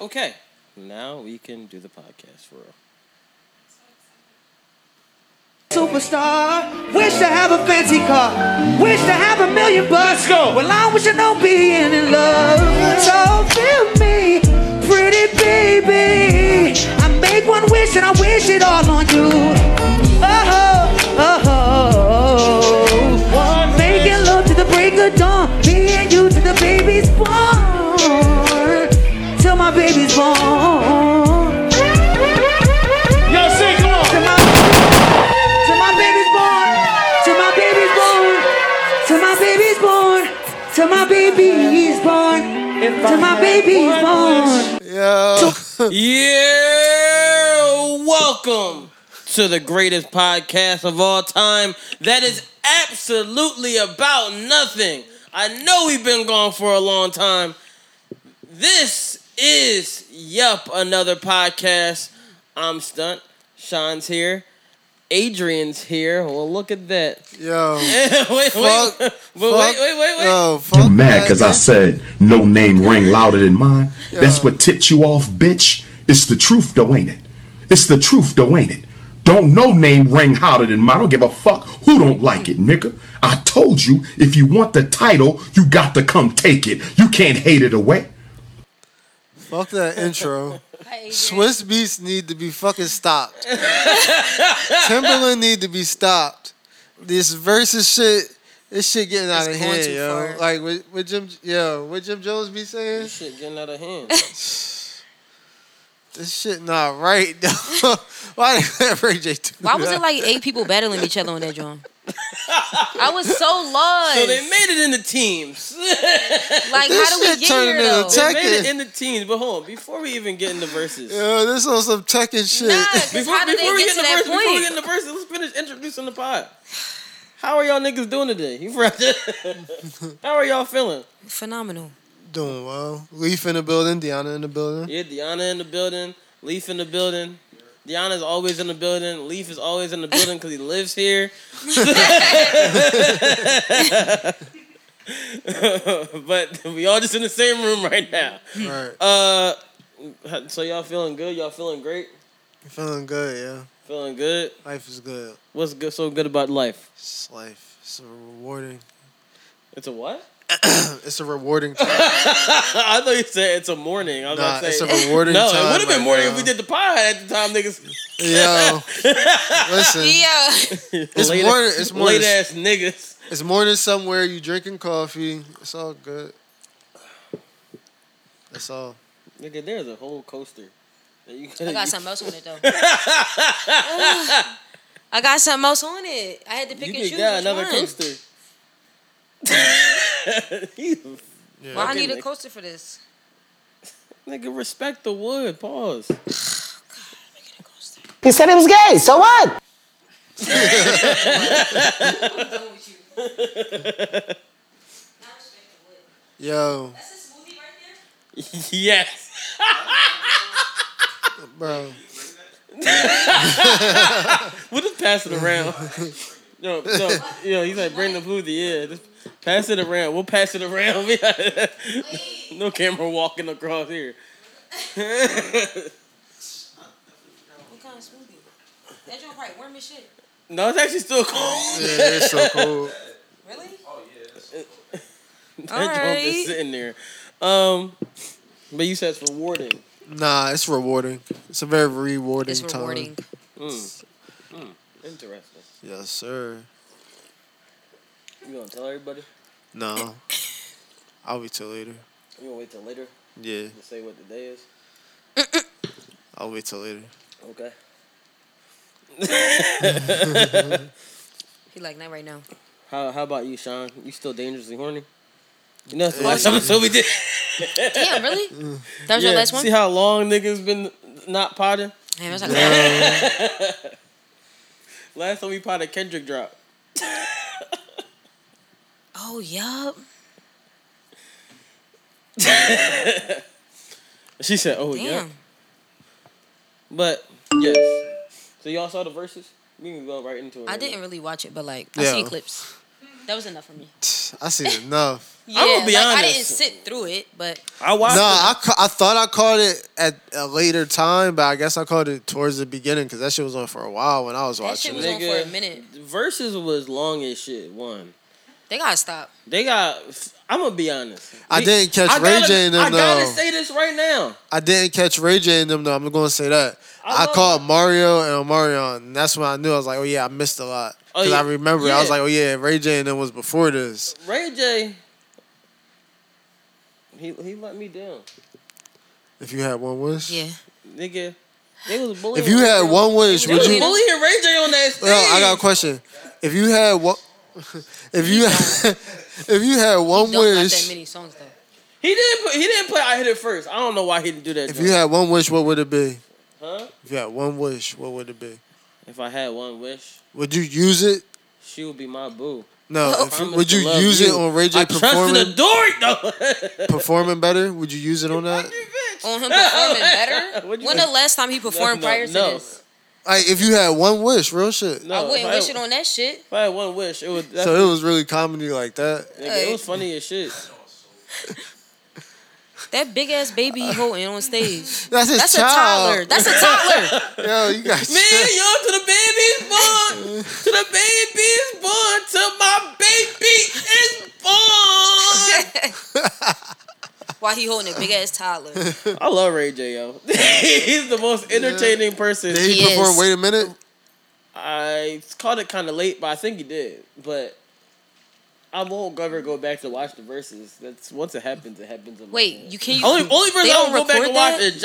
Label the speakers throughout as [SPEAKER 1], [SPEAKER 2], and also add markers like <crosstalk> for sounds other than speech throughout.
[SPEAKER 1] Okay, now we can do the podcast for real.
[SPEAKER 2] Superstar, wish to have a fancy car, wish to have a million bucks. Go. Well, I wish I know being in love. So feel me, pretty baby. I make one wish and I wish it all on you. Oh, oh, oh.
[SPEAKER 1] One
[SPEAKER 2] Making
[SPEAKER 1] wish.
[SPEAKER 2] love to the break of dawn, me and you to the baby's born, till my baby's born.
[SPEAKER 3] Yo, sing, come on.
[SPEAKER 2] Till my, till my baby's born. Till my baby's born. Till my baby's born. Till my baby's born. Till my baby's born.
[SPEAKER 4] Yo.
[SPEAKER 1] Yeah, welcome to the greatest podcast of all time. That is absolutely about nothing. I know we've been gone for a long time. This is Yup Another Podcast. I'm Stunt. Sean's here. Adrian's here. Well, look at that. <laughs>
[SPEAKER 4] Yo.
[SPEAKER 1] wait, wait,
[SPEAKER 4] Fuck.
[SPEAKER 1] wait,
[SPEAKER 4] fuck,
[SPEAKER 1] wait, wait, wait.
[SPEAKER 4] Yo, Oh, fuck
[SPEAKER 5] mad
[SPEAKER 4] that,
[SPEAKER 5] because I
[SPEAKER 4] man.
[SPEAKER 5] said no name rang louder than mine. That's what tipped you off, bitch. It's the truth, though, ain't it? It's the truth, though, ain't it? Don't no name ring hotter than mine. I don't give a fuck who don't like it, nigga. I told you, if you want the title, you got to come take it. You can't hate it away.
[SPEAKER 4] Fuck that
[SPEAKER 6] <laughs>
[SPEAKER 4] intro.
[SPEAKER 6] Hi, Adrian.
[SPEAKER 4] Swiss Beats need to be fucking
[SPEAKER 6] <laughs>
[SPEAKER 4] stopped. Timberland need to be stopped. This versus shit, this shit getting out of
[SPEAKER 6] It's going
[SPEAKER 4] hand,
[SPEAKER 6] too
[SPEAKER 4] yo.
[SPEAKER 6] far.
[SPEAKER 4] Like what, what Jim, yo, what Jim Jones be saying?
[SPEAKER 1] This shit getting out of hand.
[SPEAKER 4] This shit not right. <laughs> though. Why did Ray J do
[SPEAKER 6] Why was
[SPEAKER 1] <laughs>
[SPEAKER 4] that?
[SPEAKER 6] it like eight people battling each other on that drum? I was so lost.
[SPEAKER 1] So they made it in the teams. <laughs>
[SPEAKER 6] like,
[SPEAKER 4] This
[SPEAKER 6] how
[SPEAKER 4] shit
[SPEAKER 6] do we get
[SPEAKER 4] turned
[SPEAKER 6] here
[SPEAKER 4] into
[SPEAKER 6] though?
[SPEAKER 4] tech-
[SPEAKER 1] They made it
[SPEAKER 4] Second.
[SPEAKER 1] in the teens, but hold on. Before we even get in the verses,
[SPEAKER 4] Yo, this on some Tekken shit.
[SPEAKER 6] Nah, 'cause
[SPEAKER 1] before,
[SPEAKER 6] how did
[SPEAKER 1] before
[SPEAKER 6] they
[SPEAKER 1] we get
[SPEAKER 6] get to
[SPEAKER 1] in the
[SPEAKER 6] that
[SPEAKER 1] verses, before we get in
[SPEAKER 6] point?
[SPEAKER 1] the verses, let's finish introducing the pod. How are y'all niggas doing today? You forgot to- <laughs> How are y'all feeling?
[SPEAKER 6] Phenomenal.
[SPEAKER 4] Doing well. Leaf in the building, Deanna in the building.
[SPEAKER 1] Yeah, Deanna in the building, Leaf in the building. Deanna's always in the building. Leaf is always in the building because he lives here. <laughs> but we all just in the same room right now.
[SPEAKER 4] Right.
[SPEAKER 1] Uh, so y'all feeling good? Y'all feeling great?
[SPEAKER 4] Feeling good, yeah.
[SPEAKER 1] Feeling good?
[SPEAKER 4] Life is good.
[SPEAKER 1] What's good, so good about life?
[SPEAKER 4] It's life. It's a rewarding.
[SPEAKER 1] It's a what?
[SPEAKER 4] It's a rewarding
[SPEAKER 6] <laughs>
[SPEAKER 4] time.
[SPEAKER 1] I thought you said it's a morning. I was
[SPEAKER 4] Nah,
[SPEAKER 1] about to
[SPEAKER 4] it's
[SPEAKER 1] say.
[SPEAKER 4] a
[SPEAKER 1] <laughs>
[SPEAKER 4] rewarding
[SPEAKER 1] no,
[SPEAKER 4] time. uh,
[SPEAKER 1] it would have been
[SPEAKER 4] right
[SPEAKER 1] morning if
[SPEAKER 4] now.
[SPEAKER 1] we did the pod at the time, niggas.
[SPEAKER 4] Yo,
[SPEAKER 1] <laughs>
[SPEAKER 4] listen.
[SPEAKER 6] Yeah.
[SPEAKER 4] <laughs>
[SPEAKER 6] <laughs>
[SPEAKER 4] It's
[SPEAKER 1] late,
[SPEAKER 4] morning- it's morning.
[SPEAKER 1] Late ass niggas.
[SPEAKER 4] It's morning somewhere. You drinking coffee. It's all good. That's all.
[SPEAKER 1] Nigga, there's a whole coaster. that <laughs> You
[SPEAKER 6] I got something else on it though. I got something else on it. I had to pick
[SPEAKER 1] You
[SPEAKER 6] and
[SPEAKER 1] could
[SPEAKER 6] choose.
[SPEAKER 1] get
[SPEAKER 6] which
[SPEAKER 1] another
[SPEAKER 6] one.
[SPEAKER 1] coaster. <laughs> You-
[SPEAKER 6] Well, I
[SPEAKER 1] Okay,
[SPEAKER 6] need a
[SPEAKER 1] Nick.
[SPEAKER 6] coaster for this.
[SPEAKER 1] nigga, respect the wood. Pause. <laughs>
[SPEAKER 7] He said he was gay, so what?
[SPEAKER 4] Yo,
[SPEAKER 1] yes.
[SPEAKER 4] bro.
[SPEAKER 1] We'll just pass it around. No, no, yo, he's like bring the smoothie. Yeah, just pass it around. We'll pass it around. <laughs> no camera walking across here.
[SPEAKER 6] What kind of smoothie? That joint probably warm as shit.
[SPEAKER 1] No, it's actually still cold.
[SPEAKER 4] Yeah, it's so cool.
[SPEAKER 6] Really?
[SPEAKER 1] <laughs> <laughs> That joint been
[SPEAKER 6] Alright.
[SPEAKER 1] sitting there. Um, but you said it's rewarding.
[SPEAKER 4] Nah, it's rewarding. It's a very rewarding
[SPEAKER 6] It's
[SPEAKER 4] time.
[SPEAKER 6] rewarding.
[SPEAKER 1] Interesting.
[SPEAKER 4] Yes, sir.
[SPEAKER 1] You gonna tell everybody?
[SPEAKER 6] <coughs>
[SPEAKER 4] No, I'll wait till later.
[SPEAKER 1] You gonna wait till later
[SPEAKER 4] Yeah,
[SPEAKER 1] to say what the day is?
[SPEAKER 4] I'll wait
[SPEAKER 1] <laughs>
[SPEAKER 4] till later.
[SPEAKER 1] Okay.
[SPEAKER 6] He like not right now.
[SPEAKER 1] How How about you, Sean? You still dangerously horny? You know, that's the last episode we did. <laughs>
[SPEAKER 6] Damn, really? That was your
[SPEAKER 1] Yeah,
[SPEAKER 6] last
[SPEAKER 1] <laughs>
[SPEAKER 6] one.
[SPEAKER 1] See how long niggas been not potting?
[SPEAKER 6] Damn,
[SPEAKER 1] <laughs>
[SPEAKER 6] that's like,
[SPEAKER 1] Last time we potted, Kendrick dropped.
[SPEAKER 6] oh yup.
[SPEAKER 1] She said, "Oh yeah."
[SPEAKER 6] Damn.
[SPEAKER 1] But yes. So y'all saw the verses? We can go right into it.
[SPEAKER 6] I
[SPEAKER 1] right
[SPEAKER 6] didn't really watch it, but like I
[SPEAKER 4] Yeah.
[SPEAKER 6] see clips. That was enough for me.
[SPEAKER 4] I seen enough.
[SPEAKER 6] Yeah,
[SPEAKER 1] gonna be
[SPEAKER 6] like, I
[SPEAKER 1] honest.
[SPEAKER 6] didn't sit through it, but
[SPEAKER 1] I
[SPEAKER 4] no,
[SPEAKER 1] <laughs> watched.
[SPEAKER 4] I, ca- I thought I caught it at a later time, but I guess I caught it towards the beginning because that shit was on for a while when I was
[SPEAKER 6] that shit
[SPEAKER 4] watching
[SPEAKER 6] was
[SPEAKER 4] it.
[SPEAKER 6] on for a
[SPEAKER 1] Nigga.
[SPEAKER 6] minute.
[SPEAKER 1] it. Versus was long as shit. One,
[SPEAKER 6] They gotta stop.
[SPEAKER 1] they got. I'm gonna be honest.
[SPEAKER 4] I
[SPEAKER 1] We-
[SPEAKER 4] didn't catch
[SPEAKER 1] I
[SPEAKER 4] Ray
[SPEAKER 1] gotta-
[SPEAKER 4] J in them,
[SPEAKER 1] I gotta
[SPEAKER 4] though.
[SPEAKER 1] say this right now.
[SPEAKER 4] I didn't catch Ray J in them though. I'm gonna say that.
[SPEAKER 1] I
[SPEAKER 4] I,
[SPEAKER 1] love-
[SPEAKER 4] caught Mario and Omarion, and that's when I knew I was like, oh yeah, I missed a lot
[SPEAKER 1] Oh,
[SPEAKER 4] because
[SPEAKER 1] yeah.
[SPEAKER 4] I remember I was
[SPEAKER 1] Yeah.
[SPEAKER 4] like, oh yeah, Ray J and them was before this.
[SPEAKER 1] Ray J. He he let me down,
[SPEAKER 4] If you had one wish,
[SPEAKER 6] Yeah.
[SPEAKER 1] nigga. They was bullying.
[SPEAKER 4] If you
[SPEAKER 1] Ray
[SPEAKER 4] had
[SPEAKER 1] J.
[SPEAKER 4] one wish,
[SPEAKER 1] they
[SPEAKER 4] would
[SPEAKER 1] was
[SPEAKER 4] you?
[SPEAKER 1] bullying Ray J on that stage.
[SPEAKER 4] Yo, I got a question. If you had one, <laughs> if you <laughs> if you had one
[SPEAKER 6] Don't got that
[SPEAKER 4] wish,
[SPEAKER 6] many songs though.
[SPEAKER 1] He didn't. Put, he didn't play. I hit it first. I don't know why he didn't do that.
[SPEAKER 4] if
[SPEAKER 1] though.
[SPEAKER 4] you had one wish, what would it be?
[SPEAKER 1] Huh?
[SPEAKER 4] If you had one wish, what would it be?
[SPEAKER 1] if I had one wish,
[SPEAKER 4] Would you use it?
[SPEAKER 1] she would be my boo.
[SPEAKER 4] No. If you,
[SPEAKER 1] Promise
[SPEAKER 4] would
[SPEAKER 1] to
[SPEAKER 4] you
[SPEAKER 1] love
[SPEAKER 4] use it on Ray
[SPEAKER 1] I
[SPEAKER 4] J
[SPEAKER 1] trusted <laughs>
[SPEAKER 4] performing
[SPEAKER 1] a dork though. <laughs>
[SPEAKER 4] performing better? Would you use it on that?
[SPEAKER 6] On him performing
[SPEAKER 1] <laughs>
[SPEAKER 6] better.
[SPEAKER 1] What'd you
[SPEAKER 6] When
[SPEAKER 1] say?
[SPEAKER 6] the last time he performed
[SPEAKER 1] No, no,
[SPEAKER 6] prior to
[SPEAKER 1] no.
[SPEAKER 6] this,
[SPEAKER 4] Like if you had one wish, real shit.
[SPEAKER 1] No,
[SPEAKER 6] I
[SPEAKER 1] if
[SPEAKER 6] wouldn't
[SPEAKER 1] I-
[SPEAKER 6] wish it on that shit.
[SPEAKER 1] If I had one wish, it was. That's,
[SPEAKER 4] So it was really comedy like that.
[SPEAKER 1] nigga, it was funny as <laughs> shit.
[SPEAKER 6] That big ass baby
[SPEAKER 1] Uh,
[SPEAKER 6] he holding
[SPEAKER 1] <laughs>
[SPEAKER 6] on stage.
[SPEAKER 4] That's his
[SPEAKER 6] That's a toddler.
[SPEAKER 4] child.
[SPEAKER 6] That's a
[SPEAKER 4] <laughs>
[SPEAKER 6] toddler.
[SPEAKER 4] Yo, you
[SPEAKER 6] <laughs>
[SPEAKER 4] got
[SPEAKER 1] Man, yo, to the baby's born, to the baby's born, to my baby is born.
[SPEAKER 6] Why he holding a big ass toddler?
[SPEAKER 1] <laughs> I love Ray J, yo. <laughs> He's the most entertaining person.
[SPEAKER 4] Did he
[SPEAKER 6] He
[SPEAKER 4] perform?
[SPEAKER 6] is.
[SPEAKER 4] Wait a minute.
[SPEAKER 1] I caught it kind of late, but I think he did. But I won't ever go back to watch the verses. That's once it happens, it happens. in my
[SPEAKER 6] Wait,
[SPEAKER 1] head.
[SPEAKER 6] you can you
[SPEAKER 1] only only person
[SPEAKER 6] they
[SPEAKER 1] I
[SPEAKER 6] don't
[SPEAKER 1] will go back and
[SPEAKER 6] record
[SPEAKER 1] watch
[SPEAKER 6] that?
[SPEAKER 1] is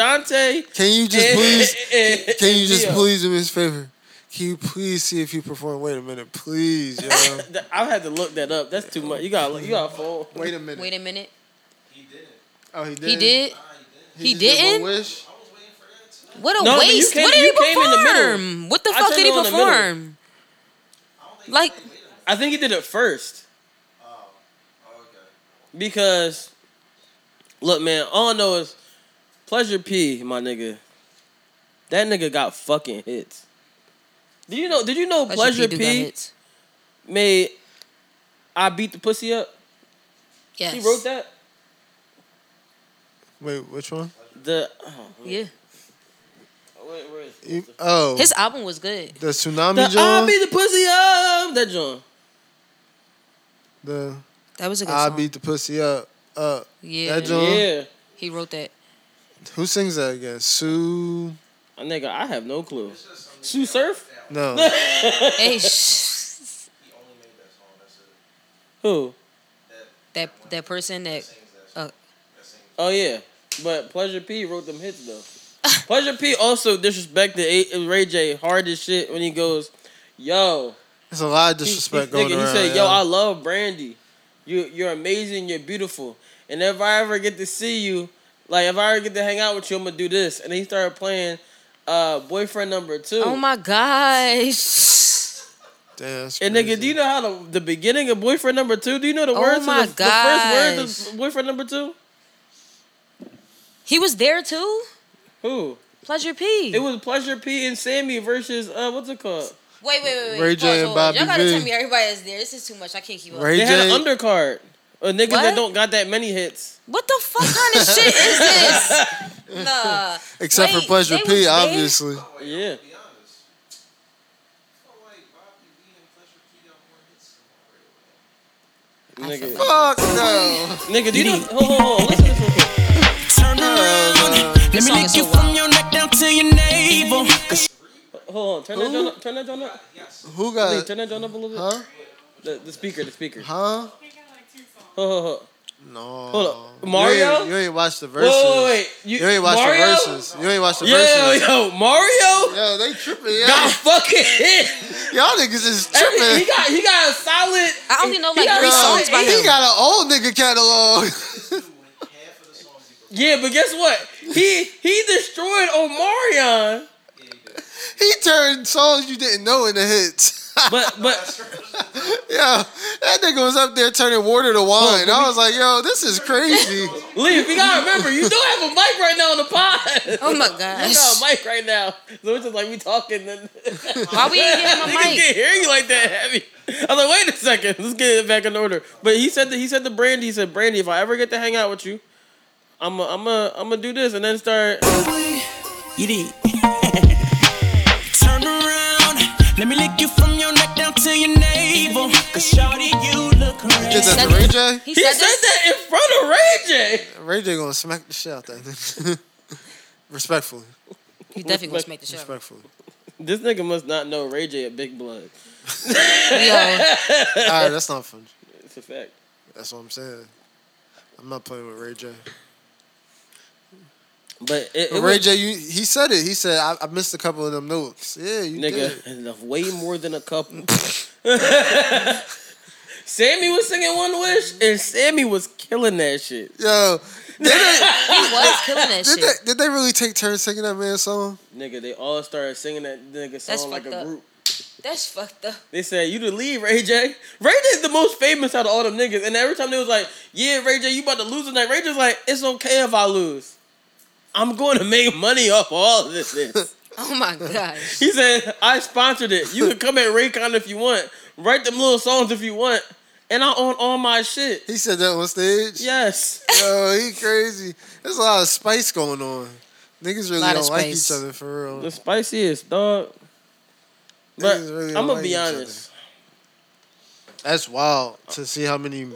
[SPEAKER 1] Jonte.
[SPEAKER 4] Can you just please?
[SPEAKER 1] <laughs> and-
[SPEAKER 4] Can you
[SPEAKER 1] and <laughs>
[SPEAKER 4] just
[SPEAKER 1] Theo.
[SPEAKER 4] please do me his favor? Can you please see if he perform? Wait a minute,
[SPEAKER 6] <laughs>
[SPEAKER 4] please, yo.
[SPEAKER 1] Th- I've had to look that up. That's too much. You got to you got to phone.
[SPEAKER 4] Wait a minute.
[SPEAKER 6] Wait a minute.
[SPEAKER 4] Oh, he did.
[SPEAKER 6] He did. He
[SPEAKER 4] just did one
[SPEAKER 6] didn't?
[SPEAKER 4] wish?
[SPEAKER 6] What a
[SPEAKER 1] No, but you
[SPEAKER 6] waste!
[SPEAKER 1] came-
[SPEAKER 6] what did
[SPEAKER 1] you
[SPEAKER 6] he
[SPEAKER 1] came in the middle.
[SPEAKER 6] perform? What the
[SPEAKER 1] I
[SPEAKER 6] fuck
[SPEAKER 1] turned
[SPEAKER 6] did he
[SPEAKER 1] it on in the middle.
[SPEAKER 6] perform? Like
[SPEAKER 1] I think he did it first.
[SPEAKER 4] Oh,
[SPEAKER 1] Because, look, man, all I know is Pleasure P, my nigga. That nigga got fucking hits. Did you know? Did you know Pleasure,
[SPEAKER 6] do
[SPEAKER 1] P,
[SPEAKER 6] got hits.
[SPEAKER 1] made "I Beat the Pussy Up"?
[SPEAKER 6] Yes.
[SPEAKER 1] He wrote that.
[SPEAKER 4] Wait, which one?
[SPEAKER 1] The oh,
[SPEAKER 6] Yeah.
[SPEAKER 1] where, where is it?
[SPEAKER 4] You- oh,
[SPEAKER 6] His album was good.
[SPEAKER 4] the tsunami
[SPEAKER 1] the "I
[SPEAKER 4] John.
[SPEAKER 1] Beat the Pussy Up" that John.
[SPEAKER 4] the
[SPEAKER 6] That was a good
[SPEAKER 4] I
[SPEAKER 6] song.
[SPEAKER 4] beat the pussy up. Up.
[SPEAKER 6] yeah.
[SPEAKER 4] that joint- John?
[SPEAKER 1] Yeah,
[SPEAKER 6] He wrote that.
[SPEAKER 4] Who sings that again? Sue.
[SPEAKER 1] Uh, nigga, I have no clue. Sue Surf.
[SPEAKER 4] No.
[SPEAKER 6] hey, <laughs> sh-
[SPEAKER 1] Who?
[SPEAKER 6] that that person that uh,
[SPEAKER 1] Oh yeah, but Pleasure P wrote them hits though.
[SPEAKER 6] <laughs>
[SPEAKER 1] Pleasure P also disrespected A- Ray J hard as shit when he goes, "Yo,
[SPEAKER 4] There's a lot of
[SPEAKER 1] he- he-
[SPEAKER 4] disrespect
[SPEAKER 1] nigga,
[SPEAKER 4] going around.
[SPEAKER 1] He said,
[SPEAKER 4] yeah.
[SPEAKER 1] "Yo, I love Brandy. You, you're amazing. You're beautiful. And if I ever get to see you, like if I ever get to hang out with you, I'm gonna do this." And he started playing, uh, boyfriend number two.
[SPEAKER 6] oh my gosh.
[SPEAKER 4] Damn, that's
[SPEAKER 1] And
[SPEAKER 4] crazy.
[SPEAKER 1] nigga, do you know how the, the beginning of boyfriend number two? Do you know the
[SPEAKER 6] Oh
[SPEAKER 1] words? to
[SPEAKER 6] my
[SPEAKER 1] the, the first words
[SPEAKER 6] gosh.
[SPEAKER 1] of boyfriend number two?
[SPEAKER 6] He was there too?
[SPEAKER 1] Who?
[SPEAKER 6] Pleasure P.
[SPEAKER 1] It was Pleasure P and Sammy versus uh, what's it called?
[SPEAKER 6] wait, wait, wait, wait.
[SPEAKER 4] Ray J
[SPEAKER 6] Pause,
[SPEAKER 4] and
[SPEAKER 6] hold on. Y'all
[SPEAKER 4] Bobby
[SPEAKER 6] gotta
[SPEAKER 4] V.
[SPEAKER 6] tell me everybody that's there. This is too much. I can't keep up.
[SPEAKER 4] Ray
[SPEAKER 1] They had
[SPEAKER 4] J.
[SPEAKER 1] an undercard. Uh, niggas
[SPEAKER 6] What?
[SPEAKER 1] that don't got that many hits.
[SPEAKER 6] What the fuck kind of shit is
[SPEAKER 4] <laughs>
[SPEAKER 6] this? Nah.
[SPEAKER 4] except
[SPEAKER 6] Wait,
[SPEAKER 4] for Pleasure
[SPEAKER 6] they was
[SPEAKER 4] P,
[SPEAKER 6] there?
[SPEAKER 4] obviously.
[SPEAKER 1] Yeah. Nigga, <laughs>
[SPEAKER 4] Fuck no.
[SPEAKER 1] nigga, do you know? Hold on, hold on, listen to this. real
[SPEAKER 2] Turn around. Let
[SPEAKER 6] This
[SPEAKER 2] me
[SPEAKER 6] song
[SPEAKER 2] lick
[SPEAKER 6] is
[SPEAKER 2] you
[SPEAKER 6] so
[SPEAKER 2] from
[SPEAKER 6] wild.
[SPEAKER 2] your neck down to your navel.
[SPEAKER 1] quick. Hold on, turn that joint up. Turn that joint up.
[SPEAKER 4] Who
[SPEAKER 1] Lee,
[SPEAKER 4] got?
[SPEAKER 1] turn that joint up a little bit.
[SPEAKER 4] Uh, Huh?
[SPEAKER 1] The, the speaker, the speaker. Hold on,
[SPEAKER 4] Huh?
[SPEAKER 1] hold on.
[SPEAKER 4] No.
[SPEAKER 1] Hold up. Mario?
[SPEAKER 4] You ain't, you ain't watched the
[SPEAKER 1] Wait,
[SPEAKER 4] verses.
[SPEAKER 1] wait, wait. You,
[SPEAKER 4] You ain't watched
[SPEAKER 1] Mario?
[SPEAKER 4] the verses. You ain't watched the
[SPEAKER 1] Yo,
[SPEAKER 4] verses.
[SPEAKER 1] yo, Mario
[SPEAKER 4] Yo,
[SPEAKER 1] <laughs>
[SPEAKER 4] they tripping. Yo.
[SPEAKER 1] got fucking hit.
[SPEAKER 4] Y'all niggas is
[SPEAKER 1] Every- He
[SPEAKER 4] tripping.
[SPEAKER 1] got, he got a solid.
[SPEAKER 6] I only know
[SPEAKER 1] He
[SPEAKER 6] like
[SPEAKER 1] got
[SPEAKER 6] three
[SPEAKER 1] a
[SPEAKER 6] songs
[SPEAKER 1] solid
[SPEAKER 6] by
[SPEAKER 1] eight-
[SPEAKER 4] He
[SPEAKER 6] him.
[SPEAKER 4] got an old nigga catalog. <laughs>
[SPEAKER 1] Yeah, but guess what? He he destroyed Omarion.
[SPEAKER 4] he turned songs you didn't know into hits.
[SPEAKER 1] But but
[SPEAKER 4] Yeah, that nigga was up there turning water to
[SPEAKER 6] Oh,
[SPEAKER 4] wine. I was like, yo, this is
[SPEAKER 6] <laughs>
[SPEAKER 4] crazy.
[SPEAKER 1] Leaf, you gotta remember, you don't have a mic right now on the pod. <laughs>
[SPEAKER 6] Oh my
[SPEAKER 1] You got
[SPEAKER 6] gosh.
[SPEAKER 1] a mic right now. So it's just like we talking. <laughs> Then
[SPEAKER 6] Why we
[SPEAKER 1] <laughs>
[SPEAKER 6] ain't getting
[SPEAKER 1] niggas
[SPEAKER 6] my mic?
[SPEAKER 1] can't hear you like that heavy. I was like, wait a second, let's get it back in order. But he said that he said to Brandy, he said, Brandy, if I ever get to hang out with you, I'm a, I'm a, I'm gonna do this and then start.
[SPEAKER 2] You did. Turn around. Let me lick you from your neck down to your navel. Cause shawty, you look
[SPEAKER 4] Did
[SPEAKER 2] crazy.
[SPEAKER 4] that to Ray J?
[SPEAKER 6] He
[SPEAKER 1] He
[SPEAKER 6] said
[SPEAKER 1] said
[SPEAKER 6] this.
[SPEAKER 1] that in front of Ray J.
[SPEAKER 4] Ray J gonna smack the shit out that nigga. <laughs> Respectfully.
[SPEAKER 6] You definitely gonna make the show.
[SPEAKER 4] Respectfully.
[SPEAKER 1] This nigga must not know Ray J at Big Blood.
[SPEAKER 6] Yo,
[SPEAKER 4] Alright, that's not fun.
[SPEAKER 1] It's a fact.
[SPEAKER 4] That's what I'm saying. I'm not playing with Ray J.
[SPEAKER 1] But it, it
[SPEAKER 4] Ray
[SPEAKER 1] was-
[SPEAKER 4] J, you, he said it. He said, I, I missed a couple of them notes. Yeah, you
[SPEAKER 1] nigga,
[SPEAKER 4] did.
[SPEAKER 1] enough, way more than a couple. <laughs> Sammy was singing One Wish, and Sammy was killing that shit.
[SPEAKER 4] Yo,
[SPEAKER 6] he was killing that
[SPEAKER 4] did
[SPEAKER 6] shit.
[SPEAKER 4] they, did they really take turns singing that man's song?
[SPEAKER 1] Nigga, they all started singing that nigga
[SPEAKER 6] That's
[SPEAKER 1] song like
[SPEAKER 6] fucked
[SPEAKER 1] a
[SPEAKER 6] up.
[SPEAKER 1] group.
[SPEAKER 6] That's fucked up.
[SPEAKER 1] They said, You to leave, Ray J. Ray J's the most famous out of all them niggas. And every time they was like, Yeah, Ray J, you about to lose tonight. Ray J's like, It's okay if I lose. I'm going to make money off all of this. shit."
[SPEAKER 6] Oh my gosh.
[SPEAKER 1] he said, I sponsored it. You can come at Raycon if you want. Write them little songs if you want. And I own all my shit.
[SPEAKER 4] He said that on stage.
[SPEAKER 1] Yes.
[SPEAKER 4] Yo, he crazy. There's a lot of spice going on. Niggas really
[SPEAKER 6] Lot
[SPEAKER 4] don't
[SPEAKER 6] of
[SPEAKER 4] like each
[SPEAKER 6] spice.
[SPEAKER 4] other for real.
[SPEAKER 1] The spiciest, dog. But
[SPEAKER 4] Niggas really
[SPEAKER 1] I'm
[SPEAKER 4] don't
[SPEAKER 1] going
[SPEAKER 4] like
[SPEAKER 1] to be
[SPEAKER 4] each other.
[SPEAKER 1] honest.
[SPEAKER 4] That's wild to see how many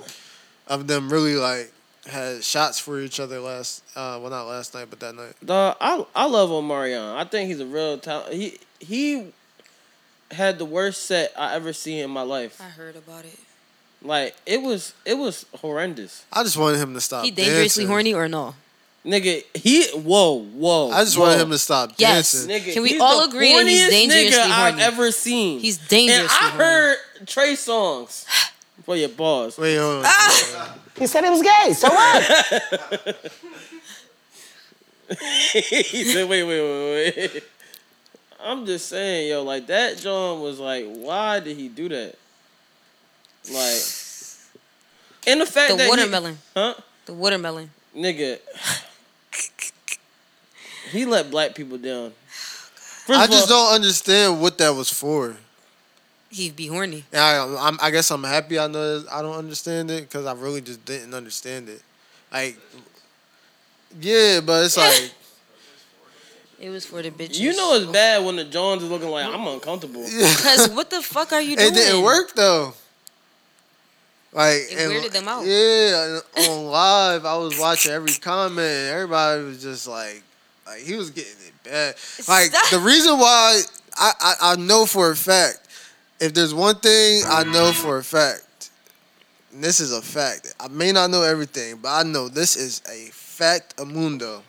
[SPEAKER 4] of them really like had shots for each other last. Uh, well, not last night, but that night.
[SPEAKER 1] Dog, I I love Omarion. I think he's a real talent. He he had the worst set I ever seen in my life.
[SPEAKER 6] I heard about it.
[SPEAKER 1] Like it was it was horrendous.
[SPEAKER 4] I just wanted him to
[SPEAKER 1] Uh,
[SPEAKER 4] stop.
[SPEAKER 6] He dangerously
[SPEAKER 4] dancing.
[SPEAKER 6] horny or no?
[SPEAKER 1] Nigga, he whoa, whoa.
[SPEAKER 4] I just
[SPEAKER 1] whoa.
[SPEAKER 4] wanted him to stop
[SPEAKER 6] Yes.
[SPEAKER 4] dancing.
[SPEAKER 1] Nigga,
[SPEAKER 6] Can we
[SPEAKER 1] he's
[SPEAKER 6] all
[SPEAKER 1] the
[SPEAKER 6] agree that he's
[SPEAKER 1] horniest
[SPEAKER 6] dangerously
[SPEAKER 1] nigga I've
[SPEAKER 6] horny?
[SPEAKER 1] ever seen.
[SPEAKER 6] He's
[SPEAKER 1] and
[SPEAKER 6] dangerously
[SPEAKER 1] I
[SPEAKER 6] horny.
[SPEAKER 1] heard Trey songs. For your
[SPEAKER 4] <laughs>
[SPEAKER 1] balls.
[SPEAKER 4] Wait, hold on.
[SPEAKER 6] Ah!
[SPEAKER 7] He said he was gay, so what?
[SPEAKER 1] he said, wait, wait, wait, wait. I'm just saying, yo, like that John was like, why did he do that? Like and the fact
[SPEAKER 6] The
[SPEAKER 1] that he-
[SPEAKER 6] watermelon.
[SPEAKER 1] huh?
[SPEAKER 6] The watermelon.
[SPEAKER 1] Nigga. he let black people down. First
[SPEAKER 4] I
[SPEAKER 1] of all-
[SPEAKER 4] just don't understand what that was for.
[SPEAKER 6] He'd be horny.
[SPEAKER 4] And I, I'm, I guess I'm happy. I know that I don't understand it because I really just didn't understand it. Like, yeah, but
[SPEAKER 6] <laughs>
[SPEAKER 4] it's like
[SPEAKER 6] It was for the bitches.
[SPEAKER 1] You know it's bad when the Johns is looking like I'm uncomfortable.
[SPEAKER 6] Cause what the fuck are you doing?
[SPEAKER 4] it didn't work though. Like
[SPEAKER 6] It weirded them out.
[SPEAKER 4] Yeah, and on live, I was watching every comment. And everybody was just like, like he was getting it bad. Like
[SPEAKER 6] Stop.
[SPEAKER 4] the reason why I, I I know for a fact, if there's one thing I know for a fact, and this is a fact. I may not know everything, but I know this is a fact. A mundo.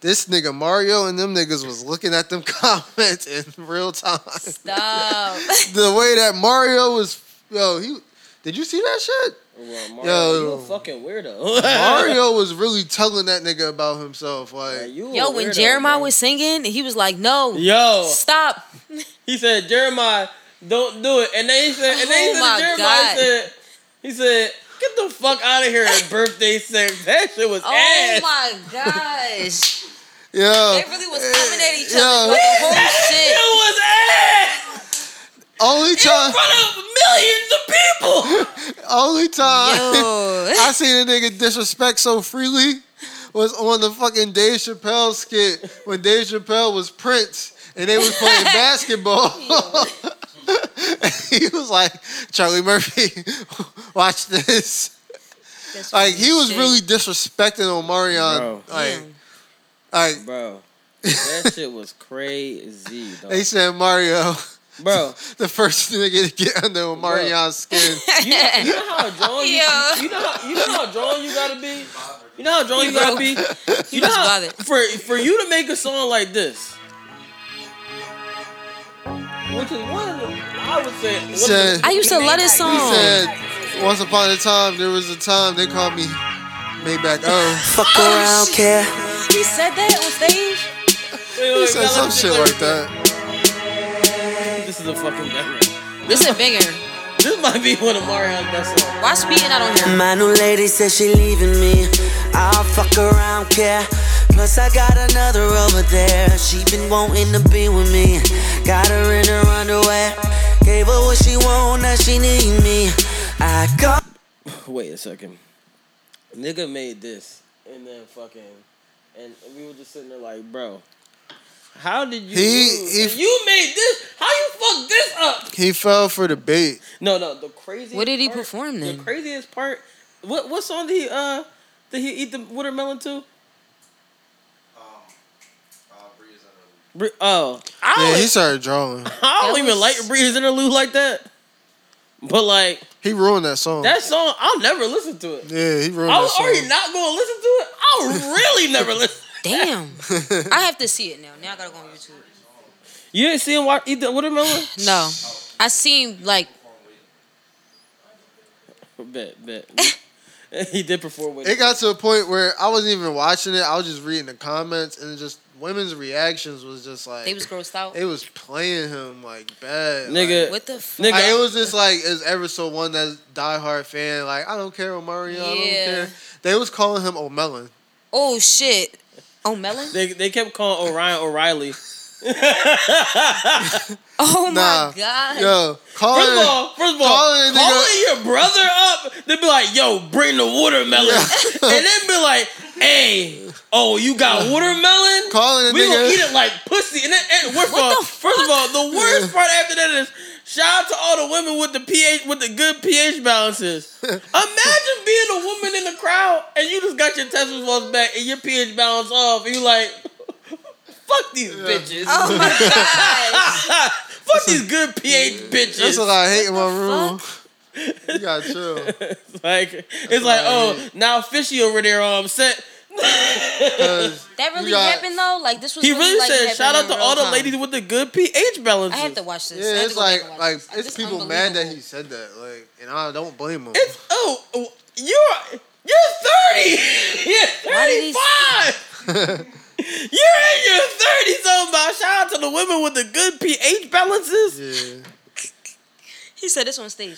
[SPEAKER 4] This nigga Mario and them niggas was looking at them <laughs> comments in real time
[SPEAKER 6] Stop.
[SPEAKER 4] the way that Mario was, yo, he did you see that shit?
[SPEAKER 1] Well, Mario,
[SPEAKER 4] Yo.
[SPEAKER 1] you a fucking weirdo.
[SPEAKER 4] Mario was really telling that nigga about himself,
[SPEAKER 1] <laughs> Like,
[SPEAKER 4] like,
[SPEAKER 1] <laughs> you a
[SPEAKER 6] Yo, when
[SPEAKER 1] weirdo,
[SPEAKER 6] Jeremiah
[SPEAKER 1] bro.
[SPEAKER 6] was singing, he was like, "No,
[SPEAKER 1] Yo,
[SPEAKER 6] stop."
[SPEAKER 1] he said, Jeremiah, don't do it. And then he said, and then he said
[SPEAKER 6] Oh my
[SPEAKER 1] to Jeremiah,
[SPEAKER 6] God.
[SPEAKER 1] he said, he said, get the fuck out
[SPEAKER 6] <laughs>
[SPEAKER 1] of here at birthday sex. That shit was
[SPEAKER 6] Oh
[SPEAKER 1] ass.
[SPEAKER 6] my gosh,
[SPEAKER 4] yo,
[SPEAKER 6] they really was coming at each
[SPEAKER 4] Yo.
[SPEAKER 6] other. Like, whole
[SPEAKER 1] It
[SPEAKER 6] shit.
[SPEAKER 1] was ass
[SPEAKER 4] only
[SPEAKER 1] in
[SPEAKER 4] time,
[SPEAKER 1] front of millions of people.
[SPEAKER 4] only time
[SPEAKER 6] Yo,
[SPEAKER 4] I seen a nigga disrespect so freely was on the fucking Dave Chappelle skit when Dave Chappelle was Prince and they was
[SPEAKER 6] <laughs>
[SPEAKER 4] playing basketball. <laughs> he was like, Charlie Murphy, <laughs> watch this.
[SPEAKER 6] That's
[SPEAKER 4] Like he was
[SPEAKER 6] shit.
[SPEAKER 4] really disrespecting Omarion.
[SPEAKER 1] Bro.
[SPEAKER 4] Like,
[SPEAKER 6] Damn.
[SPEAKER 4] like
[SPEAKER 1] Bro, that shit was crazy, dog.
[SPEAKER 4] they said Mario. <laughs>
[SPEAKER 1] Bro,
[SPEAKER 4] the first nigga to get under Omarion's
[SPEAKER 1] <laughs>
[SPEAKER 4] skin.
[SPEAKER 6] <laughs>
[SPEAKER 1] you know how drawn you,
[SPEAKER 6] Yo.
[SPEAKER 1] you, you know how you know how drawn you gotta be. You know how drawn you gotta
[SPEAKER 6] <laughs>
[SPEAKER 1] be. You know
[SPEAKER 6] was
[SPEAKER 1] how,
[SPEAKER 6] bothered.
[SPEAKER 1] for for you to make a song like this, which is one of the I would say one of the-
[SPEAKER 4] Said,
[SPEAKER 6] I used to love this song.
[SPEAKER 4] said, once upon a time, there was a time they called me Maybach O.
[SPEAKER 8] Fuck around, care.
[SPEAKER 6] he Oh, said that on stage.
[SPEAKER 1] wait, wait,
[SPEAKER 4] He
[SPEAKER 1] wait,
[SPEAKER 4] said
[SPEAKER 1] gotta
[SPEAKER 4] some
[SPEAKER 1] listen
[SPEAKER 4] shit
[SPEAKER 1] to
[SPEAKER 4] like that.
[SPEAKER 1] This This is a fucking memory.
[SPEAKER 6] This a banger.
[SPEAKER 1] This might be one of Mario's best songs.
[SPEAKER 6] Why speeding out on
[SPEAKER 9] <laughs>
[SPEAKER 6] here?
[SPEAKER 10] My new lady says she leaving me. I'll fuck around, care. Plus I got another over there. She been wanting to be with me. Got her in her underwear. Gave her what she want, now she need me. I got
[SPEAKER 1] Wait a second. Nigga made this and then fucking and we were just sitting there like, bro. How did you?
[SPEAKER 4] He-
[SPEAKER 1] lose?
[SPEAKER 4] he-
[SPEAKER 1] And you made this. How you fucked this up?
[SPEAKER 4] He fell for the bait.
[SPEAKER 1] No, no. The craziest.
[SPEAKER 6] What did he
[SPEAKER 1] part-
[SPEAKER 6] perform
[SPEAKER 1] The
[SPEAKER 6] then?
[SPEAKER 1] craziest part. What what song did he uh did he eat the watermelon to? Bre- Oh, I
[SPEAKER 4] Yeah,
[SPEAKER 1] don't,
[SPEAKER 4] he started drawing.
[SPEAKER 1] I don't
[SPEAKER 6] That
[SPEAKER 1] even
[SPEAKER 6] was-
[SPEAKER 1] like Bree's interlude like that. But like
[SPEAKER 4] He ruined that song.
[SPEAKER 1] that song, I'll never listen to it.
[SPEAKER 4] yeah, he ruined
[SPEAKER 1] I
[SPEAKER 4] that
[SPEAKER 1] was
[SPEAKER 4] song.
[SPEAKER 1] already not going to listen to it. I'll really never listen.
[SPEAKER 6] Damn. <laughs> I have to see it now. Now I gotta go on YouTube.
[SPEAKER 1] You didn't see him wa- eat the
[SPEAKER 6] <laughs>
[SPEAKER 1] watermelon?
[SPEAKER 6] No. I seen like
[SPEAKER 1] bet, bet. <laughs> he did perform with
[SPEAKER 4] It got to a point where I wasn't even watching it. I was just reading the comments, and just women's reactions was just like
[SPEAKER 6] they was grossed out.
[SPEAKER 4] they was playing him like bad, Like,
[SPEAKER 1] nigga.
[SPEAKER 6] What the fuck?
[SPEAKER 1] nigga,
[SPEAKER 4] like, it was just like is ever so one that's diehard fan. Like I don't care, Omarion. I
[SPEAKER 6] Yeah.
[SPEAKER 4] don't care. They was calling him O'Melon.
[SPEAKER 6] Oh shit. Oh melon?
[SPEAKER 1] <laughs> they they kept calling Orion O'Reilly.
[SPEAKER 6] Oh
[SPEAKER 4] Nah,
[SPEAKER 6] my god.
[SPEAKER 4] yo, calling.
[SPEAKER 1] First of all, first of all,
[SPEAKER 4] Calling
[SPEAKER 1] calling,
[SPEAKER 4] a nigga-
[SPEAKER 1] your brother up, they'd be like, "Yo, bring the watermelon," <laughs> and then be like, "Hey, oh, you got watermelon?
[SPEAKER 4] Calling a
[SPEAKER 1] we gonna
[SPEAKER 4] nigga-
[SPEAKER 1] eat it like pussy." And then, and worst of all, first of all, the worst part after that is shout out to all the women with the pH with the good pH
[SPEAKER 4] <laughs>
[SPEAKER 1] balances. Imagine being a woman in the crowd and you just got your test results back and your pH balance off, and you like. <laughs> Fuck these bitches.
[SPEAKER 6] <laughs> Oh my god.
[SPEAKER 1] <laughs> Fuck these good pH bitches.
[SPEAKER 4] That's what I hate in my room. You gotta chill.
[SPEAKER 1] <laughs> It's like it's like oh now fishy over there um, all upset.
[SPEAKER 4] 'Cause
[SPEAKER 6] That really
[SPEAKER 4] You got-
[SPEAKER 6] happened though? Like this was
[SPEAKER 1] He really
[SPEAKER 6] like,
[SPEAKER 1] said
[SPEAKER 6] happened
[SPEAKER 1] shout out
[SPEAKER 6] in
[SPEAKER 1] to
[SPEAKER 6] real
[SPEAKER 1] all the
[SPEAKER 6] time.
[SPEAKER 1] ladies with the good pH
[SPEAKER 6] I
[SPEAKER 1] balances.
[SPEAKER 6] have to watch this. I
[SPEAKER 4] yeah,
[SPEAKER 6] have to
[SPEAKER 4] it's
[SPEAKER 6] go back
[SPEAKER 4] like
[SPEAKER 6] and watch
[SPEAKER 4] like
[SPEAKER 6] this.
[SPEAKER 4] it's
[SPEAKER 6] This
[SPEAKER 4] people mad that
[SPEAKER 6] unbelievable.
[SPEAKER 4] he said that. Like, and I don't blame him.
[SPEAKER 1] It's oh oh, you're you're thirty. <laughs> You're
[SPEAKER 6] Why did
[SPEAKER 1] thirty
[SPEAKER 6] he-
[SPEAKER 1] five.
[SPEAKER 4] <laughs>
[SPEAKER 1] You're in your thirty something. but Shout out to the women with the good pH balances,
[SPEAKER 4] yeah.
[SPEAKER 6] He said this on stage.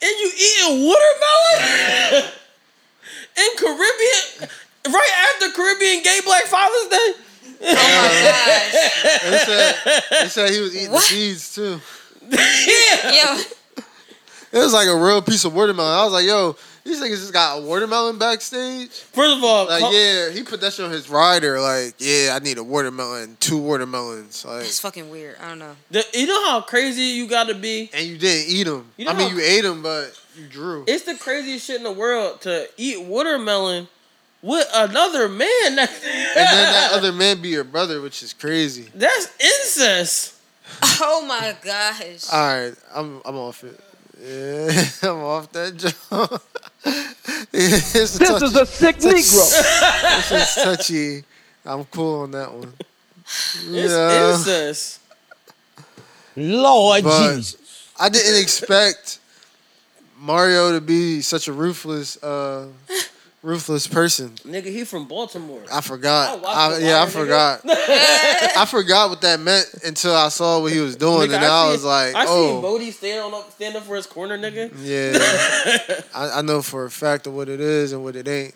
[SPEAKER 1] and you eating watermelon <laughs> in Caribbean right after Caribbean Gay Black Father's Day. <laughs>
[SPEAKER 4] They said, they said he was eating
[SPEAKER 6] <laughs> What?
[SPEAKER 4] seeds too.
[SPEAKER 1] Yeah,
[SPEAKER 6] Yeah. <laughs>
[SPEAKER 4] It was like a real piece of watermelon. I was like, yo, these niggas just got a watermelon backstage.
[SPEAKER 1] first of all,
[SPEAKER 4] Like,
[SPEAKER 1] call-
[SPEAKER 4] yeah, he put that shit on his rider. Like, yeah, I need a watermelon, two watermelons. Like,
[SPEAKER 6] It's fucking weird. I don't know.
[SPEAKER 1] the- you know how crazy you got to be
[SPEAKER 4] and you didn't eat them.
[SPEAKER 1] You know
[SPEAKER 4] I mean,
[SPEAKER 1] how-
[SPEAKER 4] you ate them, but you drew.
[SPEAKER 1] It's the craziest shit in the world to eat watermelon with another man. That,
[SPEAKER 4] and then
[SPEAKER 6] <laughs>
[SPEAKER 4] that other man be your brother, which is crazy.
[SPEAKER 1] <laughs> That's incest.
[SPEAKER 6] Oh my gosh.
[SPEAKER 4] All right, I'm I'm off it. Yeah, <laughs> I'm off that job. <laughs> this is
[SPEAKER 8] This is a sick Negro.
[SPEAKER 4] <laughs> It's touchy. I'm cool on that one.
[SPEAKER 1] It's
[SPEAKER 4] Yeah.
[SPEAKER 1] incest.
[SPEAKER 8] Lord
[SPEAKER 4] But-
[SPEAKER 8] Jesus.
[SPEAKER 4] I didn't expect Mario to be such a ruthless, uh, ruthless person.
[SPEAKER 1] Nigga, he from Baltimore.
[SPEAKER 4] I forgot.
[SPEAKER 1] I watched
[SPEAKER 4] I-
[SPEAKER 1] The
[SPEAKER 4] yeah, I
[SPEAKER 1] Wire, nigga. <laughs>
[SPEAKER 4] forgot. I forgot what that meant until I saw what he was doing,
[SPEAKER 1] Nigga,
[SPEAKER 4] and I,
[SPEAKER 1] seen-
[SPEAKER 4] was like,
[SPEAKER 1] I seen
[SPEAKER 4] "Oh,
[SPEAKER 1] Bodie stand on up, stand up for his corner, nigga.
[SPEAKER 4] yeah." I, I know for a fact of what it is and what it ain't.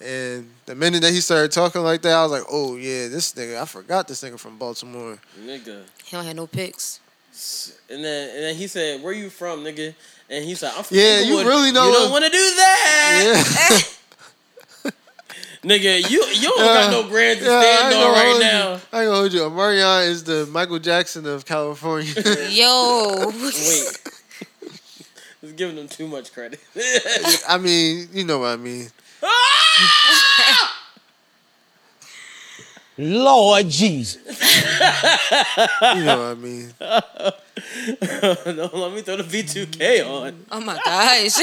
[SPEAKER 4] And the minute that he started talking like that, I was like, "Oh yeah, this nigga. I forgot this nigga from Baltimore."
[SPEAKER 1] Nigga.
[SPEAKER 6] He don't have no pics.
[SPEAKER 1] And then and then he said, "Where you from, nigga?" And he said, "I'm from
[SPEAKER 4] Yeah, you
[SPEAKER 1] Inglewood."
[SPEAKER 4] really know
[SPEAKER 1] You
[SPEAKER 4] what-
[SPEAKER 1] don't want to do that,
[SPEAKER 4] Yeah.
[SPEAKER 1] nigga. You you don't got no grand to stand
[SPEAKER 4] ain't
[SPEAKER 1] on
[SPEAKER 4] gonna
[SPEAKER 1] right
[SPEAKER 4] hold you.
[SPEAKER 1] now."
[SPEAKER 4] I ain't gonna hold you. Omarion is the Michael Jackson of California.
[SPEAKER 6] <laughs>
[SPEAKER 4] <laughs>
[SPEAKER 6] Yo. oh
[SPEAKER 1] Wait, <laughs> it's giving him too much credit. <laughs>
[SPEAKER 4] I mean, you know what I mean.
[SPEAKER 8] <laughs> Lord Jesus.
[SPEAKER 4] <laughs> You know what I mean.
[SPEAKER 1] no, let me throw the V2K on.
[SPEAKER 6] Oh my gosh.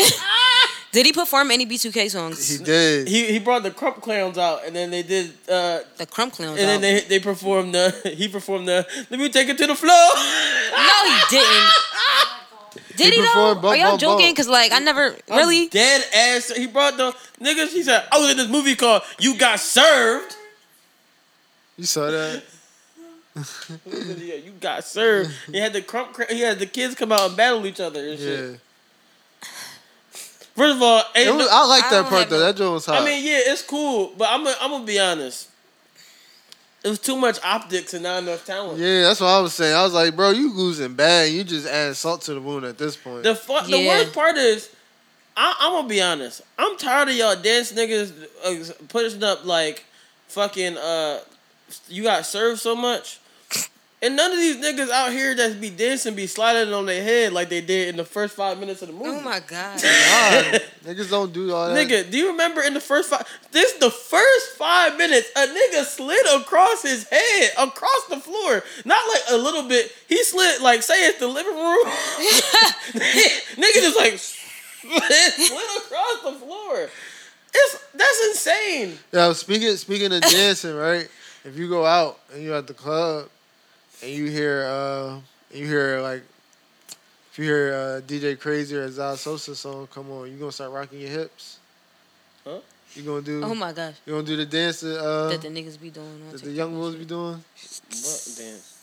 [SPEAKER 6] <laughs> Did he perform any B2K songs?
[SPEAKER 4] He
[SPEAKER 6] <laughs>
[SPEAKER 4] did.
[SPEAKER 1] He he brought the Crump Clowns out, and then they did, uh,
[SPEAKER 6] The Crump Clowns.
[SPEAKER 1] and then
[SPEAKER 6] out.
[SPEAKER 1] they they performed the <laughs> he performed the Let me take it to the
[SPEAKER 4] <laughs>
[SPEAKER 1] floor.
[SPEAKER 6] No, he didn't.
[SPEAKER 4] He
[SPEAKER 6] Did he, though?
[SPEAKER 4] performed Bump,
[SPEAKER 6] Are y'all
[SPEAKER 4] Bump, Bump.
[SPEAKER 6] joking? Cause like I never really.
[SPEAKER 1] dead ass. He brought the niggas. He said I
[SPEAKER 4] <laughs>
[SPEAKER 1] was in this movie called You Got Served.
[SPEAKER 4] You saw that?
[SPEAKER 1] yeah, you got served. You had the crump. cra- You had the kids come out and battle each other and shit.
[SPEAKER 4] Yeah.
[SPEAKER 1] First of all,
[SPEAKER 4] It
[SPEAKER 1] ain't
[SPEAKER 4] was,
[SPEAKER 1] no-
[SPEAKER 4] I like
[SPEAKER 6] I
[SPEAKER 4] that
[SPEAKER 6] don't
[SPEAKER 4] part
[SPEAKER 6] have
[SPEAKER 4] though.
[SPEAKER 6] no-
[SPEAKER 4] That joint was hot.
[SPEAKER 1] I mean, yeah, it's cool, but I'm gonna I'm gonna be honest. It was too much optics and not enough talent.
[SPEAKER 4] yeah, that's what I was saying. I was like, bro, you losing bad. You just add salt to the wound at this point.
[SPEAKER 1] The fu- the
[SPEAKER 6] Yeah.
[SPEAKER 1] worst part is, I, I'm gonna be honest. I'm tired of y'all dance niggas uh, pushing up like fucking. uh You got served so much, and none of these niggas out here that be dancing be sliding on their head like they did in the first five minutes of the movie.
[SPEAKER 6] Oh my god.
[SPEAKER 1] <laughs>
[SPEAKER 4] <laughs> God, niggas don't do all that.
[SPEAKER 1] Nigga, do you remember in the first five? This the first five minutes, a nigga slid across his head, across the floor. Not like a little bit. He slid like say it's the living
[SPEAKER 4] <laughs>
[SPEAKER 1] room. nigga just like slid across the floor. It's that's insane.
[SPEAKER 4] Yo, speaking speaking of dancing, right? If you go out and you're at the club and you hear uh you hear like if you hear uh, DJ Crazy or Zal Sosa song, come on, you gonna start rocking your hips?
[SPEAKER 1] Huh?
[SPEAKER 4] You gonna do
[SPEAKER 6] Oh my gosh.
[SPEAKER 4] you gonna do the dance that uh
[SPEAKER 6] That the niggas be doing. on
[SPEAKER 4] that the
[SPEAKER 6] TikTok
[SPEAKER 4] young
[SPEAKER 6] and
[SPEAKER 4] boys
[SPEAKER 6] shit.
[SPEAKER 4] be doing?
[SPEAKER 1] What dance?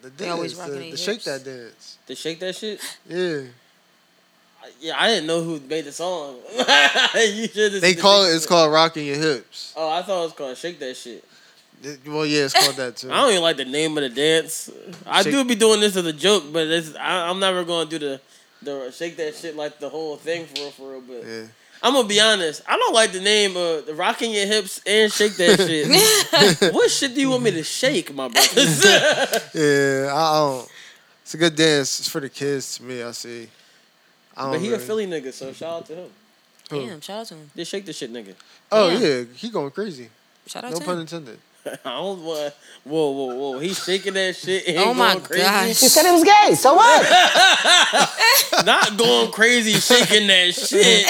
[SPEAKER 4] The
[SPEAKER 6] They always
[SPEAKER 4] dance, the,
[SPEAKER 6] rocking their
[SPEAKER 4] the shake
[SPEAKER 6] hips.
[SPEAKER 4] that dance.
[SPEAKER 1] They shake that shit.
[SPEAKER 4] Yeah.
[SPEAKER 1] Yeah, I didn't know who made the song. <laughs> you should have
[SPEAKER 4] They call it it's called rocking your hips.
[SPEAKER 1] Oh, I thought it was called shake that shit.
[SPEAKER 4] Th- Well yeah, it's called that too.
[SPEAKER 1] I don't even like the name of the dance. I
[SPEAKER 4] Shake-
[SPEAKER 1] do be doing this as a joke, but this I, I'm never gonna do the the shake that shit like the whole thing for real for real. But
[SPEAKER 4] Yeah.
[SPEAKER 1] I'm gonna be honest, I don't like the name of the rocking your hips and shake
[SPEAKER 4] <laughs>
[SPEAKER 1] that shit.
[SPEAKER 6] <laughs>
[SPEAKER 1] what shit do you want me to shake, my
[SPEAKER 4] <laughs>
[SPEAKER 1] brothers?
[SPEAKER 4] Yeah, I don't it's a good dance. It's for the kids to me, I see. I don't
[SPEAKER 1] but he a
[SPEAKER 4] really-
[SPEAKER 1] Philly nigga, so shout out to him.
[SPEAKER 4] Who?
[SPEAKER 6] Damn, shout out to him.
[SPEAKER 1] Just shake the shit, nigga. <laughs>
[SPEAKER 4] Oh
[SPEAKER 6] Yeah.
[SPEAKER 4] yeah, he going crazy.
[SPEAKER 6] Shout out
[SPEAKER 4] No
[SPEAKER 6] to
[SPEAKER 4] pun
[SPEAKER 6] him.
[SPEAKER 4] intended.
[SPEAKER 1] I don't want. Whoa, whoa, whoa! He shaking that shit. And
[SPEAKER 6] Oh my
[SPEAKER 1] going crazy.
[SPEAKER 4] <laughs>
[SPEAKER 6] gosh.
[SPEAKER 7] He said it was gay. So what?
[SPEAKER 1] not going crazy shaking that shit.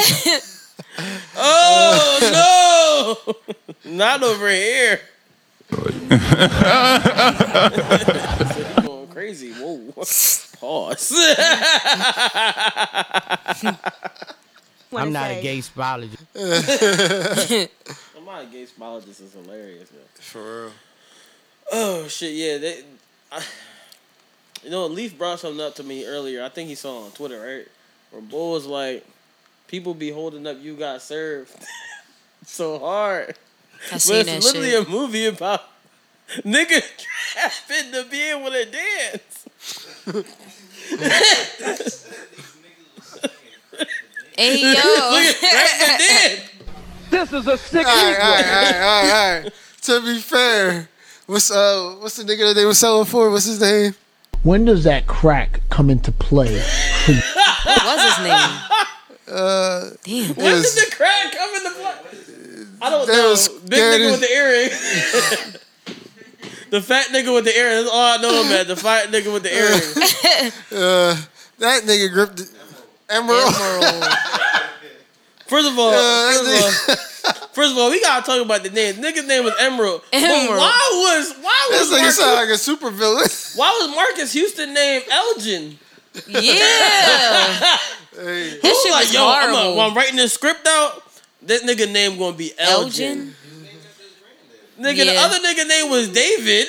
[SPEAKER 1] Oh no, not over here. going crazy. Whoa, pause.
[SPEAKER 6] I'm not a
[SPEAKER 1] <laughs> I'm not
[SPEAKER 6] gay.
[SPEAKER 1] a gay spologist. Is hilarious. Man.
[SPEAKER 4] For real.
[SPEAKER 1] Oh shit, yeah. They, I, you know, Leaf brought something up to me earlier. I think he saw it on Twitter, right? Where Bull was like, "People be holding up, you got served <laughs> so hard."
[SPEAKER 6] I
[SPEAKER 1] But
[SPEAKER 6] seen that
[SPEAKER 1] it's literally
[SPEAKER 6] shit.
[SPEAKER 1] a movie about <laughs> nigga trapped into being with a
[SPEAKER 6] <laughs>
[SPEAKER 1] dance.
[SPEAKER 4] <laughs>
[SPEAKER 6] Hey yo.
[SPEAKER 1] Trapped to dance.
[SPEAKER 4] Alright, alright, alright, alright, alright. To be fair, what's uh what's the nigga that they were selling for? What's his name?
[SPEAKER 8] When does that crack come into play?
[SPEAKER 6] What was his
[SPEAKER 4] <laughs>
[SPEAKER 6] name?
[SPEAKER 4] Uh
[SPEAKER 6] Damn.
[SPEAKER 1] When did
[SPEAKER 4] was-
[SPEAKER 1] the crack come in the play? I don't
[SPEAKER 4] That
[SPEAKER 1] know.
[SPEAKER 4] was
[SPEAKER 1] Big nigga
[SPEAKER 4] scary.
[SPEAKER 1] with the earring. <laughs> the fat nigga with the earring. That's all I know about. The fat nigga
[SPEAKER 4] <laughs>
[SPEAKER 1] with the earring.
[SPEAKER 4] uh that nigga gripped it. Emerald.
[SPEAKER 1] First of all,
[SPEAKER 4] Yeah, that
[SPEAKER 1] first, of all <laughs> first of all, we gotta talk about the name. Nigga's name was Emerald. But
[SPEAKER 6] Emerald.
[SPEAKER 1] why was why
[SPEAKER 4] <laughs> This
[SPEAKER 1] was
[SPEAKER 4] nigga
[SPEAKER 1] Marcus,
[SPEAKER 4] sound like a super villain. <laughs>
[SPEAKER 1] why was Marcus Houston named Elgin? <laughs>
[SPEAKER 6] Yeah.
[SPEAKER 4] hey,
[SPEAKER 6] His shit
[SPEAKER 1] Like,
[SPEAKER 6] was
[SPEAKER 1] yo, I'm, a,
[SPEAKER 6] horrible.
[SPEAKER 1] while I'm writing this script out. This nigga name gonna be Elgin.
[SPEAKER 6] Elgin.
[SPEAKER 1] Nigga, the
[SPEAKER 6] Yeah.
[SPEAKER 1] other nigga name was David.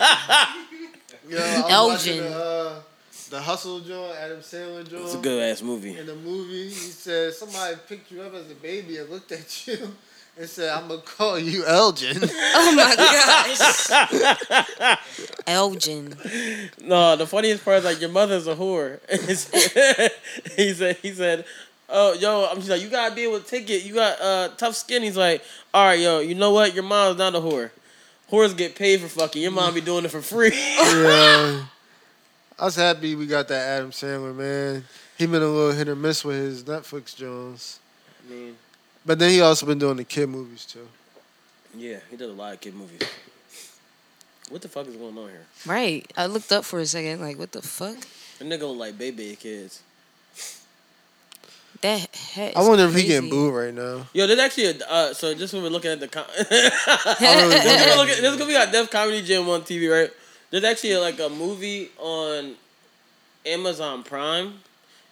[SPEAKER 4] yo, I was
[SPEAKER 6] Elgin.
[SPEAKER 4] watching The, uh, the hustle joint, Adam Sandler joint.
[SPEAKER 1] <laughs> it's a good ass movie.
[SPEAKER 4] In the movie, he said somebody picked you up as a baby and looked at you and said, I'm gonna call you <laughs> Elgin.
[SPEAKER 6] Oh my gosh. Elgin.
[SPEAKER 1] No, the funniest part is like your mother's a whore. <laughs> he said, he said, oh yo, I'm she's like, you gotta deal with ticket. You got uh tough skin. He's like, all right, yo, you know what? Your mom's not a whore. Whores get paid for fucking. Your mom be doing it for free. <laughs>
[SPEAKER 4] Yeah. I was happy we got that Adam Sandler man. He been a little hit or miss with his Netflix Jones,
[SPEAKER 1] I mean,
[SPEAKER 4] but then he also been doing the kid movies too.
[SPEAKER 1] yeah, he does a lot of kid movies. What the fuck is going on here?
[SPEAKER 6] Right. I looked up for a second, like, what the fuck?
[SPEAKER 1] That nigga look like baby kids.
[SPEAKER 6] That hat.
[SPEAKER 4] I
[SPEAKER 6] is
[SPEAKER 4] wonder if he
[SPEAKER 6] crazy.
[SPEAKER 4] getting booed right now.
[SPEAKER 1] Yo, there's actually a uh, so just when we're looking at the com- <laughs>
[SPEAKER 4] Oh, I really wonder.
[SPEAKER 1] Look at- this is gonna be on Def Comedy Jam on TV, right? There's actually like a movie on Amazon Prime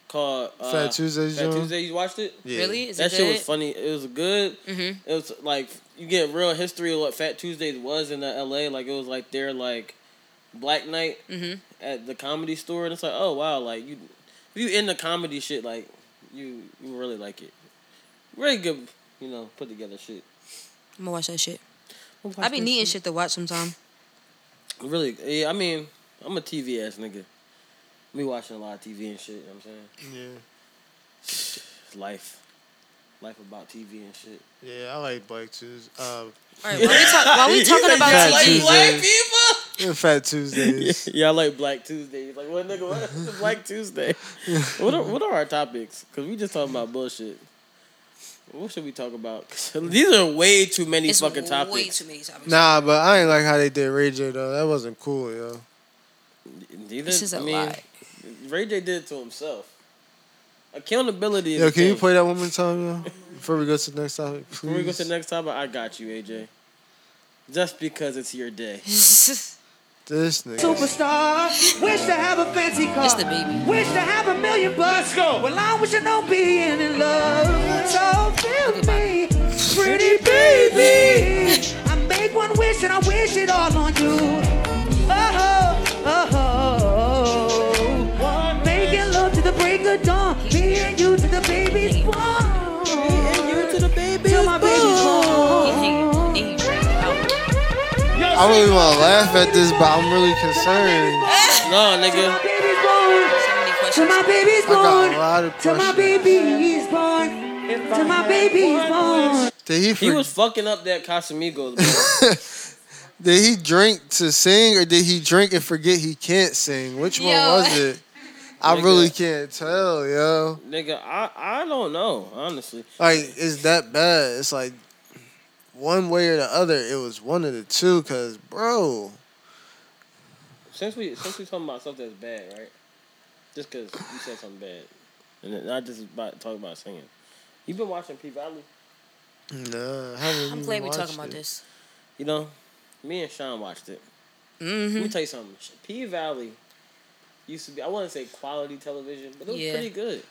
[SPEAKER 1] called uh,
[SPEAKER 4] Fat Tuesday's
[SPEAKER 1] Fat
[SPEAKER 4] joint?
[SPEAKER 1] Tuesday. You watched it?
[SPEAKER 4] Yeah.
[SPEAKER 6] Really? Is
[SPEAKER 1] that
[SPEAKER 6] it
[SPEAKER 1] shit
[SPEAKER 6] good?
[SPEAKER 1] was funny. It was good. It was like you get real history of what Fat Tuesdays was in the L.A. Like it was like their like Black Night at the comedy store, and it's like, oh wow, like you, if you in the comedy shit, like you you really like it. Really good, you know, put together shit.
[SPEAKER 6] I'm gonna watch that shit. I be needing shit to watch sometime.
[SPEAKER 1] Really, yeah. I mean, I'm a TV ass nigga. Me watching a lot of TV and shit. You know what I'm saying
[SPEAKER 4] Yeah.
[SPEAKER 1] it's life, life about TV and shit.
[SPEAKER 4] Yeah, I like Black Tuesdays. Uh,
[SPEAKER 6] All right, while we, talk, while we talking about
[SPEAKER 1] Like
[SPEAKER 6] TV,
[SPEAKER 1] black people.
[SPEAKER 4] yeah,
[SPEAKER 1] <laughs>
[SPEAKER 4] Fat <laughs> Tuesdays.
[SPEAKER 1] Yeah, I like Black Tuesdays. Like, what nigga? What <laughs> is Black Tuesday? What are, what are our topics? Because we just talking about bullshit. What should we talk about? 'Cause These are way too many
[SPEAKER 6] it's
[SPEAKER 1] fucking
[SPEAKER 6] way
[SPEAKER 1] topics.
[SPEAKER 6] too many topics.
[SPEAKER 4] nah, but I ain't like how they did Ray J though. That wasn't cool, yo.
[SPEAKER 1] Neither-
[SPEAKER 6] This is a
[SPEAKER 1] I mean,
[SPEAKER 6] lot.
[SPEAKER 1] Ray J did it to himself. Accountability is.
[SPEAKER 4] Yo,
[SPEAKER 1] a
[SPEAKER 4] can you
[SPEAKER 1] thing.
[SPEAKER 4] play that one more time, yo? Before we go to the next topic, please.
[SPEAKER 1] Before we go to the next topic, I got you, AJ. Just because it's your day.
[SPEAKER 4] This nigga.
[SPEAKER 8] Superstar, wish to have a fancy car.
[SPEAKER 6] It's the baby.
[SPEAKER 8] Wish to have a million bucks. Go. Well, I wish I know being in love. So feel me, pretty baby. I make one wish and I wish it all on you. Oh, oh, oh, oh. Making love to the break of dawn. Me and you to the baby's born. Till my baby's born.
[SPEAKER 6] Then he- then he- oh.
[SPEAKER 4] I really want to laugh at this, but I'm really concerned.
[SPEAKER 1] No,
[SPEAKER 8] Till my
[SPEAKER 1] nigga.
[SPEAKER 8] baby's born.
[SPEAKER 6] So many
[SPEAKER 8] Till
[SPEAKER 6] questions.
[SPEAKER 8] my baby's
[SPEAKER 4] I got
[SPEAKER 8] born.
[SPEAKER 4] a lot of
[SPEAKER 8] Till my
[SPEAKER 4] questions.
[SPEAKER 8] baby is born. Till my baby is born.
[SPEAKER 4] Did he,
[SPEAKER 1] He
[SPEAKER 4] for-
[SPEAKER 1] was fucking up that Casamigos.
[SPEAKER 6] <laughs>
[SPEAKER 1] bro.
[SPEAKER 4] did he drink to sing or did he drink and forget he can't sing? Which one
[SPEAKER 6] Yo.
[SPEAKER 4] was
[SPEAKER 6] <laughs>
[SPEAKER 4] it? I
[SPEAKER 1] Nigga.
[SPEAKER 4] really can't tell, yo.
[SPEAKER 1] nigga, I, I don't know, honestly.
[SPEAKER 4] Like, it's that bad. It's like one way or the other. It was one of the two, cause bro,
[SPEAKER 1] Since we since we talking about stuff that's bad, right? Just because you said something bad, and then not just about talking about singing. You've been watching P Valley,
[SPEAKER 4] nah. I haven't
[SPEAKER 6] <laughs> I'm
[SPEAKER 4] even
[SPEAKER 6] glad we
[SPEAKER 4] watched
[SPEAKER 6] talking about
[SPEAKER 4] it.
[SPEAKER 6] this.
[SPEAKER 1] you know. Me and Sean watched it. Let
[SPEAKER 6] Mm-hmm.
[SPEAKER 1] me tell you something. P Valley used to be I wouldn't say quality television, but it was
[SPEAKER 6] Yeah.
[SPEAKER 1] pretty good.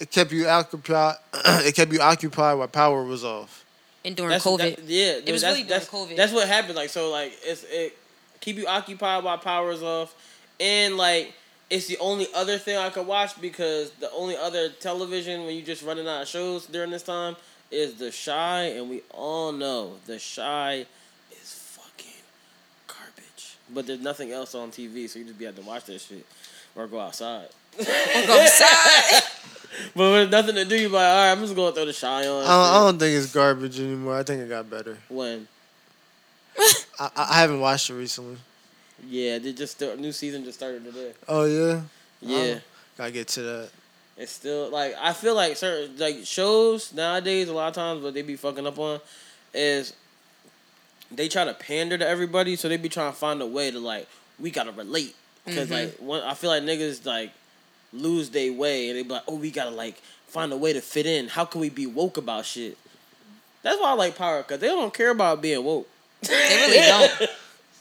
[SPEAKER 4] It kept you occupied. <clears throat> it kept you occupied while power was off.
[SPEAKER 6] And during
[SPEAKER 1] That's
[SPEAKER 6] COVID,
[SPEAKER 1] that- yeah, dude,
[SPEAKER 6] was
[SPEAKER 1] that's,
[SPEAKER 6] really during
[SPEAKER 1] that's,
[SPEAKER 6] COVID.
[SPEAKER 1] That's what happened. Like so, like it's it keep you occupied while power is off, and like it's the only other thing I could watch because the only other television when you just running out of shows during this time is The Shy, and we all know The Shy is fucking garbage. But there's nothing else on TV, so you just be having to watch that shit or go outside.
[SPEAKER 6] "Ah,
[SPEAKER 1] But with nothing to do, you be like, all right, I'm just gonna throw The Shy on.
[SPEAKER 4] I don't, I don't think it's garbage anymore. I think it got better.
[SPEAKER 1] when.
[SPEAKER 4] I, I I haven't watched it recently.
[SPEAKER 1] Yeah, they just the new season just started today.
[SPEAKER 4] Oh yeah,
[SPEAKER 1] Yeah.
[SPEAKER 4] gotta get to that.
[SPEAKER 1] Um, It's still like I feel like certain like shows nowadays a lot of times what they be fucking up on is they try to pander to everybody, so they be trying to find a way to like we gotta relate because like
[SPEAKER 4] Mm-hmm.
[SPEAKER 1] one I feel like niggas like lose their way and they be like oh we gotta like find a way to fit in. How can we be woke about shit? That's why I like power because they don't care about being woke.
[SPEAKER 6] they really don't.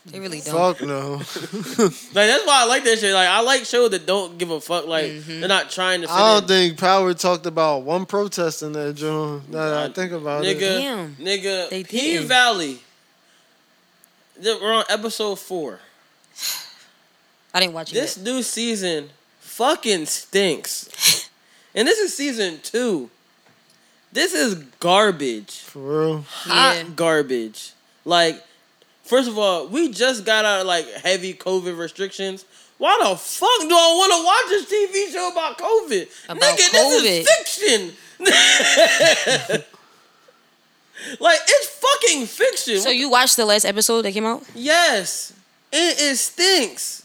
[SPEAKER 6] They really don't.
[SPEAKER 4] Fuck <laughs> no.
[SPEAKER 1] Like that's why I like that shit. Like I like shows that don't give a fuck. Like they're not trying to. Fit
[SPEAKER 4] Mm-hmm. I
[SPEAKER 1] in.
[SPEAKER 4] don't think Power talked about one protest in that joint. Now that I think about
[SPEAKER 1] nigga,
[SPEAKER 4] it,
[SPEAKER 6] Damn.
[SPEAKER 1] Nigga,
[SPEAKER 6] They
[SPEAKER 1] P
[SPEAKER 6] didn't.
[SPEAKER 1] Valley. Th- We're on episode four.
[SPEAKER 6] I didn't watch it.
[SPEAKER 1] This
[SPEAKER 6] yet.
[SPEAKER 1] new season fucking stinks.
[SPEAKER 6] <laughs>
[SPEAKER 1] and this is season two. This is garbage.
[SPEAKER 4] for real.
[SPEAKER 1] Hot
[SPEAKER 6] Yeah.
[SPEAKER 1] garbage. Like, first of all, we just got out of like heavy COVID restrictions. Why the fuck do I want to watch this TV show about COVID?
[SPEAKER 6] About
[SPEAKER 1] Nigga, this is fiction. <laughs> like, it's fucking fiction.
[SPEAKER 6] So you watched the last episode that came out?
[SPEAKER 1] Yes. It, it stinks.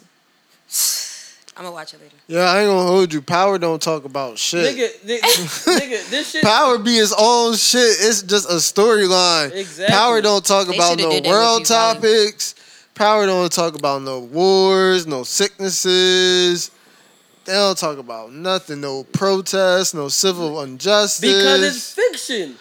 [SPEAKER 6] I'm gonna watch it later.
[SPEAKER 4] Yeah, I ain't gonna hold you. Power don't talk about shit.
[SPEAKER 1] Nigga, thi- <laughs> nigga, this shit.
[SPEAKER 4] Power be his own shit. It's just a storyline.
[SPEAKER 1] Exactly.
[SPEAKER 4] Power don't talk
[SPEAKER 6] They
[SPEAKER 4] about
[SPEAKER 6] shoulda
[SPEAKER 4] no
[SPEAKER 6] did that with
[SPEAKER 4] world
[SPEAKER 6] you, Valley.
[SPEAKER 4] topics. Power don't talk about no wars, no sicknesses. They don't talk about nothing. No protests, no civil injustice.
[SPEAKER 1] Because it's fiction.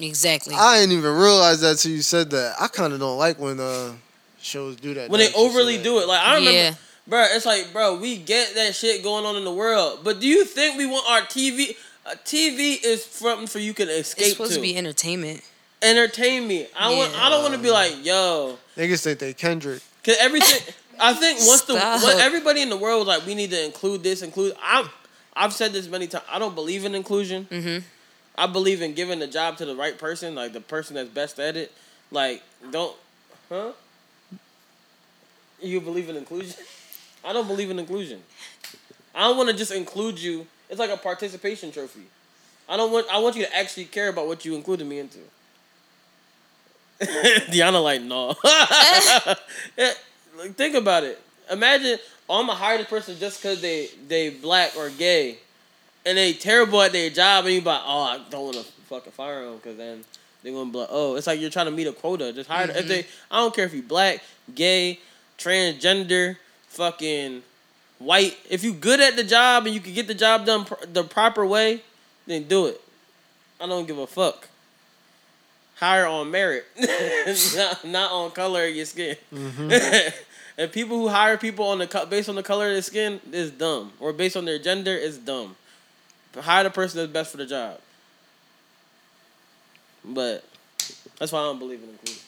[SPEAKER 6] Exactly.
[SPEAKER 4] I didn't even realize that till you said that. I kind of don't like when uh shows do that.
[SPEAKER 1] When they overly do it. Like, I remember.
[SPEAKER 6] Yeah.
[SPEAKER 1] Bro, it's like, bro, we get that shit going on in the world. But do you think we want our TV? Uh, TV is something for you can escape
[SPEAKER 6] it's supposed to.
[SPEAKER 1] to.
[SPEAKER 6] be entertainment.
[SPEAKER 1] entertain me. I want. I don't want to be like yo,
[SPEAKER 4] Niggas think they Kendrick.
[SPEAKER 1] because everything. I think once the
[SPEAKER 6] Stop.
[SPEAKER 1] when everybody in the world was like we need to include this, include. I'm. I've said this many times. I don't believe in inclusion. Mm-hmm. I believe in giving the job to the right person, like the person that's best at it. Like don't, huh? You believe in inclusion? <laughs> I don't believe in inclusion. I don't want to just include you. It's like a participation trophy. I don't want. I want you to actually care about what you included me into. <laughs> Deanna, like, no. <laughs> Yeah, Eh, like, think about it. Imagine oh, I'm gonna hire this person just because they they black or gay, and they terrible at their job, and you be like, oh, I don't want to fucking fire them because then they gonna be like, oh, it's like you're trying to meet a quota. Just hire if they. I don't care if you black, gay, transgender, fucking white. If you good at the job and you can get the job done pr- the proper way, then do it. I don't give a fuck. Hire on merit, <laughs> not, not on color of your skin. <laughs> and people who hire people on the co- based on the color of their skin is dumb, or based on their gender is dumb. Hire the person that's best for the job. But that's why I don't believe in inclusion.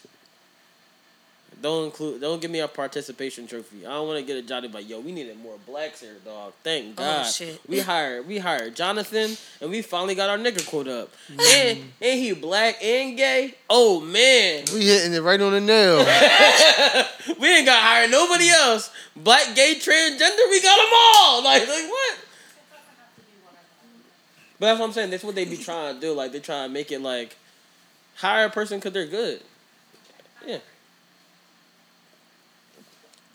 [SPEAKER 1] Don't include. Don't give me a participation trophy. I don't want to get a job. But yo, we needed more blacks here, dog. Thank God.
[SPEAKER 6] shit.
[SPEAKER 1] We hired. We hired Jonathan, and we finally got our nigga quota up. And and he black and gay. Oh man,
[SPEAKER 4] We hitting it right on the nail.
[SPEAKER 1] we ain't got hired nobody else. Black, gay, transgender. We got them all. Like like what? But that's what I'm saying. That's what they be trying to do. Like they try to make it like hire a person because they're good. Yeah.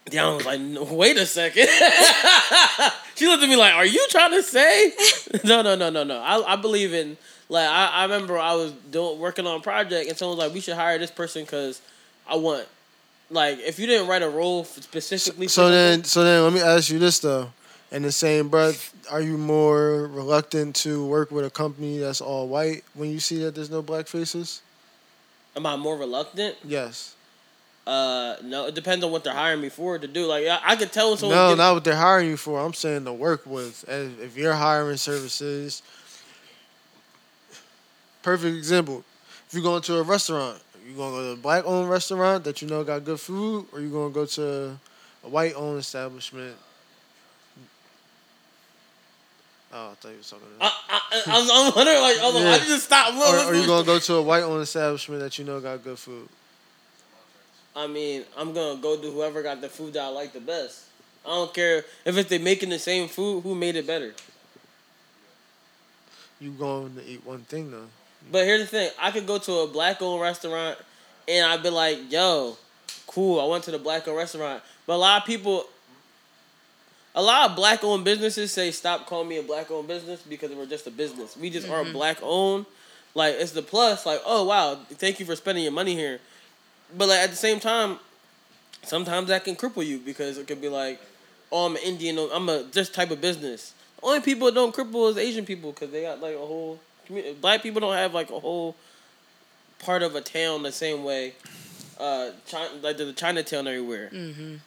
[SPEAKER 1] Dion was like, no, wait a second. <laughs> she looked at me like, are you trying to say? <laughs> no, no, no, no, no. I, I believe in like I, I remember I was doing working on a project and someone was like, we should hire this person because I want like if you didn't write a role f- specifically. for
[SPEAKER 4] So
[SPEAKER 1] something-
[SPEAKER 4] then, so then, let me ask you this though. In the same breath, are you more reluctant to work with a company that's all white when you see that there's no black faces?
[SPEAKER 1] am I more reluctant?
[SPEAKER 4] Yes.
[SPEAKER 1] Uh, no. It depends on what they're hiring me for to do. Like I, I could tell when someone.
[SPEAKER 4] No,
[SPEAKER 1] gives-
[SPEAKER 4] not what they're hiring you for. I'm saying to work with. As- If you're hiring services, perfect example. If you go into a restaurant, you gonna go to a black owned restaurant that you know got good food, or you gonna go to a white owned establishment. Oh, I thought you were talking. About
[SPEAKER 1] I, I, I'm, I'm wondering like, oh,
[SPEAKER 4] Yeah.
[SPEAKER 1] I just stopped. Look,
[SPEAKER 4] or,
[SPEAKER 1] look,
[SPEAKER 4] or you
[SPEAKER 1] look.
[SPEAKER 4] gonna go to a white owned establishment that you know got good food.
[SPEAKER 1] I mean, I'm gonna go to whoever got the food that I like the best. I don't care if it's they making the same food, who made it better.
[SPEAKER 4] You going to eat one thing though.
[SPEAKER 1] But here's the thing: I could go to a black owned restaurant, and I'd be like, "Yo, cool, I went to the black owned restaurant." But a lot of people, a lot of black owned businesses say, "Stop calling me a black owned business because we're just a business. We just are black owned." Like it's the plus. Like, oh wow, thank you for spending your money here. But like at the same time, sometimes that can cripple you because it could be like, oh, I'm an Indian, I'm a this type of business. The only people that don't cripple is Asian people because they got like a whole community. Black people don't have like a whole part of a town the same way. Uh, China, like there's a Chinatown everywhere.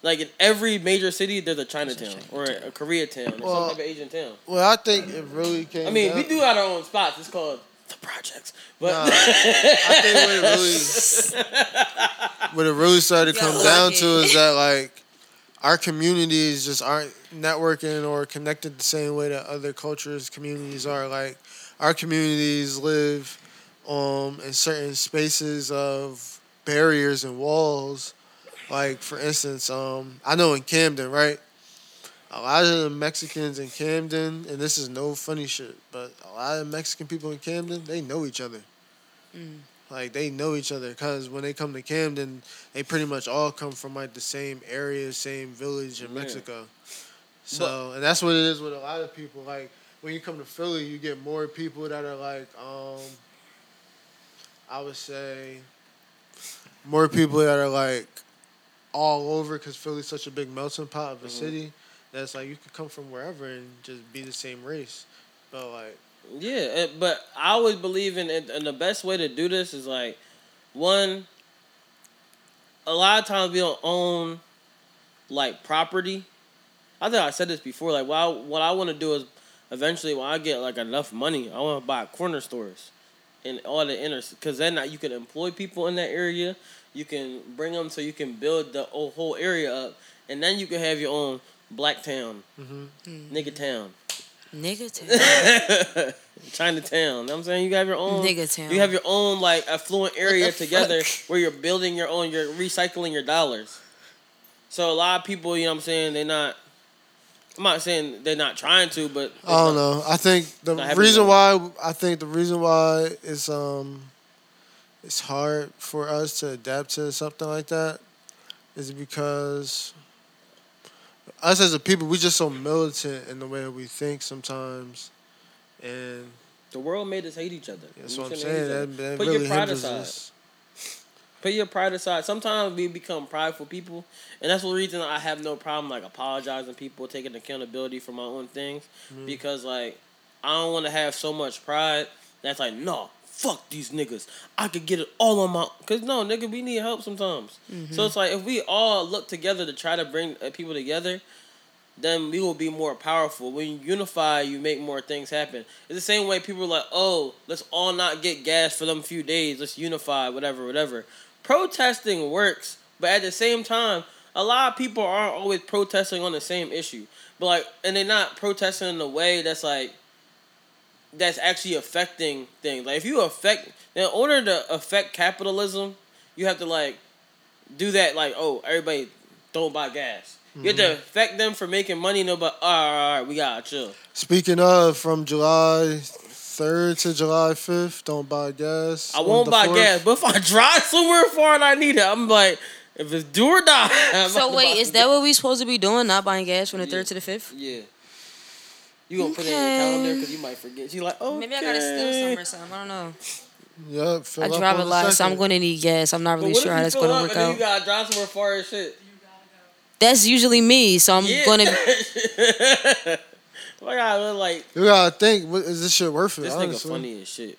[SPEAKER 1] Like in every major city, Mm-hmm. there's a Chinatown or a, a Koreatown or
[SPEAKER 4] Well-
[SPEAKER 1] some type of Asian town.
[SPEAKER 4] Well, I think it really came.
[SPEAKER 1] I mean,
[SPEAKER 4] down-
[SPEAKER 1] we do have our own spots. It's called the projects, but
[SPEAKER 4] Nah, I think what it
[SPEAKER 1] <laughs>
[SPEAKER 4] really, what it really started to come
[SPEAKER 6] Yeah,
[SPEAKER 4] down
[SPEAKER 6] lucky.
[SPEAKER 4] to is that like our communities just aren't networking or connected the same way that other cultures communities are. Like our communities live um in certain spaces of barriers and walls. Like for instance, um I know in Camden, right? A lot of the Mexicans in Camden, and this is no funny shit, but a lot of Mexican people in Camden, they know each other. Like they know each other because when they come to Camden, they pretty much all come from like the same area, same village in Mexico. So and that's what it is with a lot of people. Like when you come to Philly, you get more people that are like, um, I would say, more people that are like all over because Philly's such a big melting pot of a city. That's like you could come from wherever and just be the same race. But like,
[SPEAKER 1] Yeah, it, but I always believe in it, and the best way to do this is like one. A lot of times we don't own like property. I think I said this before. Like, why? What I want to do is eventually when I get like enough money, I want to buy corner stores in all the inner because then now you can employ people in that area. You can bring them so you can build the o- whole area up, and then you can have your own black town, nigga town,
[SPEAKER 6] Nigga town.
[SPEAKER 1] Chinatown. You know what I'm saying you have your own
[SPEAKER 6] Nigga town.
[SPEAKER 1] You have your own like affluent area
[SPEAKER 6] the
[SPEAKER 1] together
[SPEAKER 6] fuck?
[SPEAKER 1] where you're building your own. You're recycling your dollars. So a lot of people, you know what I'm saying, they're not. I'm not saying they're not trying to, but
[SPEAKER 4] I don't know. I think the
[SPEAKER 1] Not having
[SPEAKER 4] reason
[SPEAKER 1] it.
[SPEAKER 4] why I think the reason why it's um it's hard for us to adapt to something like that is because us as a people we just so militant in the way that we think sometimes, and
[SPEAKER 1] The world made us hate each other.
[SPEAKER 4] that's
[SPEAKER 1] You know
[SPEAKER 4] what I'm
[SPEAKER 1] Hate
[SPEAKER 4] saying.
[SPEAKER 1] each other.
[SPEAKER 4] That, that
[SPEAKER 1] Put
[SPEAKER 4] really
[SPEAKER 1] your pride
[SPEAKER 4] hinders
[SPEAKER 1] aside.
[SPEAKER 4] us.
[SPEAKER 1] Put your pride aside. Sometimes we become prideful people, and that's the reason I have no problem like apologizing people, taking accountability for my own things, because like I don't want to have so much pride that's like no. Fuck these niggas. I could get it all on my. Cause no, nigga, we need help sometimes. So it's like if we all look together to try to bring uh, people together, then we will be more powerful. When you unify, you make more things happen. It's the same way people are like, oh, let's all not get gas for them few days. Let's unify, whatever, whatever. Protesting works, but at the same time, a lot of people aren't always protesting on the same issue. But like, and they're not protesting in a way that's like, that's actually affecting things. Like if you affect, in order to affect capitalism, you have to like do that. Like oh, everybody don't buy gas. You have
[SPEAKER 4] Mm-hmm.
[SPEAKER 1] to affect them for making money. No, but all right, all right, we gotta chill.
[SPEAKER 4] Speaking of, from July third to July fifth, don't buy gas.
[SPEAKER 1] I
[SPEAKER 4] On
[SPEAKER 1] won't
[SPEAKER 4] the
[SPEAKER 1] buy
[SPEAKER 4] 4th,
[SPEAKER 1] gas, but if I drive somewhere far and I need it, I'm like, if it's do or die. <laughs> I'm about
[SPEAKER 6] So
[SPEAKER 1] to
[SPEAKER 6] wait,
[SPEAKER 1] buy
[SPEAKER 6] is that what we supposed to be doing? Not buying gas from the third to the
[SPEAKER 1] gas.
[SPEAKER 6] fifth?
[SPEAKER 1] Yeah. You gonna put it in your
[SPEAKER 6] Okay.
[SPEAKER 1] calendar because you might forget. She's like, oh,
[SPEAKER 6] Maybe I gotta steal some or something. I don't know.
[SPEAKER 4] Yep, fill
[SPEAKER 6] I
[SPEAKER 4] up
[SPEAKER 6] drive
[SPEAKER 4] on
[SPEAKER 6] a
[SPEAKER 4] the
[SPEAKER 6] lot, so I'm
[SPEAKER 4] second.
[SPEAKER 6] going to need gas. I'm
[SPEAKER 1] But
[SPEAKER 6] not really
[SPEAKER 1] what if
[SPEAKER 6] sure
[SPEAKER 1] you
[SPEAKER 6] how that's
[SPEAKER 1] fill
[SPEAKER 6] going to
[SPEAKER 1] up
[SPEAKER 6] work
[SPEAKER 1] and then you gotta
[SPEAKER 6] out.
[SPEAKER 1] drive somewhere far as shit?
[SPEAKER 6] That's usually me, so I'm
[SPEAKER 1] Yeah.
[SPEAKER 6] going to.
[SPEAKER 1] <laughs> Like I look like
[SPEAKER 4] You gotta think, what- is this shit worth it?
[SPEAKER 1] this nigga
[SPEAKER 4] honestly?
[SPEAKER 1] funny as shit,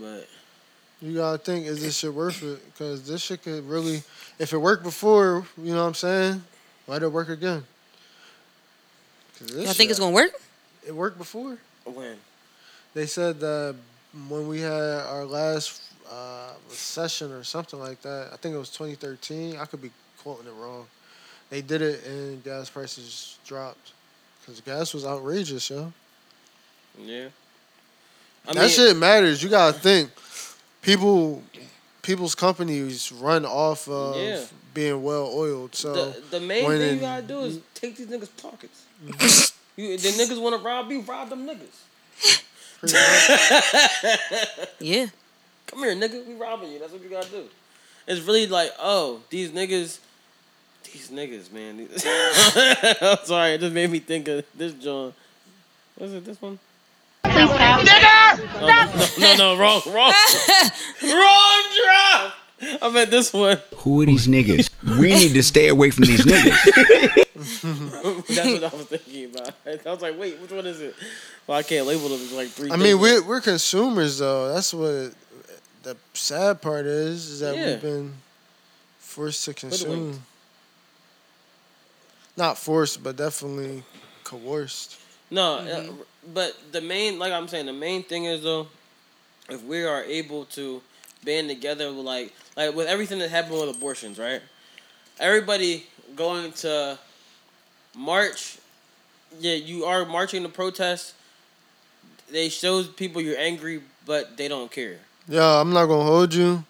[SPEAKER 1] but
[SPEAKER 4] You gotta think, is this shit worth it? Because this shit could really, if it worked before, you know what I'm saying? Why'd it work again? 'Cause this
[SPEAKER 6] I think it's
[SPEAKER 4] shit-
[SPEAKER 6] going to work.
[SPEAKER 4] It worked before.
[SPEAKER 1] when
[SPEAKER 4] They said that when we had our last uh, recession or something like that, I think it was 2013. I could be quoting it wrong. They did it and gas prices dropped because gas was outrageous, yo.
[SPEAKER 1] yeah, I
[SPEAKER 4] that shit matters. You gotta think. People, people's companies run off of
[SPEAKER 1] Yeah.
[SPEAKER 4] being well oiled. So
[SPEAKER 1] The, the main
[SPEAKER 4] when
[SPEAKER 1] thing you
[SPEAKER 4] in-
[SPEAKER 1] gotta do is take these niggas
[SPEAKER 4] <laughs>
[SPEAKER 1] pockets. you, the niggas wanna rob you, rob them niggas.
[SPEAKER 6] Yeah.
[SPEAKER 1] Come here, nigga, we robbing you. That's what you gotta do. It's really like, oh, these niggas, these niggas, man. <laughs> these- I'm sorry, it just made me think of this John. Was it this one? Please stop. Nigga! No, no, no, wrong, wrong, wrong drop. I meant this one.
[SPEAKER 11] Who are these niggas? We need to stay away from these niggas.
[SPEAKER 1] <laughs> That's what I was thinking about. I was like, wait, which one is it? Well, I can't label them. It's like three.
[SPEAKER 4] I
[SPEAKER 1] things.
[SPEAKER 4] mean, we're we're consumers though. That's what the sad part is. Is that
[SPEAKER 1] Yeah.
[SPEAKER 4] we've been forced to
[SPEAKER 1] Hoodwinked.
[SPEAKER 4] consume. Not forced, but definitely coerced.
[SPEAKER 1] No, uh, but the main, like I'm saying, the main thing is though, if we are able to band together, with like, like with everything that happened with abortions, right? Everybody going to march. Yeah, you are marching to protest. They shows people you're angry, but they don't care.
[SPEAKER 4] Yeah, I'm not gonna hold you.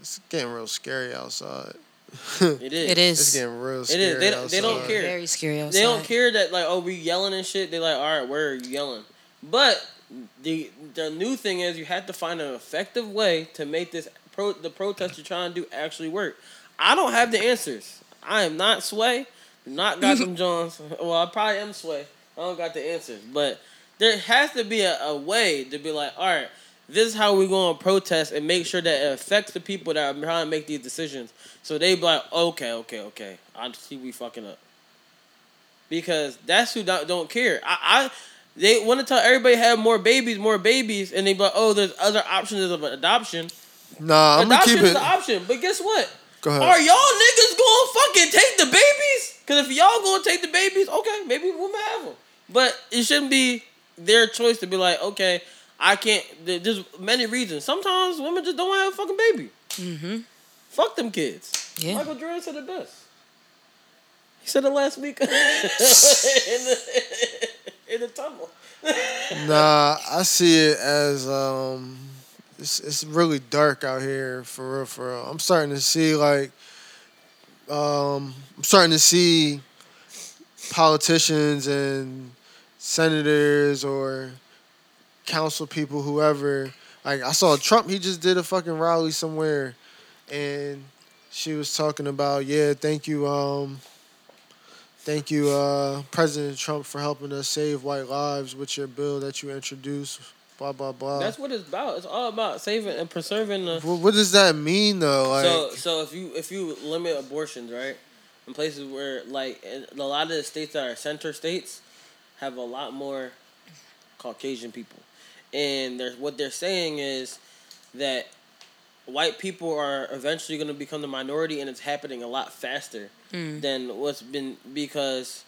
[SPEAKER 4] It's getting real scary outside. <laughs>
[SPEAKER 1] It is.
[SPEAKER 6] It
[SPEAKER 4] It's
[SPEAKER 6] is.
[SPEAKER 4] getting real
[SPEAKER 1] It
[SPEAKER 4] scary.
[SPEAKER 1] is. They don't- they don't
[SPEAKER 4] outside.
[SPEAKER 1] care.
[SPEAKER 6] Very scary outside.
[SPEAKER 1] They don't care that like oh we yelling and shit. They like all right, where are you yelling? But the the new thing is you have to find an effective way to make this pro the protest you're trying to do actually work. I don't have the answers. I am not sway, not Gotham Jones. Well, I probably am sway. I don't got the answers, but there has to be a, a way to be like all right. This is how we're going to protest and make sure that it affects the people that are trying to make these decisions. So they be like, okay, okay, okay. I see we fucking up because that's who don't, don't care. I, I they want to tell everybody have more babies, more babies, and they be like, oh, there's other options of adoption.
[SPEAKER 4] Nah, I'm gonna
[SPEAKER 1] adoption
[SPEAKER 4] keep
[SPEAKER 1] is
[SPEAKER 4] it.
[SPEAKER 1] the option, but guess what?
[SPEAKER 4] Go ahead.
[SPEAKER 1] Are y'all niggas gonna fucking take the babies? Because if y'all gonna take the babies, okay, maybe women have them, but it shouldn't be their choice to be like, okay, I can't. th- There's many reasons. Sometimes women just don't want to have a fucking baby.
[SPEAKER 6] Mm-hmm.
[SPEAKER 1] Fuck them kids.
[SPEAKER 6] Yeah.
[SPEAKER 1] Michael Jordan said it best. He said it last week <laughs> in the in the tunnel.
[SPEAKER 4] Nah, I see it as um, it's it's really dark out here for real. For real, I'm starting to see like, um, I'm starting to see politicians and senators or council people, whoever. Like I saw Trump, he just did a fucking rally somewhere, and she was talking about yeah, thank you, um, Thank you, uh, President Trump, for helping us save white lives with your bill that you introduced. Blah blah blah.
[SPEAKER 1] That's what it's about. It's all about saving and preserving the.
[SPEAKER 4] Wh- what does that mean though? Like,
[SPEAKER 1] so so if you if you limit abortions right in places where like in a lot of the states that are center states have a lot more caucasian people and there's what they're saying is that white people are eventually going to become the minority and it's happening a lot faster
[SPEAKER 6] Mm.
[SPEAKER 1] than what's been because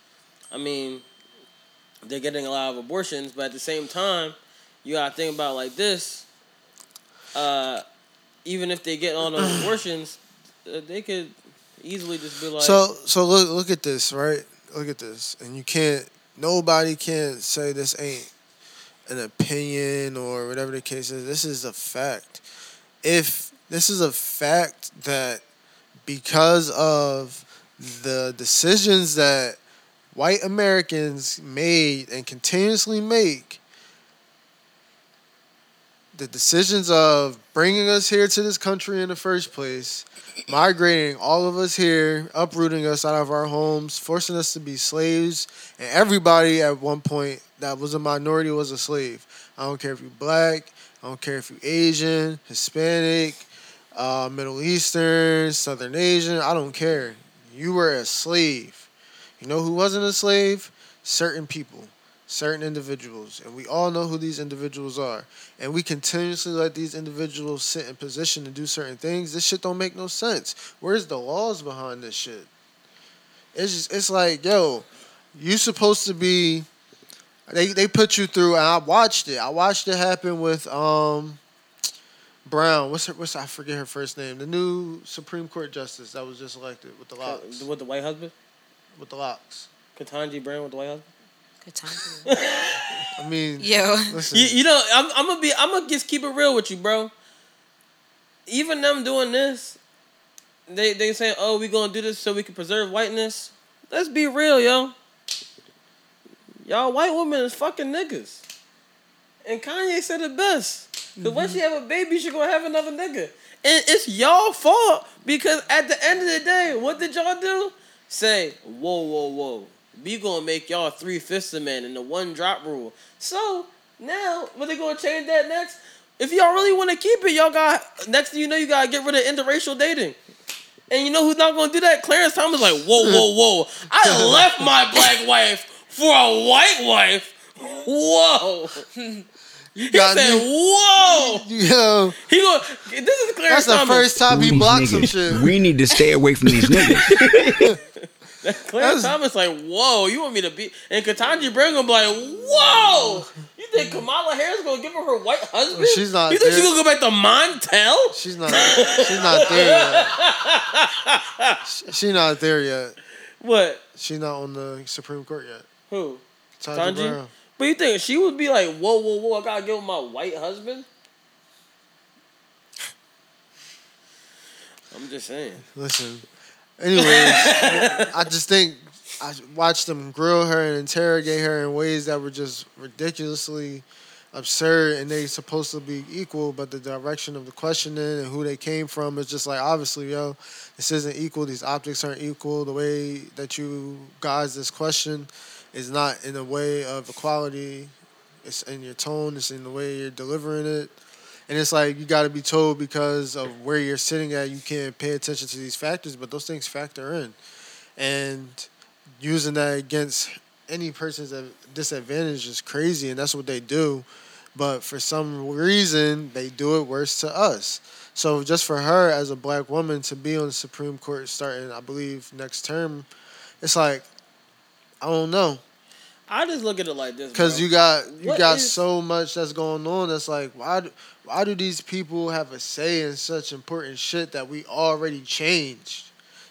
[SPEAKER 1] i mean they're getting a lot of abortions but at the same time you gotta think about it like this uh even if they get all <clears throat> those abortions uh, they could easily just be like
[SPEAKER 4] so so look look at this right. Look at this, and you can't. Nobody can say this ain't an opinion or whatever the case is. This is a fact. If this is a fact that because of the decisions that white Americans made and continuously make, the decisions of bringing us here to this country in the first place, migrating all of us here, uprooting us out of our homes, forcing us to be slaves, and everybody at one point that was a minority was a slave. I don't care if you're black, I don't care if you're Asian, Hispanic, uh, Middle Eastern, Southern Asian, I don't care. You were a slave. You know who wasn't a slave? Certain people, certain individuals. And we all know who these individuals are. And we continuously let these individuals sit in position to do certain things. This shit don't make no sense. Where's the laws behind this shit? It's just it's like, yo, you supposed to be they they put you through and I watched it. I watched it happen with um Brown, what's her what's I forget her first name. The new Supreme Court justice that was just elected with the locks.
[SPEAKER 1] uh, with the white husband
[SPEAKER 4] With the locks.
[SPEAKER 1] Katanji Brown with the white husband
[SPEAKER 6] Good time.
[SPEAKER 4] I mean,
[SPEAKER 6] Yo. <laughs>
[SPEAKER 4] listen,
[SPEAKER 1] You, you know, I'm, I'm gonna be, I'm gonna just keep it real with you, bro. Even them doing this, they they say, oh, we gonna do this so we can preserve whiteness. Let's be real, yo. Y'all white women is fucking niggas, and Kanye said it best. because once you have a baby, she gonna have another nigga, and it's y'all fault because at the end of the day, what did y'all do? Say, whoa, whoa, whoa. We gonna make y'all three fifths of men in the one drop rule. So now, what they gonna change that next? If y'all really want to keep it, y'all got next thing you know, you gotta get rid of interracial dating. And you know who's not gonna do that? Clarence Thomas, like, whoa,
[SPEAKER 4] Mm.
[SPEAKER 1] whoa, whoa!
[SPEAKER 4] <laughs>
[SPEAKER 1] I left my black wife for a white wife. Whoa!
[SPEAKER 4] you
[SPEAKER 1] <laughs> He
[SPEAKER 4] Oh. got
[SPEAKER 1] said,
[SPEAKER 4] me.
[SPEAKER 1] whoa!
[SPEAKER 4] <laughs> Yo,
[SPEAKER 1] He go. This is Clarence
[SPEAKER 4] that's the
[SPEAKER 1] Thomas.
[SPEAKER 4] first time he
[SPEAKER 11] These
[SPEAKER 4] blocked some
[SPEAKER 11] niggas.
[SPEAKER 4] shit.
[SPEAKER 11] We need to stay away from these niggas.
[SPEAKER 1] Clarence
[SPEAKER 4] That's-
[SPEAKER 1] Thomas like, whoa, you want me to be? And Katanji Brown gonna be like, whoa! You think Kamala Harris gonna give her her white husband?
[SPEAKER 4] she's not
[SPEAKER 1] You think she
[SPEAKER 4] there.
[SPEAKER 1] gonna go back to Montel?
[SPEAKER 4] She's not. She's not there <laughs> yet. She's not there yet.
[SPEAKER 1] What?
[SPEAKER 4] She's not on the Supreme Court yet.
[SPEAKER 1] Who?
[SPEAKER 4] Tanji
[SPEAKER 1] Tanji?
[SPEAKER 4] Brown.
[SPEAKER 1] But you think she would be like, whoa, whoa, whoa! I gotta give my white husband. I'm just saying.
[SPEAKER 4] Listen. Anyways, I just think I watched them grill her and interrogate her in ways that were just ridiculously absurd, and they supposed to be equal, but the direction of the questioning and who they came from is just like obviously, yo, this isn't equal. These optics aren't equal. The way that you guys this question is not in the way of equality. It's in your tone. It's in the way you're delivering it. And it's like you got to be told because of where you're sitting at, you can't pay attention to these factors, but those things factor in. And using that against any person's ad- disadvantage is crazy, and that's what they do. But for some reason, they do it worse to us. So just for her as a black woman to be on the Supreme Court starting, I believe, next term, it's like, I don't know.
[SPEAKER 1] I just look at it like this.
[SPEAKER 4] Because
[SPEAKER 1] bro.
[SPEAKER 4] you got you
[SPEAKER 1] What
[SPEAKER 4] got
[SPEAKER 1] is-
[SPEAKER 4] so much that's going on. That's like why do, why do these people have a say in such important shit that we already changed?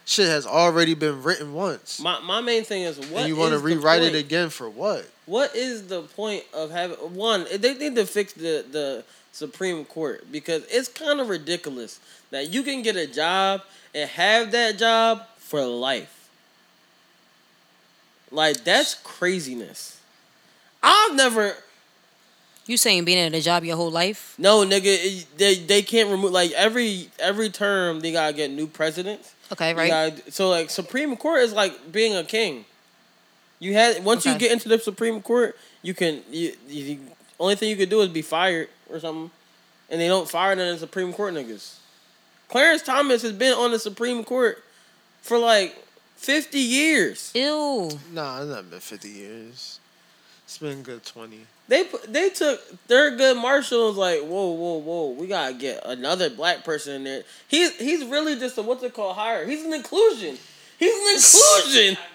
[SPEAKER 4] Shit has already been written once,
[SPEAKER 1] My my main thing is what
[SPEAKER 4] and you
[SPEAKER 1] want to
[SPEAKER 4] rewrite it again for what?
[SPEAKER 1] What is the point of having one? They need to fix the the Supreme Court because it's kind of ridiculous that you can get a job and have that job for life. Like that's craziness. I've never.
[SPEAKER 6] You saying being at a job your whole life?
[SPEAKER 1] No, nigga, it- they they can't remove like every every term they gotta get new presidents.
[SPEAKER 6] Okay,
[SPEAKER 1] You
[SPEAKER 6] right.
[SPEAKER 1] gotta- so like Supreme Court is like being a king. You had once you
[SPEAKER 6] Okay.
[SPEAKER 1] get into the Supreme Court, you can you, you only thing you could do is be fired or something, and they don't fire none of the Supreme Court niggas. Clarence Thomas has been on the Supreme Court for like fifty years.
[SPEAKER 6] Ew.
[SPEAKER 4] Nah, it's not been fifty years. It's been a good twenty.
[SPEAKER 1] They pu- they took their good Marshall and was like, whoa, whoa, whoa, we gotta get another black person in there. He's he's really just a what's it called hire. He's an inclusion. He's an inclusion. <laughs>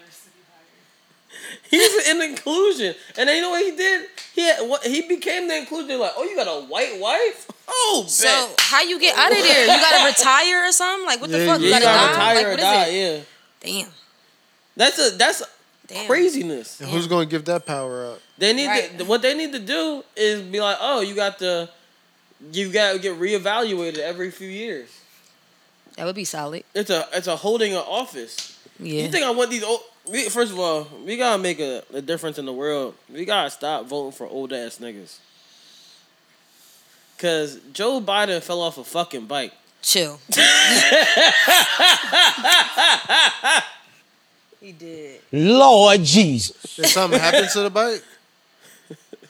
[SPEAKER 1] He's an inclusion. And then you know what he did? He had, what, he became the inclusion. Like, oh, you got a white wife? Oh,
[SPEAKER 6] So
[SPEAKER 1] bet.
[SPEAKER 6] how you get out of there?
[SPEAKER 1] <laughs>
[SPEAKER 6] You gotta retire or something? Like what the
[SPEAKER 1] Yeah,
[SPEAKER 6] fuck?
[SPEAKER 1] you gotta
[SPEAKER 6] die?
[SPEAKER 1] retire
[SPEAKER 6] Like,
[SPEAKER 1] or
[SPEAKER 6] what
[SPEAKER 1] die.
[SPEAKER 6] is it?
[SPEAKER 1] Yeah,
[SPEAKER 6] Damn.
[SPEAKER 1] that's a that's a
[SPEAKER 6] Damn.
[SPEAKER 1] craziness.
[SPEAKER 4] And who's gonna give that power up?
[SPEAKER 1] They need
[SPEAKER 6] Right.
[SPEAKER 1] to, what they need to do is be like, oh, you got the, you got to get reevaluated every few years.
[SPEAKER 6] That would be solid.
[SPEAKER 1] It's a it's a holding an office.
[SPEAKER 6] Yeah.
[SPEAKER 1] You think I want these old? We, first of all, we gotta make a, a difference in the world. We gotta stop voting for old ass niggas. Cause Joe Biden fell off a fucking bike. <laughs>
[SPEAKER 6] Chill. he did.
[SPEAKER 7] Lord Jesus.
[SPEAKER 4] Did something happen to
[SPEAKER 1] <laughs>
[SPEAKER 4] the bike?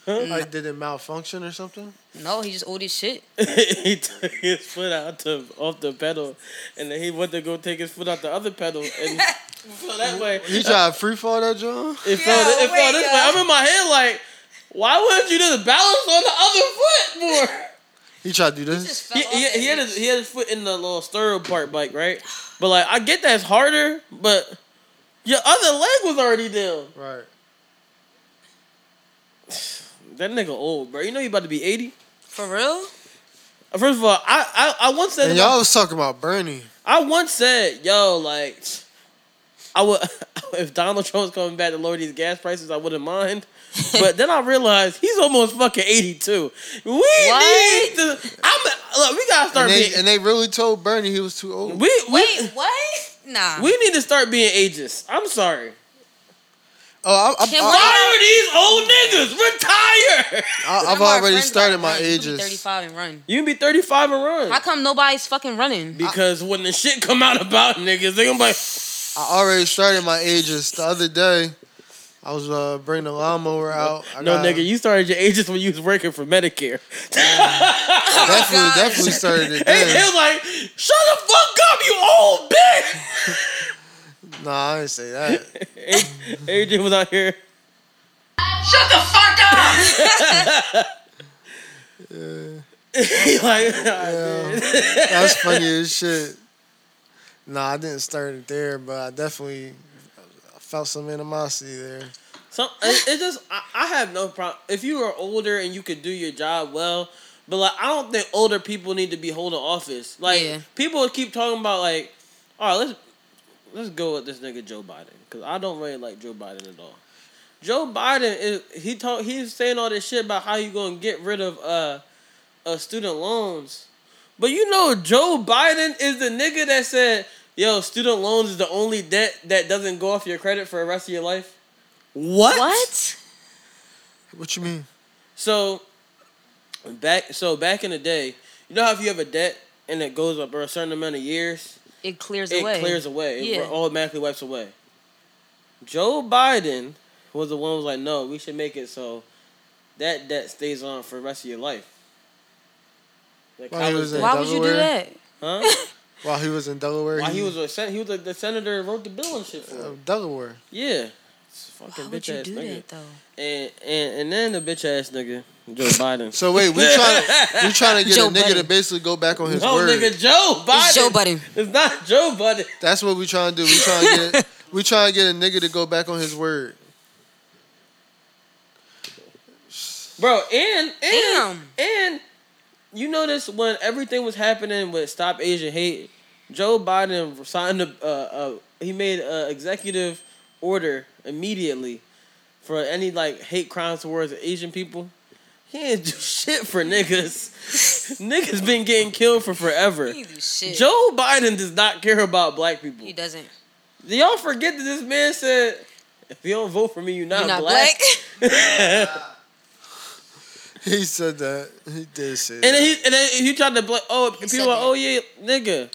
[SPEAKER 4] Like did it malfunction or something?
[SPEAKER 6] No, he just old as shit.
[SPEAKER 1] he took his foot out the off the pedal, and then he went to go take his foot out the other pedal,
[SPEAKER 6] <laughs>
[SPEAKER 1] and so that way
[SPEAKER 4] He tried to free fall that John.
[SPEAKER 1] It fell.
[SPEAKER 6] Yo,
[SPEAKER 1] It fell
[SPEAKER 6] wait,
[SPEAKER 1] this
[SPEAKER 6] yo.
[SPEAKER 1] way. I'm in my head like, why wouldn't you just balance on the other foot more?
[SPEAKER 4] He tried to do this.
[SPEAKER 1] he, he, he had his, he had his foot in the little stirrup part bike, right? But like, I get that's harder, but your other leg was already down.
[SPEAKER 4] Right.
[SPEAKER 1] That nigga old, bro. You know you about to be 80.
[SPEAKER 6] For real?
[SPEAKER 1] First of all, I I, I once said
[SPEAKER 4] And
[SPEAKER 1] about-
[SPEAKER 4] y'all was talking about Bernie.
[SPEAKER 1] I once said, yo, like, I would <laughs> if Donald Trump's coming back to lower these gas prices, I wouldn't mind. But then I realized he's almost fucking eighty two. We need to. I'm look. We gotta start
[SPEAKER 4] And they,
[SPEAKER 1] being.
[SPEAKER 4] and they really told Bernie he was too old.
[SPEAKER 1] we we
[SPEAKER 6] Wait, what? Nah.
[SPEAKER 1] we need to start being ageist. I'm sorry.
[SPEAKER 4] Oh, I, I,
[SPEAKER 6] Can
[SPEAKER 4] I,
[SPEAKER 6] we-
[SPEAKER 1] Fire these old niggas. Retire.
[SPEAKER 4] I, have
[SPEAKER 6] Some of our
[SPEAKER 4] already
[SPEAKER 6] friends
[SPEAKER 4] started
[SPEAKER 6] gotta
[SPEAKER 4] my
[SPEAKER 6] run. You can be
[SPEAKER 4] ages.
[SPEAKER 6] 35 and run.
[SPEAKER 1] You can be thirty five and
[SPEAKER 6] How
[SPEAKER 1] run.
[SPEAKER 6] come nobody's fucking running?
[SPEAKER 1] Because when the shit come out about niggas, they gonna be like,
[SPEAKER 4] I already started my ages. The other day, I was uh, bringing the lawnmower out. I
[SPEAKER 1] no
[SPEAKER 4] got-
[SPEAKER 1] nigga, you started your ageist when you was working for Medicare. <laughs>
[SPEAKER 6] Oh
[SPEAKER 4] definitely, definitely started it
[SPEAKER 6] <laughs>
[SPEAKER 1] And he
[SPEAKER 4] then.
[SPEAKER 1] was like, shut the fuck up, you old bitch.
[SPEAKER 4] Nah, I didn't say that.
[SPEAKER 1] AJ was out here.
[SPEAKER 3] Shut the fuck up!
[SPEAKER 1] <laughs> He like,
[SPEAKER 4] That's funny as shit. Nah, I didn't start it there, but I definitely felt some animosity there.
[SPEAKER 1] some it, it just I, I have no problem if you are older and you could do your job well. But like, I don't think older people need to be holding office. Like
[SPEAKER 6] Yeah.
[SPEAKER 1] people keep talking about like, all right, let's let's go with this nigga Joe Biden because I don't really like Joe Biden at all. Joe Biden is he talk he's saying all this shit about how you gonna get rid of uh, uh student loans. But you know, Joe Biden is the nigga that said, "Yo, student loans is the only debt that doesn't go off your credit for the rest of your life." What?
[SPEAKER 6] What?
[SPEAKER 4] What you mean?
[SPEAKER 1] So back, so back in the day, you know how if you have a debt and it goes up for a certain amount of years,
[SPEAKER 6] It clears
[SPEAKER 1] it
[SPEAKER 6] away.
[SPEAKER 1] clears away.
[SPEAKER 6] Yeah.
[SPEAKER 1] It automatically wipes away. Joe Biden was the one who was like, "No, we should make it so that debt stays on for the rest of your life." Like,
[SPEAKER 4] Why he
[SPEAKER 1] college
[SPEAKER 4] was
[SPEAKER 1] debt.
[SPEAKER 4] in
[SPEAKER 6] Why would you do
[SPEAKER 4] Delaware?
[SPEAKER 6] that?
[SPEAKER 1] Huh?
[SPEAKER 4] While he was in Delaware,
[SPEAKER 1] Why he was a sen- he was like the senator who wrote the bill and shit for
[SPEAKER 4] uh,
[SPEAKER 1] him.
[SPEAKER 4] Delaware.
[SPEAKER 1] Yeah. It's a fucking
[SPEAKER 6] Why would
[SPEAKER 1] bitch
[SPEAKER 6] you
[SPEAKER 1] ass
[SPEAKER 6] do
[SPEAKER 1] nigga.
[SPEAKER 6] that though?
[SPEAKER 1] And, and and then the bitch ass nigga, Joe Biden.
[SPEAKER 4] So wait,
[SPEAKER 1] <laughs>
[SPEAKER 4] we trying we
[SPEAKER 6] <laughs>
[SPEAKER 4] trying to get
[SPEAKER 6] Joe
[SPEAKER 4] a nigga to
[SPEAKER 6] Budden.
[SPEAKER 4] basically go back on his
[SPEAKER 1] no
[SPEAKER 4] word.
[SPEAKER 1] nigga Joe Biden.
[SPEAKER 6] It's Joe
[SPEAKER 1] <laughs>
[SPEAKER 6] Budden.
[SPEAKER 1] It's not Joe Budden.
[SPEAKER 4] That's
[SPEAKER 6] <laughs>
[SPEAKER 4] what we trying to do. We trying to get we trying to get a nigga to go back on his word.
[SPEAKER 1] Bro, and and
[SPEAKER 6] Damn.
[SPEAKER 1] and you notice when everything was happening with Stop Asian Hate, Joe Biden signed a, uh, a he made an executive order immediately for any like hate crimes towards Asian people. He ain't do <laughs> shit for
[SPEAKER 6] <laughs>
[SPEAKER 1] niggas. niggas been getting killed for forever.
[SPEAKER 6] He do shit.
[SPEAKER 1] Joe Biden does not care about black people.
[SPEAKER 6] He doesn't.
[SPEAKER 1] Do y'all forget that this man said, "If you don't vote for me, you're not,
[SPEAKER 6] You're not
[SPEAKER 1] black."
[SPEAKER 6] black.
[SPEAKER 4] <laughs> He said that. He did say
[SPEAKER 1] And
[SPEAKER 4] that.
[SPEAKER 1] then he and then he tried to bl- oh
[SPEAKER 6] said
[SPEAKER 1] people are
[SPEAKER 6] that.
[SPEAKER 1] oh yeah nigga,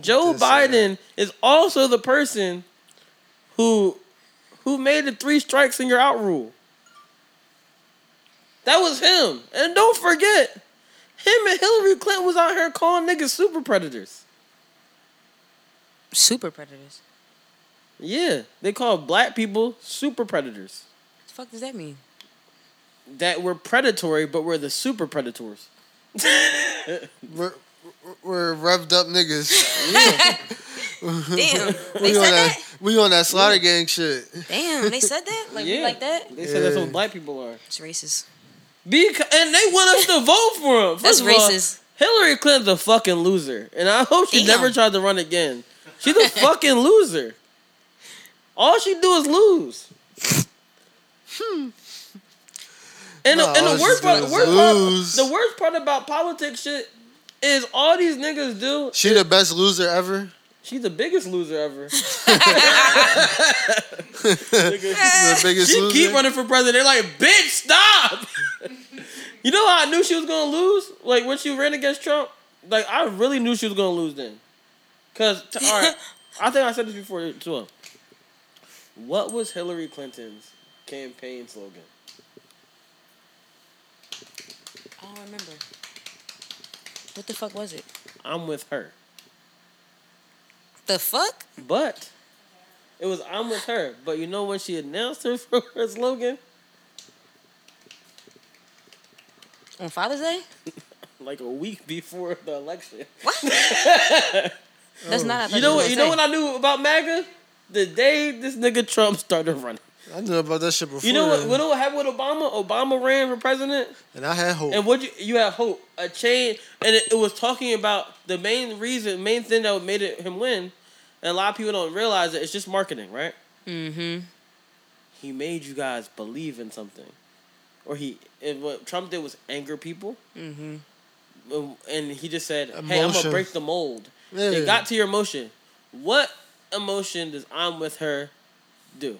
[SPEAKER 1] Joe
[SPEAKER 4] Did say
[SPEAKER 1] Biden is also the person who who made the three strikes and you're out rule. That was him, and don't forget, him and Hillary Clinton was out here calling niggas super predators.
[SPEAKER 6] Super predators.
[SPEAKER 1] Yeah, they called black people super predators
[SPEAKER 6] What the fuck does that
[SPEAKER 1] <laughs>
[SPEAKER 6] mean?
[SPEAKER 1] that were predatory, but were the super predators.
[SPEAKER 4] We're, we're revved up
[SPEAKER 6] <laughs>
[SPEAKER 4] niggas.
[SPEAKER 6] Damn. They
[SPEAKER 4] We on
[SPEAKER 6] said
[SPEAKER 4] that,
[SPEAKER 6] that?
[SPEAKER 4] we on that slaughter gang shit.
[SPEAKER 6] Damn, they said that? Like, we
[SPEAKER 1] Yeah,
[SPEAKER 6] like that?
[SPEAKER 1] They said that's what black people are.
[SPEAKER 6] It's racist.
[SPEAKER 1] Because and they want us to vote
[SPEAKER 6] <laughs>
[SPEAKER 1] for him. First
[SPEAKER 6] That's
[SPEAKER 1] of all,
[SPEAKER 6] racist.
[SPEAKER 1] Hillary Clinton's a fucking loser, and I hope she
[SPEAKER 6] Damn.
[SPEAKER 1] never tried to run again. She's
[SPEAKER 6] <laughs>
[SPEAKER 1] a fucking loser. All she do is lose.
[SPEAKER 6] Hmm.
[SPEAKER 1] And, the,
[SPEAKER 4] Nah,
[SPEAKER 1] and
[SPEAKER 4] all
[SPEAKER 1] the
[SPEAKER 4] she
[SPEAKER 1] worst
[SPEAKER 4] do
[SPEAKER 1] part,
[SPEAKER 4] is
[SPEAKER 1] worst part,
[SPEAKER 4] lose.
[SPEAKER 1] the worst part about politics shit is all these niggas do.
[SPEAKER 4] She the best loser ever.
[SPEAKER 1] She's the biggest loser ever. She
[SPEAKER 6] <laughs>
[SPEAKER 4] The biggest loser.
[SPEAKER 1] keep running for president. They're like, bitch, stop. you know how I knew she was gonna lose? Like when she ran against Trump. Like I really knew she was gonna lose then. Cause t- all right, I think I said this before too. um, What was Hillary Clinton's campaign slogan?
[SPEAKER 6] I don't remember. What the fuck was it?
[SPEAKER 1] I'm with her.
[SPEAKER 6] The fuck?
[SPEAKER 1] But it was I'm with her. But you know when she announced her, <laughs> her slogan?
[SPEAKER 6] On Father's Day?
[SPEAKER 1] Like a week before the election.
[SPEAKER 4] Oh.
[SPEAKER 6] That's not.
[SPEAKER 1] You know what? You know what I knew about MAGA? The day this nigga Trump started running.
[SPEAKER 4] I knew about that shit before.
[SPEAKER 1] You know what?
[SPEAKER 4] then,
[SPEAKER 1] You know what happened with Obama? Obama ran for president,
[SPEAKER 4] and I had hope.
[SPEAKER 1] and what you you had hope, a change, and it, it was talking about the main reason, main thing that made it, him win, and a lot of people don't realize it. It's just marketing, right?
[SPEAKER 6] Mm-hmm.
[SPEAKER 1] He made you guys believe in something, or he. And what Trump did was anger people,
[SPEAKER 6] Mm-hmm.
[SPEAKER 1] Um, and he just said, "Hey, I'm gonna
[SPEAKER 4] Emotion.
[SPEAKER 1] break the mold."
[SPEAKER 4] Yeah.
[SPEAKER 1] It got to your emotion. What emotion does "I'm with her" do?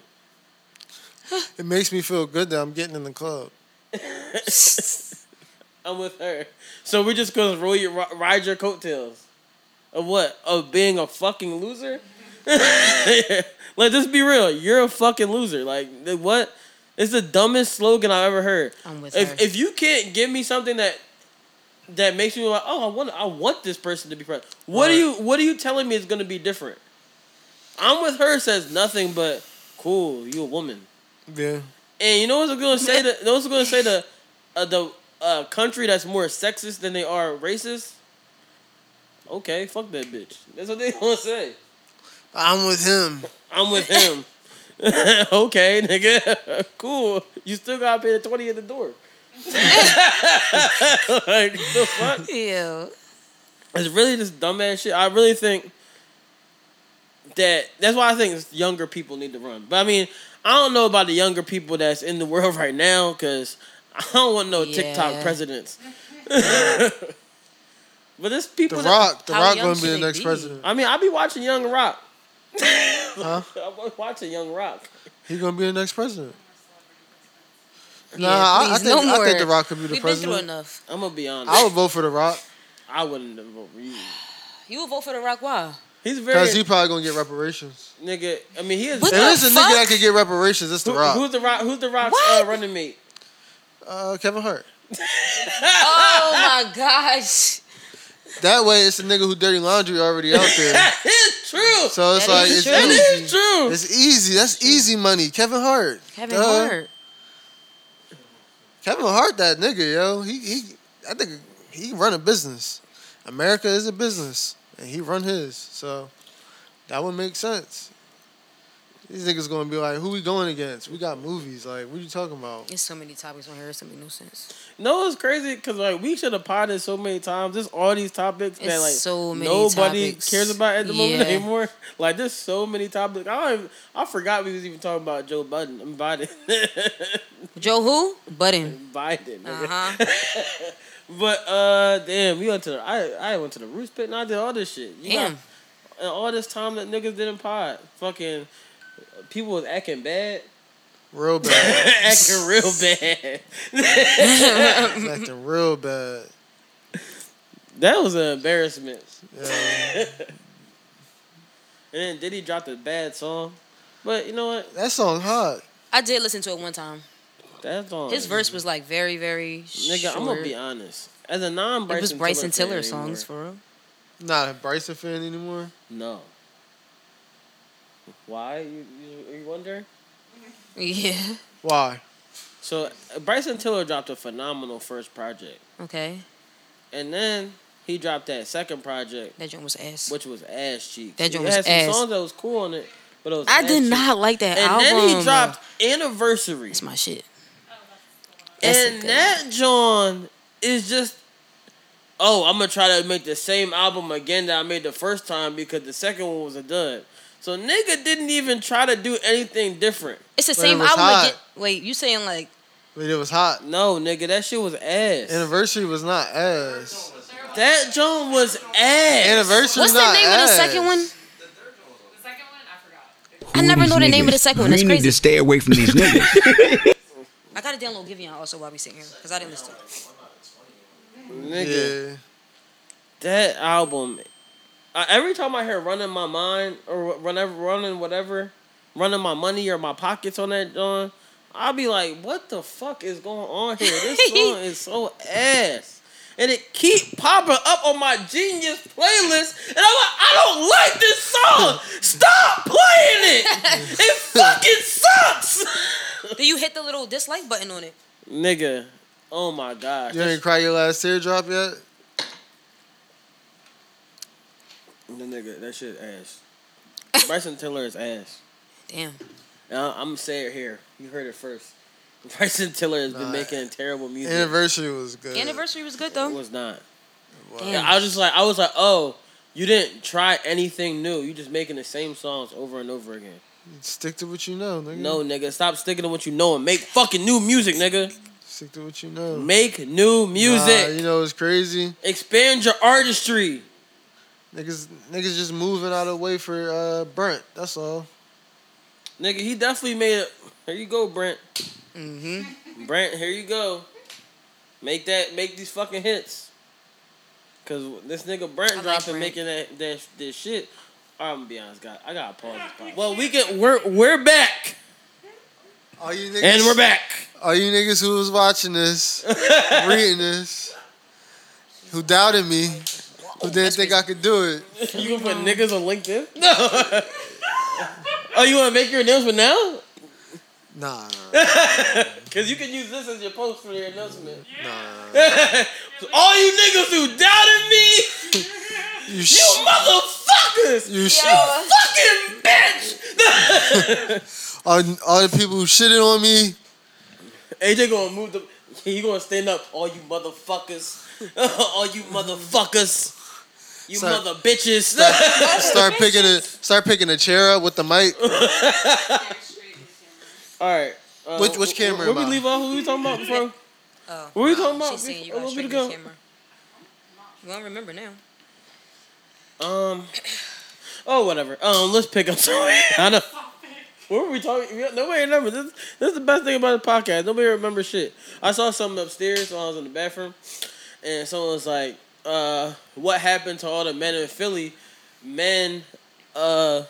[SPEAKER 4] it makes me feel good that I'm getting in the club.
[SPEAKER 1] I'm with her. So we're just gonna roll your ri- ride your coattails. Of what? Of being a fucking loser? <laughs> like, just be real. You're a fucking loser. Like, th- what? It's the dumbest slogan I've ever heard.
[SPEAKER 6] I'm with
[SPEAKER 1] if
[SPEAKER 6] her. <laughs>
[SPEAKER 1] if you can't give me something that that makes me like, oh, I want I want this person to be friends. What are you What are you telling me is gonna be different? I'm with her says nothing but cool. You a woman.
[SPEAKER 4] Yeah.
[SPEAKER 1] And you know what's gonna say the you know what's gonna say the uh, the uh, country that's more sexist than they are racist? Okay, fuck that bitch. That's what they <laughs> gonna say.
[SPEAKER 4] I'm with him.
[SPEAKER 1] I'm with him. <laughs> okay, nigga. <laughs> cool. You still gotta pay the twenty at the door. <laughs> like <laughs> the fuck?
[SPEAKER 6] Ew.
[SPEAKER 1] It's really just dumbass shit. I really think that that's why I think it's younger people need to run. But I mean, I don't know about the younger people that's in the <laughs> world right now because I don't want no TikTok
[SPEAKER 6] Yeah.
[SPEAKER 1] presidents. <laughs> but there's people.
[SPEAKER 4] The
[SPEAKER 1] that-
[SPEAKER 4] Rock. The
[SPEAKER 6] how
[SPEAKER 4] Rock
[SPEAKER 6] young
[SPEAKER 4] gonna be
[SPEAKER 6] should
[SPEAKER 4] the
[SPEAKER 6] they
[SPEAKER 4] next
[SPEAKER 6] be?
[SPEAKER 4] president.
[SPEAKER 1] I mean, I be watching Young Rock. <laughs>
[SPEAKER 4] Huh?
[SPEAKER 1] I'm watching Young Rock.
[SPEAKER 4] He gonna be the next president. Nah, I- I,
[SPEAKER 6] Please,
[SPEAKER 4] think
[SPEAKER 6] no
[SPEAKER 4] I think
[SPEAKER 6] more.
[SPEAKER 4] the Rock could be the
[SPEAKER 6] We've been through
[SPEAKER 4] president.
[SPEAKER 6] enough.
[SPEAKER 1] I'm gonna be honest.
[SPEAKER 4] I would vote for the Rock
[SPEAKER 1] I wouldn't have voted for you.
[SPEAKER 6] You would vote for the
[SPEAKER 4] <laughs>
[SPEAKER 6] Rock Wall.
[SPEAKER 1] He's very
[SPEAKER 4] because he probably gonna get reparations.
[SPEAKER 1] nigga. I mean, he is.
[SPEAKER 6] What
[SPEAKER 4] If
[SPEAKER 6] the
[SPEAKER 4] there's a nigga that
[SPEAKER 6] fuck?
[SPEAKER 4] could get reparations, it's the
[SPEAKER 1] Who-
[SPEAKER 4] Rock.
[SPEAKER 1] who's the rock? Who's the Rock's uh,
[SPEAKER 6] What?
[SPEAKER 1] running mate?
[SPEAKER 4] Uh, Kevin Hart.
[SPEAKER 6] Oh my gosh.
[SPEAKER 4] That way, it's a nigga who dirty laundry already out
[SPEAKER 1] <laughs>
[SPEAKER 4] there.
[SPEAKER 1] That is true.
[SPEAKER 4] So it's
[SPEAKER 6] That
[SPEAKER 4] like
[SPEAKER 6] is
[SPEAKER 4] it's
[SPEAKER 6] true.
[SPEAKER 1] that
[SPEAKER 4] easy.
[SPEAKER 1] is true.
[SPEAKER 4] It's easy. That's easy money. Kevin Hart.
[SPEAKER 6] Kevin
[SPEAKER 4] Duh.
[SPEAKER 6] Hart.
[SPEAKER 4] Kevin Hart, that nigga, yo. He he. I think he run a business. America is a business, and he run his. So that would make sense. These niggas gonna be like, who we going against? We got movies. Like, what you talking about?
[SPEAKER 6] There's so many topics on here. It's so many nuisance.
[SPEAKER 1] No, it's crazy because like we should have potted so many times. There's all these topics that
[SPEAKER 6] It's
[SPEAKER 1] like
[SPEAKER 6] so many
[SPEAKER 1] nobody
[SPEAKER 6] topics.
[SPEAKER 1] cares about at the moment
[SPEAKER 6] Yeah.
[SPEAKER 1] anymore. <laughs> Like there's so many topics. I don't even, I forgot we was even talking about Joe Biden. I'm Biden. <laughs>
[SPEAKER 6] Joe who? Button.
[SPEAKER 1] Biden. nigga.
[SPEAKER 6] Uh huh.
[SPEAKER 1] But uh, damn, we went to the I I went to the roots pit and I did all this shit. You got-
[SPEAKER 6] Damn.
[SPEAKER 1] and all this time that niggas didn't pod, fucking people was acting
[SPEAKER 6] <laughs>
[SPEAKER 1] bad, <laughs>
[SPEAKER 4] Real bad.
[SPEAKER 1] acting real bad.
[SPEAKER 4] Acting real bad.
[SPEAKER 1] That was an embarrassment.
[SPEAKER 4] Yeah.
[SPEAKER 1] And then Diddy dropped a bad song. But you know what?
[SPEAKER 4] That song hot.
[SPEAKER 6] I did listen to it one time.
[SPEAKER 1] That song.
[SPEAKER 6] His verse was like very, very.
[SPEAKER 1] Nigga,
[SPEAKER 6] short.
[SPEAKER 1] I'm gonna be honest. As a non
[SPEAKER 6] It
[SPEAKER 1] Bryson
[SPEAKER 6] was Bryson Tiller,
[SPEAKER 1] fan
[SPEAKER 6] songs
[SPEAKER 1] anymore,
[SPEAKER 6] for real.
[SPEAKER 4] Not a Bryson fan anymore.
[SPEAKER 1] No. Why? You, you, you wonder?
[SPEAKER 6] <laughs> Yeah.
[SPEAKER 4] Why?
[SPEAKER 1] So uh, Bryson Tiller dropped a phenomenal first project.
[SPEAKER 6] Okay.
[SPEAKER 1] And then he dropped that second project,
[SPEAKER 6] That joint was ass.
[SPEAKER 1] which was Ass Cheeks.
[SPEAKER 6] That joint
[SPEAKER 1] It
[SPEAKER 6] was
[SPEAKER 1] had some
[SPEAKER 6] ass.
[SPEAKER 1] songs that was cool on it, but it was
[SPEAKER 6] I
[SPEAKER 1] ass
[SPEAKER 6] did
[SPEAKER 1] cheeks.
[SPEAKER 6] not like that
[SPEAKER 1] And
[SPEAKER 6] album.
[SPEAKER 1] then he dropped Anniversary.
[SPEAKER 6] It's my shit. That's a
[SPEAKER 1] And
[SPEAKER 6] good-
[SPEAKER 1] that John is just oh, I'm gonna try to make the same album again that I made the first time because the second one was a dud. So nigga didn't even try to do anything different.
[SPEAKER 6] It's the
[SPEAKER 4] But it
[SPEAKER 6] same
[SPEAKER 4] was
[SPEAKER 6] album.
[SPEAKER 4] hot.
[SPEAKER 6] Again. Wait, you saying like
[SPEAKER 4] But it was hot.
[SPEAKER 1] No, nigga, that shit was ass.
[SPEAKER 4] Anniversary was not ass.
[SPEAKER 1] that John was ass.
[SPEAKER 4] Anniversary
[SPEAKER 6] what's the
[SPEAKER 4] not
[SPEAKER 6] name of
[SPEAKER 4] ass.
[SPEAKER 6] the second one?
[SPEAKER 3] The second one, I forgot.
[SPEAKER 6] I never know the name of the second one. That's
[SPEAKER 11] We need
[SPEAKER 6] crazy.
[SPEAKER 11] to stay away from these niggas.
[SPEAKER 6] I gotta download Giveon also while we sitting here because I didn't listen. to it.
[SPEAKER 1] Nigga,
[SPEAKER 4] Yeah.
[SPEAKER 1] that album. I, every time I hear "Running My Mind" or whenever running whatever, running my money or my pockets on that John, I'll be like, "What the fuck is going on here? This song is so ass." And it keep popping up on my genius playlist, and I'm like, I don't like this song. Stop playing it. It fucking sucks,
[SPEAKER 6] Do you hit the little dislike button on it?
[SPEAKER 1] nigga. Oh my gosh,
[SPEAKER 4] You ain't cry your last teardrop yet?
[SPEAKER 1] The nigga, that shit ass. Bryson Tiller is ass.
[SPEAKER 6] Damn.
[SPEAKER 1] And I, I'm gonna say it here. You heard it first. <laughs> Bryson Tiller has been making terrible music.
[SPEAKER 4] Anniversary was good.
[SPEAKER 6] Anniversary was good
[SPEAKER 1] it
[SPEAKER 6] though.
[SPEAKER 1] was not.
[SPEAKER 6] Damn.
[SPEAKER 1] I was just like, I was like, oh, you didn't try anything new. You just making the same songs over and over again.
[SPEAKER 4] Stick to what you know, nigga.
[SPEAKER 1] No, nigga, stop sticking to what you know and make fucking new music, nigga.
[SPEAKER 4] Stick to what you know.
[SPEAKER 1] Make new music.
[SPEAKER 4] Nah, you know it's crazy.
[SPEAKER 1] Expand your artistry.
[SPEAKER 4] Niggas, niggas just moving out of the way for uh, Brent. That's all.
[SPEAKER 1] Nigga, he definitely made it. Here you go, Brent. Mm-hmm. Brent, here you go. Make that, make these fucking hits. Cause this nigga Brent
[SPEAKER 6] like
[SPEAKER 1] dropping,
[SPEAKER 6] Brent.
[SPEAKER 1] making that that this shit. I'm gonna be honest, God, I gotta pause this. Podcast. Well, we get we're we're back
[SPEAKER 4] All you niggas,
[SPEAKER 1] and we're back.
[SPEAKER 4] All you niggas who was watching this, reading this, who doubted me, who didn't think I could do it.
[SPEAKER 1] You gonna put niggas on LinkedIn? <laughs> No. oh, you wanna make your announcement now?
[SPEAKER 4] Nah, nah,
[SPEAKER 1] Cause you can use this as your post for your announcement.
[SPEAKER 4] nah.
[SPEAKER 1] <laughs> All you niggas who doubted me,
[SPEAKER 4] You, sh-
[SPEAKER 1] you motherfuckers.
[SPEAKER 4] you sh-
[SPEAKER 1] fucking bitch.
[SPEAKER 4] all, all the people who shitted on me.
[SPEAKER 1] AJ gonna move the. He gonna stand up. All you motherfuckers. <laughs> all you motherfuckers. You
[SPEAKER 4] Sorry.
[SPEAKER 1] mother bitches.
[SPEAKER 4] Start picking a start picking a chair up with the mic.
[SPEAKER 1] <laughs> all right. Uh,
[SPEAKER 4] Which- which camera
[SPEAKER 1] Where
[SPEAKER 4] am
[SPEAKER 1] we
[SPEAKER 4] I?
[SPEAKER 1] leave off? Who we talking about before?
[SPEAKER 6] Oh,
[SPEAKER 1] What were you talking about? oh,
[SPEAKER 6] she's saying you
[SPEAKER 1] A
[SPEAKER 6] gotta
[SPEAKER 1] little bit
[SPEAKER 6] straighten the
[SPEAKER 1] ago.
[SPEAKER 6] camera. You won't remember now.
[SPEAKER 1] Um. Oh, whatever. Um, let's pick up. somewhere. <laughs> I know. What were we talking? we- Nobody remembers. This, this is the best thing about the podcast. Nobody remembers shit. I saw something upstairs while I was in the bathroom, and someone was like, uh, "What happened to all the men in Philly? Men, uh,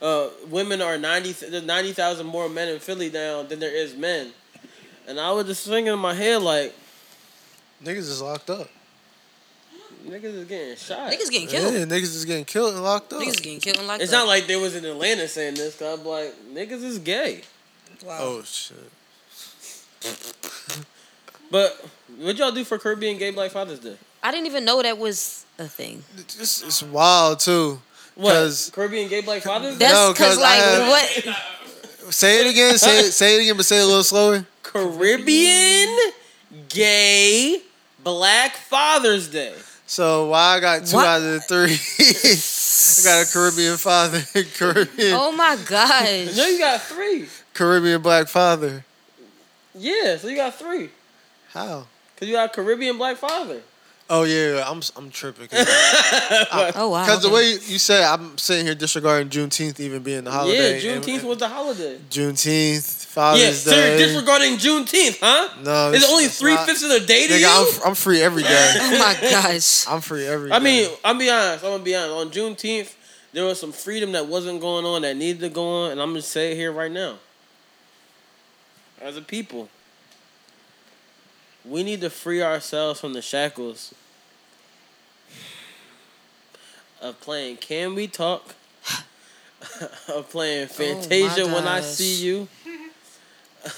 [SPEAKER 1] uh, women are ninety. There's ninety thousand more men in Philly now than there is men." And I was just thinking in my head like,
[SPEAKER 4] Niggas is locked up.
[SPEAKER 1] "Niggas is getting shot."
[SPEAKER 6] Niggas getting
[SPEAKER 4] Yeah,
[SPEAKER 6] killed.
[SPEAKER 4] niggas is getting killed and locked up.
[SPEAKER 6] Niggas getting killed and locked
[SPEAKER 1] it's
[SPEAKER 6] up.
[SPEAKER 1] not like they was in Atlanta saying this. i I'm like, "Niggas is gay."
[SPEAKER 6] wow.
[SPEAKER 4] Oh shit.
[SPEAKER 1] But what y'all do for Caribbean Gay Black Fathers Day?
[SPEAKER 6] I didn't even know that was a thing.
[SPEAKER 4] It's, it's wild too.
[SPEAKER 1] What? Caribbean gay black fathers?
[SPEAKER 6] That's
[SPEAKER 4] No,
[SPEAKER 6] 'cause,
[SPEAKER 4] 'cause I
[SPEAKER 6] like
[SPEAKER 4] have-
[SPEAKER 6] what?
[SPEAKER 4] Say it again. Say it, say it again, but say it a little slower.
[SPEAKER 1] Caribbean gay black Father's Day.
[SPEAKER 4] So why I got two
[SPEAKER 6] What?
[SPEAKER 4] out of the three? <laughs> I got a Caribbean father, <laughs> Caribbean
[SPEAKER 6] Oh my gosh.
[SPEAKER 1] No, you got three.
[SPEAKER 4] Caribbean black father.
[SPEAKER 1] Yeah, so you got three.
[SPEAKER 4] How?
[SPEAKER 1] Cause you got Caribbean black father.
[SPEAKER 4] Oh yeah, yeah, I'm
[SPEAKER 1] <laughs>
[SPEAKER 4] I'm tripping. Because
[SPEAKER 6] Oh wow.
[SPEAKER 4] the
[SPEAKER 6] okay.
[SPEAKER 4] way you said, I'm sitting here disregarding Juneteenth even being the holiday.
[SPEAKER 1] yeah,
[SPEAKER 4] and-
[SPEAKER 1] Juneteenth was the holiday.
[SPEAKER 4] Juneteenth,
[SPEAKER 1] Yeah,
[SPEAKER 4] Father's
[SPEAKER 1] so
[SPEAKER 4] Day.
[SPEAKER 1] you're disregarding Juneteenth, huh?
[SPEAKER 4] No,
[SPEAKER 1] Is it
[SPEAKER 4] it's-
[SPEAKER 1] only
[SPEAKER 4] it's
[SPEAKER 1] three
[SPEAKER 4] not.
[SPEAKER 1] fifths of the day to
[SPEAKER 4] Nigga,
[SPEAKER 1] you?
[SPEAKER 4] I'm, f- I'm free every day.
[SPEAKER 6] <laughs> Oh my gosh.
[SPEAKER 4] I'm free every day.
[SPEAKER 1] I mean, I'm be honest. I'm gonna be honest. On Juneteenth, there was some freedom that wasn't going on that needed to go on, and I'm gonna say it here right now. As a people, we need to free ourselves from the shackles of playing "Can We Talk," <laughs> of
[SPEAKER 4] Oh
[SPEAKER 1] playing "Fantasia When I
[SPEAKER 6] gosh.
[SPEAKER 1] See You,"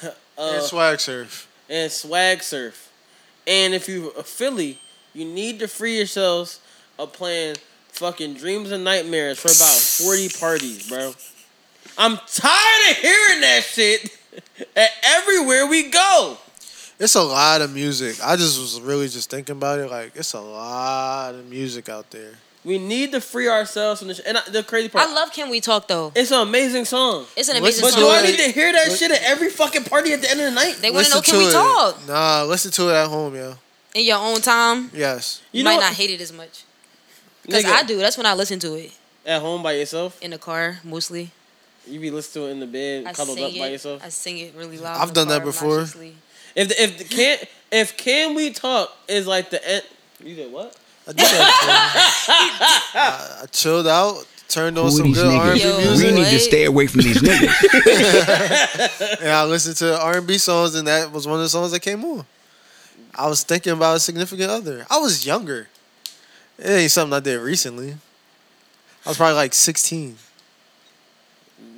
[SPEAKER 1] uh,
[SPEAKER 4] And swag surf.
[SPEAKER 1] and swag surf. And if you a Philly, you need to free yourselves of playing fucking dreams and nightmares for about forty parties, bro. I'm tired of hearing that shit <laughs> at everywhere we go.
[SPEAKER 4] It's a lot of music. I just was really just thinking about it. Like, it's a lot of music out there.
[SPEAKER 1] We need to free ourselves from this. And I, the crazy part,
[SPEAKER 6] I love Can We Talk though.
[SPEAKER 1] it's an amazing song.
[SPEAKER 6] It's an
[SPEAKER 4] What's-
[SPEAKER 6] amazing
[SPEAKER 1] But
[SPEAKER 4] So,
[SPEAKER 1] do I
[SPEAKER 6] song.
[SPEAKER 4] like,
[SPEAKER 1] need to hear that
[SPEAKER 4] what-
[SPEAKER 1] shit at every fucking party at the end of the night?
[SPEAKER 6] They want to know Can We
[SPEAKER 4] it.
[SPEAKER 6] Talk
[SPEAKER 4] Nah, listen to it at home, yo.
[SPEAKER 6] in your own time.
[SPEAKER 4] Yes.
[SPEAKER 6] You,
[SPEAKER 1] You know
[SPEAKER 6] might
[SPEAKER 1] what-
[SPEAKER 6] not hate it as much. Cause
[SPEAKER 1] Nigga,
[SPEAKER 6] I do. That's when I listen to it
[SPEAKER 1] At home by yourself,
[SPEAKER 6] in the car mostly.
[SPEAKER 1] you be listening to it in the bed,
[SPEAKER 6] I
[SPEAKER 1] cuddled
[SPEAKER 6] sing
[SPEAKER 1] up
[SPEAKER 6] it.
[SPEAKER 1] by yourself.
[SPEAKER 6] I sing it really loud.
[SPEAKER 4] I've
[SPEAKER 6] in the
[SPEAKER 4] done that
[SPEAKER 6] car
[SPEAKER 4] before.
[SPEAKER 6] obnoxiously.
[SPEAKER 1] If the, if the, can if can we talk is like the end. You did what?
[SPEAKER 4] I did that
[SPEAKER 6] <laughs>
[SPEAKER 4] before. I, I chilled out, turned on
[SPEAKER 11] Who
[SPEAKER 4] some
[SPEAKER 11] these
[SPEAKER 4] good R&B
[SPEAKER 6] niggas? Yo.
[SPEAKER 4] music,
[SPEAKER 11] We need
[SPEAKER 6] What?
[SPEAKER 11] to stay away from these niggas.
[SPEAKER 4] and I listened to R&B songs, and that was one of the songs that came on. I was thinking about a significant other. I was younger. It ain't something I did recently. I was probably like 16.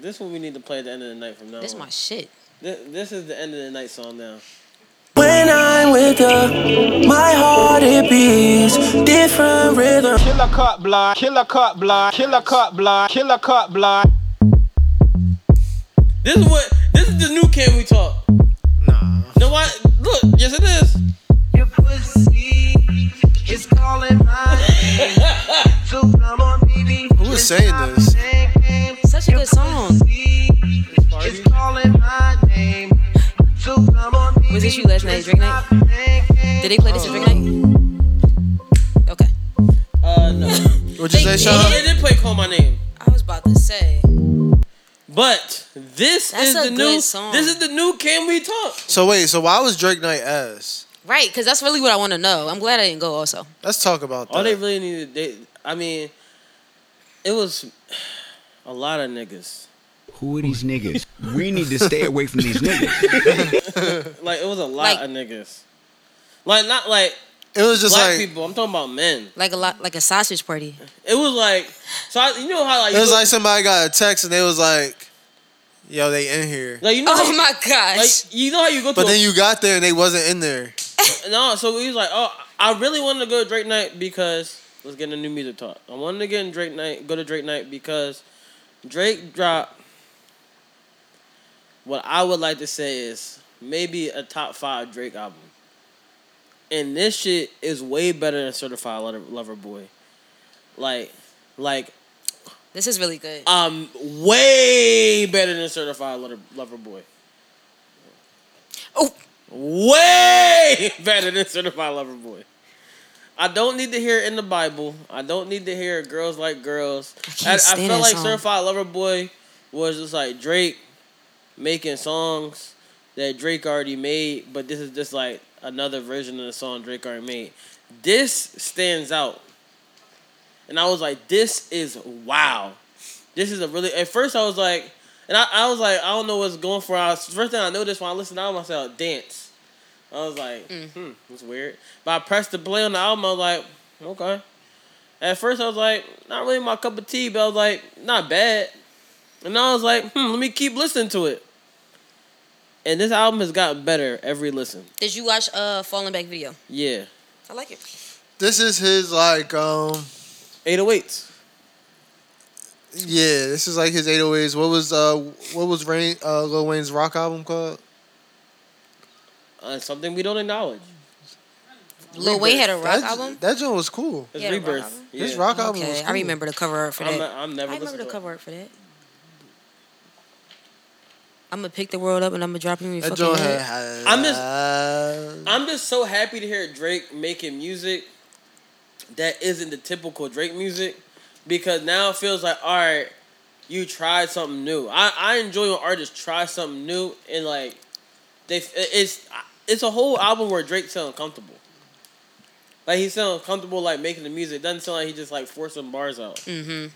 [SPEAKER 1] This one we need to play at the end of the night from now.
[SPEAKER 6] This
[SPEAKER 1] on.
[SPEAKER 6] my shit.
[SPEAKER 1] This, this is the end of the night song now.
[SPEAKER 2] When I'm with her, my heart it beats different rhythm.
[SPEAKER 7] Killer cut block, killer cut block, killer cut block, killer cut block.
[SPEAKER 1] This is what. This is the new can we talk.
[SPEAKER 4] Nah.
[SPEAKER 1] No, why? Look, yes it is.
[SPEAKER 8] Your pussy is calling my name. So come on, baby.
[SPEAKER 4] Who is saying this?
[SPEAKER 6] Such a good song.
[SPEAKER 8] Is calling my name. So come on, baby.
[SPEAKER 6] Was this you last night, drink night? Did they play this at drink night? Okay.
[SPEAKER 1] Uh,
[SPEAKER 6] <laughs>
[SPEAKER 1] no.
[SPEAKER 4] What'd you say,
[SPEAKER 6] They
[SPEAKER 1] oh,
[SPEAKER 4] Sean?
[SPEAKER 1] they did play call my name.
[SPEAKER 6] I was about to say.
[SPEAKER 1] But this
[SPEAKER 6] That's
[SPEAKER 1] is
[SPEAKER 6] a
[SPEAKER 1] the
[SPEAKER 6] good
[SPEAKER 1] new.
[SPEAKER 6] song.
[SPEAKER 1] This is the new can we talk.
[SPEAKER 4] So wait, so why was Drake Knight ass?
[SPEAKER 6] Right, because that's really what I want to know. I'm glad I didn't go also.
[SPEAKER 4] Let's talk about that.
[SPEAKER 1] All they really needed. They. I mean, it was a lot of niggas.
[SPEAKER 11] Who are these niggas? We need to stay away from these niggas.
[SPEAKER 1] <laughs> Like it was a lot
[SPEAKER 6] Like-
[SPEAKER 1] of niggas. Like not like
[SPEAKER 4] it was just
[SPEAKER 1] black
[SPEAKER 4] like
[SPEAKER 1] people. I'm talking about men.
[SPEAKER 6] Like a lot, like a sausage party.
[SPEAKER 1] It was like so. I, you know how like
[SPEAKER 4] it was
[SPEAKER 1] you-
[SPEAKER 4] like somebody got a text and they was like, "Yo, they in here,"
[SPEAKER 1] Like you know,
[SPEAKER 6] Oh
[SPEAKER 1] how,
[SPEAKER 6] my
[SPEAKER 1] like
[SPEAKER 6] gosh.
[SPEAKER 1] you know how you go to
[SPEAKER 4] but
[SPEAKER 1] a,
[SPEAKER 4] then you got there and they wasn't in there.
[SPEAKER 1] no. So we was like, oh, I really wanted to go to Drake night because let's get a new music talk. I wanted to get in Drake night, go to Drake night because Drake dropped. What I would like to say is maybe a top five Drake album, and this shit is way better than Certified Lover, Lover Boy, like, like
[SPEAKER 6] This is really good.
[SPEAKER 1] um way better than Certified Lover, Lover Boy.
[SPEAKER 6] Oh,
[SPEAKER 1] way better than Certified Lover Boy. I don't need to hear it in the Bible. I don't need to hear girls like girls. I,
[SPEAKER 6] can't
[SPEAKER 1] I
[SPEAKER 6] stand
[SPEAKER 1] feel
[SPEAKER 6] that
[SPEAKER 1] like
[SPEAKER 6] song.
[SPEAKER 1] Certified Lover Boy was just like Drake making songs that Drake already made, but this is just like another version of the song Drake already made. This stands out. And I was like, this is wow. This is a really at first I was like and I, I was like, I don't know what's going for. I was, first thing I noticed when I listened to the album, I said oh, dance. I was like,
[SPEAKER 6] Mm.
[SPEAKER 1] hmm, that's weird. But I pressed the play on the album, I was like, okay. At first I was like, not really my cup of tea, but I was like, not bad. And I was like, hmm, let me keep listening to it. And this album has gotten better every listen.
[SPEAKER 6] did you watch uh Falling Back video?
[SPEAKER 1] Yeah.
[SPEAKER 6] I like it.
[SPEAKER 4] This is his like um
[SPEAKER 1] 808s.
[SPEAKER 4] Yeah, this is like his 808s. What was uh what was Rain uh Lil Wayne's rock album called?
[SPEAKER 1] Uh, something we don't acknowledge.
[SPEAKER 6] Lil Wayne had a rock
[SPEAKER 4] That-
[SPEAKER 6] album.
[SPEAKER 4] That joint was cool.
[SPEAKER 1] It's
[SPEAKER 6] Yeah, the rock
[SPEAKER 1] Rebirth.
[SPEAKER 6] album.
[SPEAKER 1] Yeah.
[SPEAKER 4] His rock album was
[SPEAKER 6] Okay,
[SPEAKER 4] cool.
[SPEAKER 6] I remember the cover art for
[SPEAKER 1] I'm,
[SPEAKER 6] that.
[SPEAKER 1] not, I'm never
[SPEAKER 6] I remember the
[SPEAKER 1] listening to it.
[SPEAKER 6] cover art for that. I'm gonna pick the world up and I'm gonna drop you in your
[SPEAKER 4] That
[SPEAKER 6] fucking
[SPEAKER 4] joint
[SPEAKER 6] head.
[SPEAKER 4] had.
[SPEAKER 1] I'm just-
[SPEAKER 4] Uh,
[SPEAKER 1] I'm just so happy to hear Drake making music that isn't the typical Drake music because now it feels like all right, you tried something new. I, I enjoy when artists try something new and like they it's it's a whole album where Drake sounds comfortable. Like he sounds comfortable like making the music. It doesn't sound like he just like forcing bars out. Mm-hmm.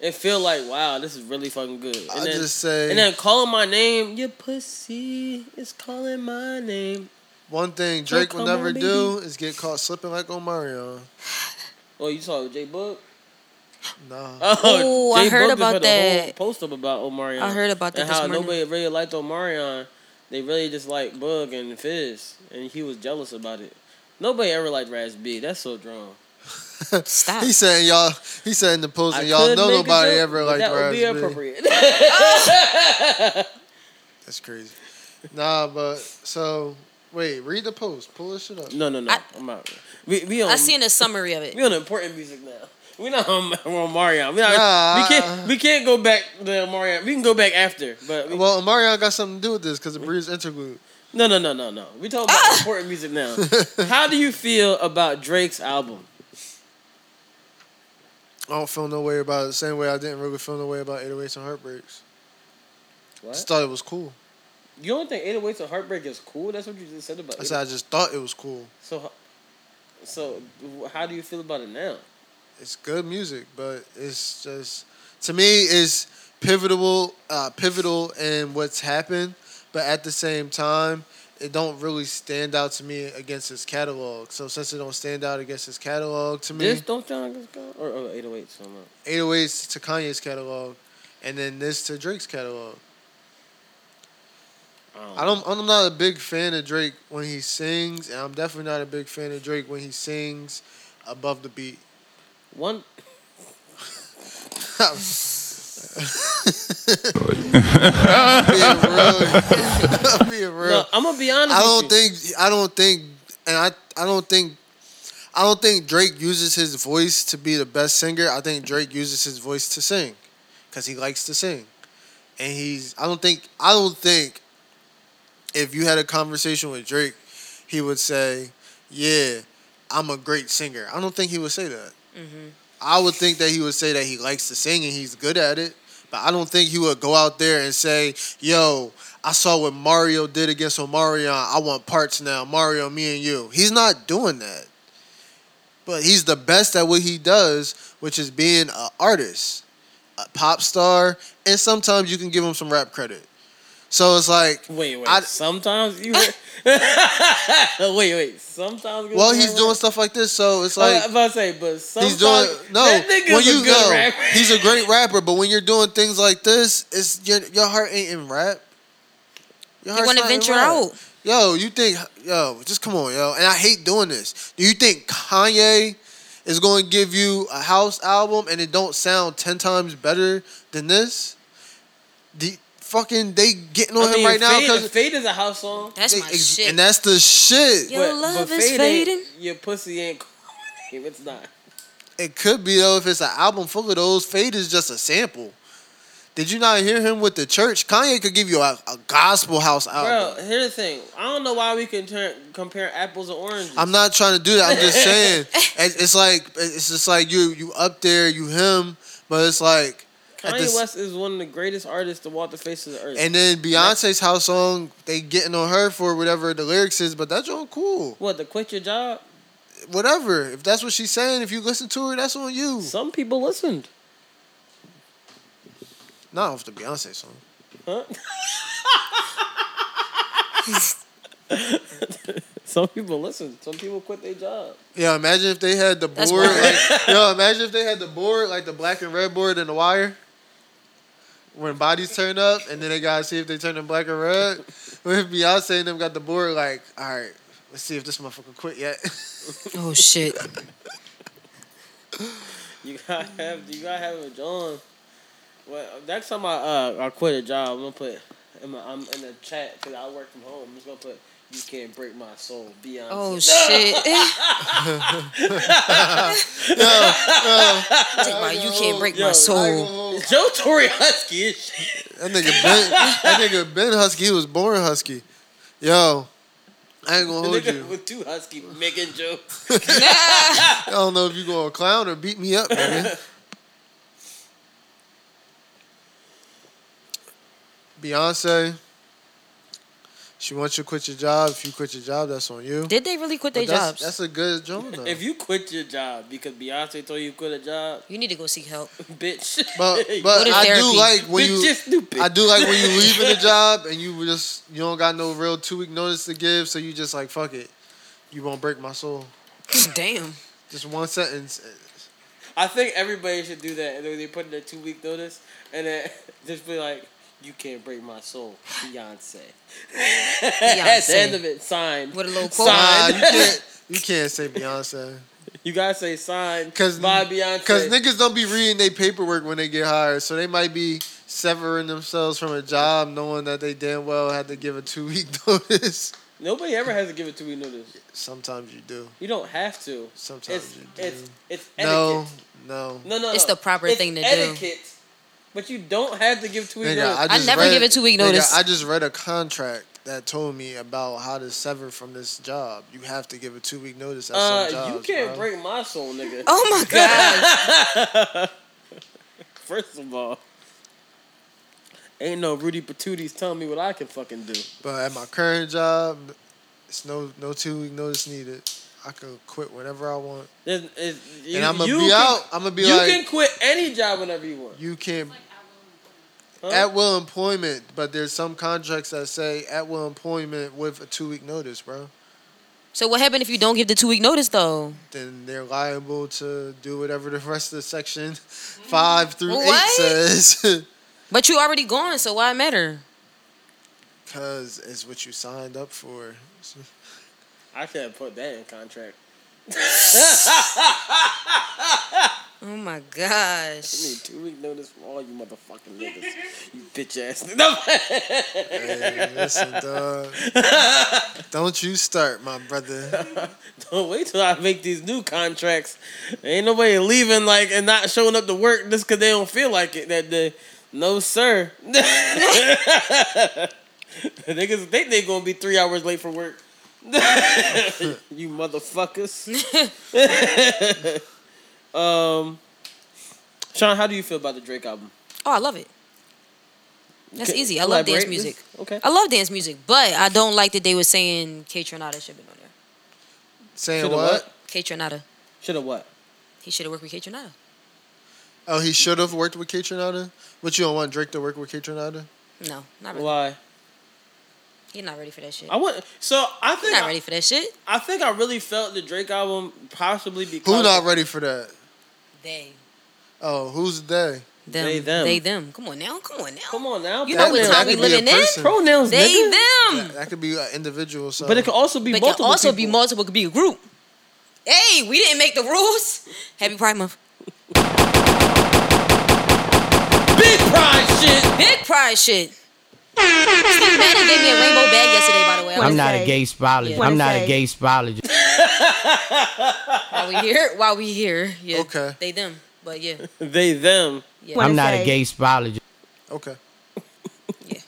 [SPEAKER 1] It feel like wow, this is really fucking good. And
[SPEAKER 4] I
[SPEAKER 1] then,
[SPEAKER 4] just say-
[SPEAKER 1] and then calling my name, your pussy is calling my name.
[SPEAKER 4] one thing Drake will
[SPEAKER 1] come
[SPEAKER 4] never
[SPEAKER 1] on,
[SPEAKER 4] do is get caught slipping like Omarion.
[SPEAKER 1] Oh, you saw J Book?
[SPEAKER 4] Nah.
[SPEAKER 6] Ooh, I
[SPEAKER 1] Oh, Jay
[SPEAKER 6] heard
[SPEAKER 1] Book just had
[SPEAKER 6] about
[SPEAKER 1] a Whole
[SPEAKER 6] that.
[SPEAKER 1] post up about Omarion.
[SPEAKER 6] I heard about that
[SPEAKER 1] And
[SPEAKER 6] this
[SPEAKER 1] how
[SPEAKER 6] morning.
[SPEAKER 1] nobody really liked Omarion. They really just liked Bug and Fizz, and he was jealous about it. Nobody ever liked Raz B. That's so drawn.
[SPEAKER 6] Stop.
[SPEAKER 4] He said y'all. He said in the post,
[SPEAKER 1] I
[SPEAKER 4] and y'all
[SPEAKER 1] could
[SPEAKER 4] know
[SPEAKER 1] make a
[SPEAKER 4] nobody
[SPEAKER 1] joke,
[SPEAKER 4] ever
[SPEAKER 1] but
[SPEAKER 4] liked
[SPEAKER 1] That would be
[SPEAKER 4] Raspberry. <laughs>
[SPEAKER 1] appropriate.
[SPEAKER 4] That's crazy. Nah, but so wait, read the post. Pull this shit up.
[SPEAKER 1] no, no, no. I,
[SPEAKER 6] I-
[SPEAKER 1] am out. We we on
[SPEAKER 6] I seen a summary of it.
[SPEAKER 1] we on important music now. <laughs> We not on, we're on Omarion. We, not,
[SPEAKER 4] Nah,
[SPEAKER 1] we
[SPEAKER 4] I-
[SPEAKER 1] can't we can't go back to Omarion. We can go back after, but we,
[SPEAKER 4] Well, Omarion got something to do with this because the Breeze interlude.
[SPEAKER 1] No, no, no, no, no. We talking about
[SPEAKER 6] <laughs>
[SPEAKER 1] important music now. How do you feel about Drake's album?
[SPEAKER 4] I don't feel no way about it. Same way I didn't really feel no way about 808s and Heartbreaks. Just thought it was cool.
[SPEAKER 1] You don't think 808s and Heartbreak is cool? That's what you just said about
[SPEAKER 4] I
[SPEAKER 1] it.
[SPEAKER 4] said I just thought it was cool.
[SPEAKER 1] So, so how do you feel about it now?
[SPEAKER 4] It's good music, but it's just to me it's pivotal, uh, pivotal in what's happened. But at the same time, it don't really stand out to me against his catalog. So since it don't stand out against his catalog, to me,
[SPEAKER 1] This don't sound like it's good. Or, or 808s. so I'm not-
[SPEAKER 4] 808s to Kanye's catalog, and then this to Drake's catalog. I don't. I'm not a big fan of Drake when he sings, and I'm definitely not a big fan of Drake when he sings above the beat. <laughs>
[SPEAKER 1] One.
[SPEAKER 4] Being real, <laughs> being real.
[SPEAKER 1] No, I'm gonna be honest.
[SPEAKER 4] I
[SPEAKER 1] with
[SPEAKER 4] don't
[SPEAKER 1] you.
[SPEAKER 4] think. I don't think. And I. I don't think. I don't think Drake uses his voice to be the best singer. I think Drake uses his voice to sing, because he likes to sing, and he's. I don't think. I don't think. If you had a conversation with Drake, he would say, "Yeah, I'm a great singer." I don't think he would say that. I would think that he would say that he likes to sing and he's good at it, but I don't think he would go out there and say, "Yo, I saw what Mario did against Omarion. I want parts now, Mario, me and you." He's not doing that. But he's the best at what he does, which is being an artist, a pop star, and sometimes you can give him some rap credit. So it's like,
[SPEAKER 1] Wait, wait.
[SPEAKER 4] I-
[SPEAKER 1] sometimes
[SPEAKER 4] <laughs>
[SPEAKER 1] you. <laughs> wait, wait. Sometimes.
[SPEAKER 4] well, he's doing stuff like this, so it's like.
[SPEAKER 1] I was about to say, but sometimes
[SPEAKER 4] He's doing no.
[SPEAKER 1] That nigga's
[SPEAKER 4] when you
[SPEAKER 1] a good
[SPEAKER 4] go,
[SPEAKER 1] rapper.
[SPEAKER 4] he's a great rapper. But when you're doing things like this, it's your your heart ain't in rap. Your
[SPEAKER 6] You
[SPEAKER 4] heart's
[SPEAKER 6] want to
[SPEAKER 4] not in
[SPEAKER 6] venture
[SPEAKER 4] rap.
[SPEAKER 6] out?
[SPEAKER 4] Yo, you think yo? Just come on, yo. And I hate doing this. Do you think Kanye is going to give you a house album and it don't sound ten times better than this? The fucking they getting on
[SPEAKER 1] I mean,
[SPEAKER 4] him right now
[SPEAKER 1] Fade,
[SPEAKER 4] because
[SPEAKER 1] Fade is a house song.
[SPEAKER 6] That's my shit.
[SPEAKER 4] and that's the shit.
[SPEAKER 6] Your love is
[SPEAKER 1] ain't-
[SPEAKER 6] fading.
[SPEAKER 1] Your pussy ain't <laughs> cool. It's not.
[SPEAKER 4] It could be though if it's an album full of those. Fade is just a sample. Did you not hear him with the church? Kanye could give you a, a gospel house
[SPEAKER 1] Bro,
[SPEAKER 4] album.
[SPEAKER 1] here's the thing. I don't know why we can turn, compare apples and oranges.
[SPEAKER 4] I'm not trying to do that. I'm
[SPEAKER 1] <laughs>
[SPEAKER 4] just saying it- it's like it's just like you you up there, you him, but it's like at
[SPEAKER 1] Kanye
[SPEAKER 4] this-
[SPEAKER 1] West is one of the greatest artists to walk the face of the earth.
[SPEAKER 4] and then Beyonce's house song they getting on her for whatever the lyrics is, but that's all cool.
[SPEAKER 1] what, to quit your job?
[SPEAKER 4] Whatever. If that's what she's saying, if you listen to her, that's on you.
[SPEAKER 1] Some people listened. <laughs>
[SPEAKER 4] Not off the Beyonce song.
[SPEAKER 1] Some people listened. Some people quit their job.
[SPEAKER 4] Yeah, imagine if they had the
[SPEAKER 6] That's
[SPEAKER 4] board.
[SPEAKER 6] wild.
[SPEAKER 4] Like, yo, imagine if they had the board, like the black and red board and the wire. When bodies turn up, and then they gotta see if they turn in black and red. What if Beyonce and them got the board, like, all right, let's see if this motherfucker quit yet. <laughs>
[SPEAKER 6] Oh shit.
[SPEAKER 1] <laughs> You gotta have, you gotta have a John. Well, next time I uh, I quit a job, I'm gonna put in my, I'm in the chat because I work from home. I'm just gonna put you can't break my soul, Beyonce.
[SPEAKER 6] Oh <laughs> shit! Talking about you can't break my soul.
[SPEAKER 1] <laughs> Joe Torre Husky is shit.
[SPEAKER 4] That nigga Ben, that nigga Ben Husky he was born Husky. Yo, I ain't gonna hold
[SPEAKER 1] <laughs> Nigga
[SPEAKER 4] you.
[SPEAKER 1] with two husky making jokes.
[SPEAKER 4] I don't know if you gonna clown or beat me up, nigga. Beyonce, she wants you to quit your job. If you quit your job, that's on you.
[SPEAKER 6] Did they really quit
[SPEAKER 4] But
[SPEAKER 6] their
[SPEAKER 4] that's,
[SPEAKER 6] jobs?
[SPEAKER 4] That's a good drama. though.
[SPEAKER 1] If you quit your job because Beyonce told you quit a job, <laughs>
[SPEAKER 6] you need to go seek help.
[SPEAKER 1] bitch. <laughs>
[SPEAKER 4] But
[SPEAKER 6] Go
[SPEAKER 4] but
[SPEAKER 6] to
[SPEAKER 4] I
[SPEAKER 6] therapy.
[SPEAKER 4] do like when
[SPEAKER 1] Bitch,
[SPEAKER 4] you
[SPEAKER 1] just do bitch.
[SPEAKER 4] I do like when you leaving the job and you just you don't got no real two week notice to give, so you just like fuck it. You won't break my soul.
[SPEAKER 6] Damn.
[SPEAKER 4] Just one sentence.
[SPEAKER 1] I think everybody should do that. And then they put in a two week notice and then <laughs> just be like, you can't break my soul, Beyonce. <laughs> At
[SPEAKER 6] Beyonce.
[SPEAKER 1] the end of it, signed.
[SPEAKER 6] With a little quote.
[SPEAKER 4] Nah,
[SPEAKER 1] Signed.
[SPEAKER 4] you can't you can't say Beyonce
[SPEAKER 1] <laughs> you gotta say signed.
[SPEAKER 4] because
[SPEAKER 1] by Beyonce.
[SPEAKER 4] because niggas don't be reading their paperwork when they get hired, so they might be severing themselves from a job knowing that they damn well had to give a two week <laughs> notice.
[SPEAKER 1] Nobody ever has to give a two week notice.
[SPEAKER 4] Sometimes you do.
[SPEAKER 1] You don't have to.
[SPEAKER 4] Sometimes
[SPEAKER 1] It's
[SPEAKER 4] you do.
[SPEAKER 1] it's it's etiquette.
[SPEAKER 4] no, no.
[SPEAKER 1] No, no,
[SPEAKER 6] It's
[SPEAKER 1] no.
[SPEAKER 6] the proper thing to do.
[SPEAKER 1] etiquette, But you don't have to give two week
[SPEAKER 4] Nigga,
[SPEAKER 1] notice.
[SPEAKER 4] I, just
[SPEAKER 6] never
[SPEAKER 4] read,
[SPEAKER 6] give a two-week
[SPEAKER 4] nigga,
[SPEAKER 6] notice.
[SPEAKER 4] I just read a contract that told me about how to sever from this job. You have to give a two week notice at
[SPEAKER 1] Uh,
[SPEAKER 4] some jobs.
[SPEAKER 1] you can't
[SPEAKER 4] bro.
[SPEAKER 1] break my soul, nigga.
[SPEAKER 6] Oh my god.
[SPEAKER 1] First of all, ain't no Rudy Patooties telling me what I can fucking do.
[SPEAKER 4] But at my current job, it's no no two week notice needed. I could quit whenever I want,
[SPEAKER 1] There's, it's, you,
[SPEAKER 4] and I'm gonna
[SPEAKER 1] you
[SPEAKER 4] be
[SPEAKER 1] can,
[SPEAKER 4] out. I'm gonna be
[SPEAKER 1] you
[SPEAKER 4] like,
[SPEAKER 1] can quit any job whenever you want.
[SPEAKER 4] you can't
[SPEAKER 1] Huh?
[SPEAKER 4] at will employment. But there's some contracts that say at will employment with a two week notice, bro.
[SPEAKER 6] so what happened if you don't give the two week notice though?
[SPEAKER 4] Then they're liable to do whatever the <laughs> rest of section
[SPEAKER 1] Mm.
[SPEAKER 4] five through
[SPEAKER 6] What?
[SPEAKER 4] eight says. <laughs>
[SPEAKER 6] But you already gone, so why matter?
[SPEAKER 4] Cause it's what you signed up for. <laughs>
[SPEAKER 1] I can't put that in contract.
[SPEAKER 6] Oh my gosh.
[SPEAKER 1] You need two week notice from all you motherfucking niggas. You bitch ass. <laughs> niggas.
[SPEAKER 4] Hey, listen,
[SPEAKER 1] <laughs>
[SPEAKER 4] dog. Don't you start, my brother.
[SPEAKER 1] Don't Oh, wait till I make these new contracts. Ain't nobody leaving like and not showing up to work just because they don't feel like it that day. No sir. <laughs> Niggas think they gonna be three hours late for work. <laughs> you motherfuckers. <laughs> um, Sean, how do you feel about the Drake album?
[SPEAKER 6] Oh, I love it. That's
[SPEAKER 1] Can-
[SPEAKER 6] easy. I love dance
[SPEAKER 1] elaborate?
[SPEAKER 6] music.
[SPEAKER 1] Okay.
[SPEAKER 6] I love dance music, but I don't like that they were saying K Tronada should have been on there.
[SPEAKER 4] Saying
[SPEAKER 1] Shoulda
[SPEAKER 4] what?
[SPEAKER 6] K Tronada.
[SPEAKER 1] Should have what?
[SPEAKER 6] He should have worked with K Tronada.
[SPEAKER 4] Oh, he should have worked with K Tronada. But you don't want Drake to work with K Tronada?
[SPEAKER 6] No, not really.
[SPEAKER 1] Why?
[SPEAKER 6] He's not ready for that shit.
[SPEAKER 1] I want. So I
[SPEAKER 6] He's
[SPEAKER 1] think
[SPEAKER 6] not
[SPEAKER 1] I,
[SPEAKER 6] ready for that shit.
[SPEAKER 1] I think I really felt the Drake album possibly because
[SPEAKER 4] Who not ready for that?
[SPEAKER 6] They.
[SPEAKER 4] Oh, who's they?
[SPEAKER 6] Them.
[SPEAKER 1] They, them.
[SPEAKER 6] They them. Come on now. Come on now.
[SPEAKER 1] Come on now.
[SPEAKER 6] You
[SPEAKER 1] bro.
[SPEAKER 6] know
[SPEAKER 4] That-
[SPEAKER 6] what
[SPEAKER 4] that
[SPEAKER 6] time we
[SPEAKER 4] could be a
[SPEAKER 6] living in?
[SPEAKER 4] person.
[SPEAKER 1] pronouns.
[SPEAKER 6] They
[SPEAKER 1] nigga.
[SPEAKER 6] them.
[SPEAKER 4] That could be an individual. So.
[SPEAKER 1] But it could also be
[SPEAKER 6] But it
[SPEAKER 1] multiple.
[SPEAKER 6] can also be
[SPEAKER 1] people.
[SPEAKER 6] multiple. It could be a group. Hey, we didn't make the rules. Happy Pride Month.
[SPEAKER 1] big pride shit.
[SPEAKER 6] Big Pride shit. Steve Madden gave me a rainbow bag yesterday, by the way.
[SPEAKER 2] I'm not a gay spologist. I'm not a gay spologist.
[SPEAKER 6] While we here, while we here, yeah.
[SPEAKER 4] Okay.
[SPEAKER 6] They them, but yeah,
[SPEAKER 1] They them.
[SPEAKER 6] yeah.
[SPEAKER 2] I'm not a gay spologist.
[SPEAKER 4] Okay.
[SPEAKER 6] <laughs> Yeah.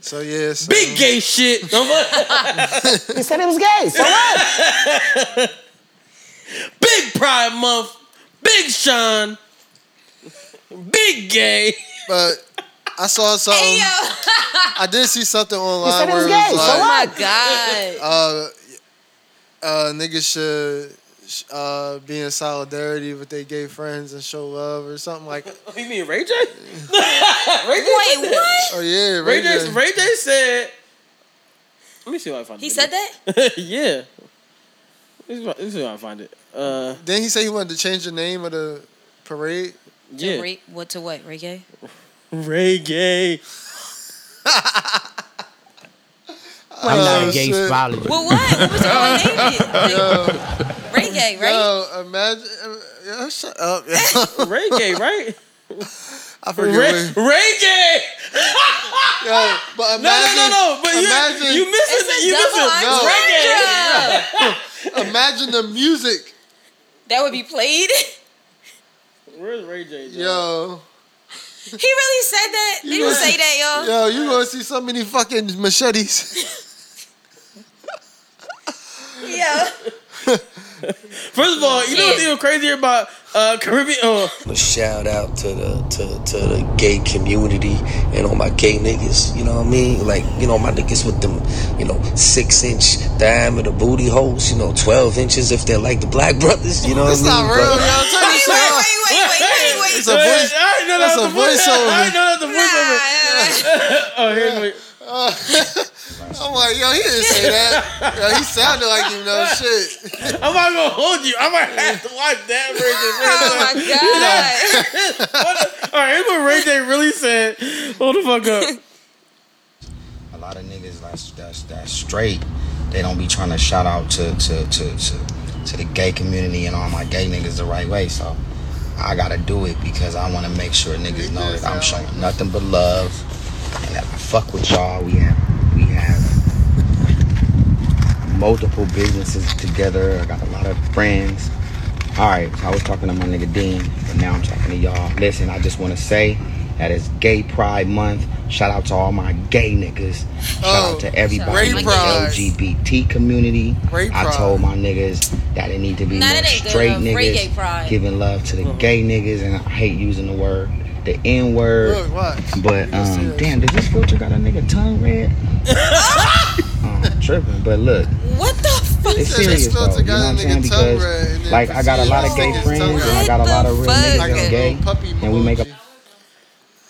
[SPEAKER 4] So yes.
[SPEAKER 1] Big gay shit. <laughs> Don't fuck-
[SPEAKER 7] You said it was gay, so what?
[SPEAKER 1] <laughs> big pride month. Big Sean. Big gay.
[SPEAKER 4] But I saw something.
[SPEAKER 6] Hey, uh, yo.
[SPEAKER 1] uh,
[SPEAKER 4] I did see something online
[SPEAKER 7] said it
[SPEAKER 4] where
[SPEAKER 7] was
[SPEAKER 4] it was
[SPEAKER 7] gay, so
[SPEAKER 4] like,
[SPEAKER 6] Oh my god.
[SPEAKER 4] uh, uh, niggas should sh- uh, be in solidarity with their gay friends and show love or something like.
[SPEAKER 1] Oh, You mean <laughs> Ray J? Ray J.
[SPEAKER 6] Wait, what?
[SPEAKER 4] Oh
[SPEAKER 1] <laughs>
[SPEAKER 4] yeah,
[SPEAKER 1] Ray
[SPEAKER 4] Ray
[SPEAKER 1] J.
[SPEAKER 4] J.
[SPEAKER 1] Ray J. said. Let me see if I find.
[SPEAKER 6] He
[SPEAKER 1] it.
[SPEAKER 6] said that?
[SPEAKER 1] <laughs> yeah. This is, where- this is where I find it. Uh,
[SPEAKER 4] Didn't he say he wanted to change the name of the parade?
[SPEAKER 1] yeah.
[SPEAKER 6] Ray, what to what? Ray Gay?
[SPEAKER 1] Reggae.
[SPEAKER 2] I'm not
[SPEAKER 4] Oh,
[SPEAKER 2] a gay
[SPEAKER 4] shit.
[SPEAKER 2] spologist.
[SPEAKER 6] Well, what? What was y'all name? it?
[SPEAKER 1] <laughs>
[SPEAKER 6] Like, Ray Gay, right?
[SPEAKER 4] Yo, imagine. uh, yo, shut up. <laughs> yo. <laughs>
[SPEAKER 1] Reggae, right?
[SPEAKER 4] I
[SPEAKER 1] Ray,
[SPEAKER 4] forget. where-
[SPEAKER 1] reggae.
[SPEAKER 4] Yo, but
[SPEAKER 1] No, no,
[SPEAKER 4] imagine,
[SPEAKER 1] no, no. But you,
[SPEAKER 4] imagine,
[SPEAKER 1] you missing it. You
[SPEAKER 6] double
[SPEAKER 1] missing
[SPEAKER 4] No.
[SPEAKER 6] entendre.
[SPEAKER 4] imagine the music,
[SPEAKER 6] That would be played.
[SPEAKER 1] Where's Ray J? Joe?
[SPEAKER 4] yo.
[SPEAKER 6] He really said that. Did he
[SPEAKER 4] know-
[SPEAKER 6] say that, y'all?
[SPEAKER 4] Yo, you gonna see so many
[SPEAKER 1] <laughs>
[SPEAKER 4] fucking machetes.
[SPEAKER 6] Yeah.
[SPEAKER 1] First of all, you know what's even crazier about uh, Caribbean? Uh,
[SPEAKER 9] A shout out to the to, to the gay community and all my gay niggas. You know what I mean? Like you know my niggas with them, you know, six inch diameter booty holes. You know, twelve inches if they're like the black <laughs> brothers. You know what I
[SPEAKER 4] That's
[SPEAKER 9] mean?
[SPEAKER 4] not
[SPEAKER 1] Um,
[SPEAKER 4] real, yo.
[SPEAKER 9] But-
[SPEAKER 4] Turn this shit
[SPEAKER 6] Wait, wait,
[SPEAKER 4] off.
[SPEAKER 6] wait, wait, wait, wait, wait.
[SPEAKER 4] It's a voice.
[SPEAKER 1] I didn't know
[SPEAKER 4] That's
[SPEAKER 1] that was
[SPEAKER 4] a
[SPEAKER 1] the voice-
[SPEAKER 4] voiceover.
[SPEAKER 1] I didn't know that's the voiceover.
[SPEAKER 6] Nah,
[SPEAKER 1] Oh, here's me.
[SPEAKER 4] I'm like, yo, he didn't say that. Yo, he sounded like you
[SPEAKER 1] <laughs>
[SPEAKER 4] know shit.
[SPEAKER 1] I'm not gonna hold you. I might have to watch that version.
[SPEAKER 6] Oh my god.
[SPEAKER 1] All right, here's what Ray J really said. Hold the fuck up.
[SPEAKER 6] <laughs>
[SPEAKER 12] a lot of niggas that's that's that's straight. They don't be trying to shout out to to to to, to the gay community and all my gay niggas the right way. So I gotta do it because I want to make sure niggas know that I'm showing nothing but love and that I fuck with y'all. We have we have multiple businesses together. I got a lot of friends. All right, so I was talking to my nigga Dean, but now I'm talking to y'all. Listen, I just want to say that it's Gay Pride Month. Shout out to all my gay niggas. Shout
[SPEAKER 4] Oh,
[SPEAKER 12] out to everybody
[SPEAKER 4] Ray
[SPEAKER 12] in the
[SPEAKER 4] Pride.
[SPEAKER 12] LGBT community.
[SPEAKER 4] Ray
[SPEAKER 12] I
[SPEAKER 4] Pride.
[SPEAKER 12] told my niggas that it need to be
[SPEAKER 6] Nah,
[SPEAKER 12] more
[SPEAKER 6] that ain't good
[SPEAKER 12] straight
[SPEAKER 6] enough. Ray Gay
[SPEAKER 12] niggas
[SPEAKER 6] Pride.
[SPEAKER 12] giving love to the
[SPEAKER 4] Uh-huh.
[SPEAKER 12] gay niggas, and I hate using the word, the N word.
[SPEAKER 4] Look, watch.
[SPEAKER 12] But um, damn, does this filter got a nigga tongue
[SPEAKER 4] <laughs>
[SPEAKER 12] red? <laughs> um, tripping, but look,
[SPEAKER 6] What the fuck?
[SPEAKER 12] it's
[SPEAKER 4] said this
[SPEAKER 12] serious though.
[SPEAKER 4] filter
[SPEAKER 12] You know
[SPEAKER 4] got
[SPEAKER 12] what
[SPEAKER 4] a
[SPEAKER 12] I'm
[SPEAKER 4] nigga
[SPEAKER 12] saying?
[SPEAKER 4] tongue red, and
[SPEAKER 12] Because
[SPEAKER 4] then
[SPEAKER 12] like I got a lot of gay
[SPEAKER 4] nigga's
[SPEAKER 12] friends,
[SPEAKER 4] tongue
[SPEAKER 12] and I
[SPEAKER 4] red.
[SPEAKER 12] got a lot of
[SPEAKER 6] What
[SPEAKER 12] real
[SPEAKER 6] the
[SPEAKER 12] niggas
[SPEAKER 6] fuck?
[SPEAKER 12] that's gay,
[SPEAKER 4] Puppy
[SPEAKER 12] and we make a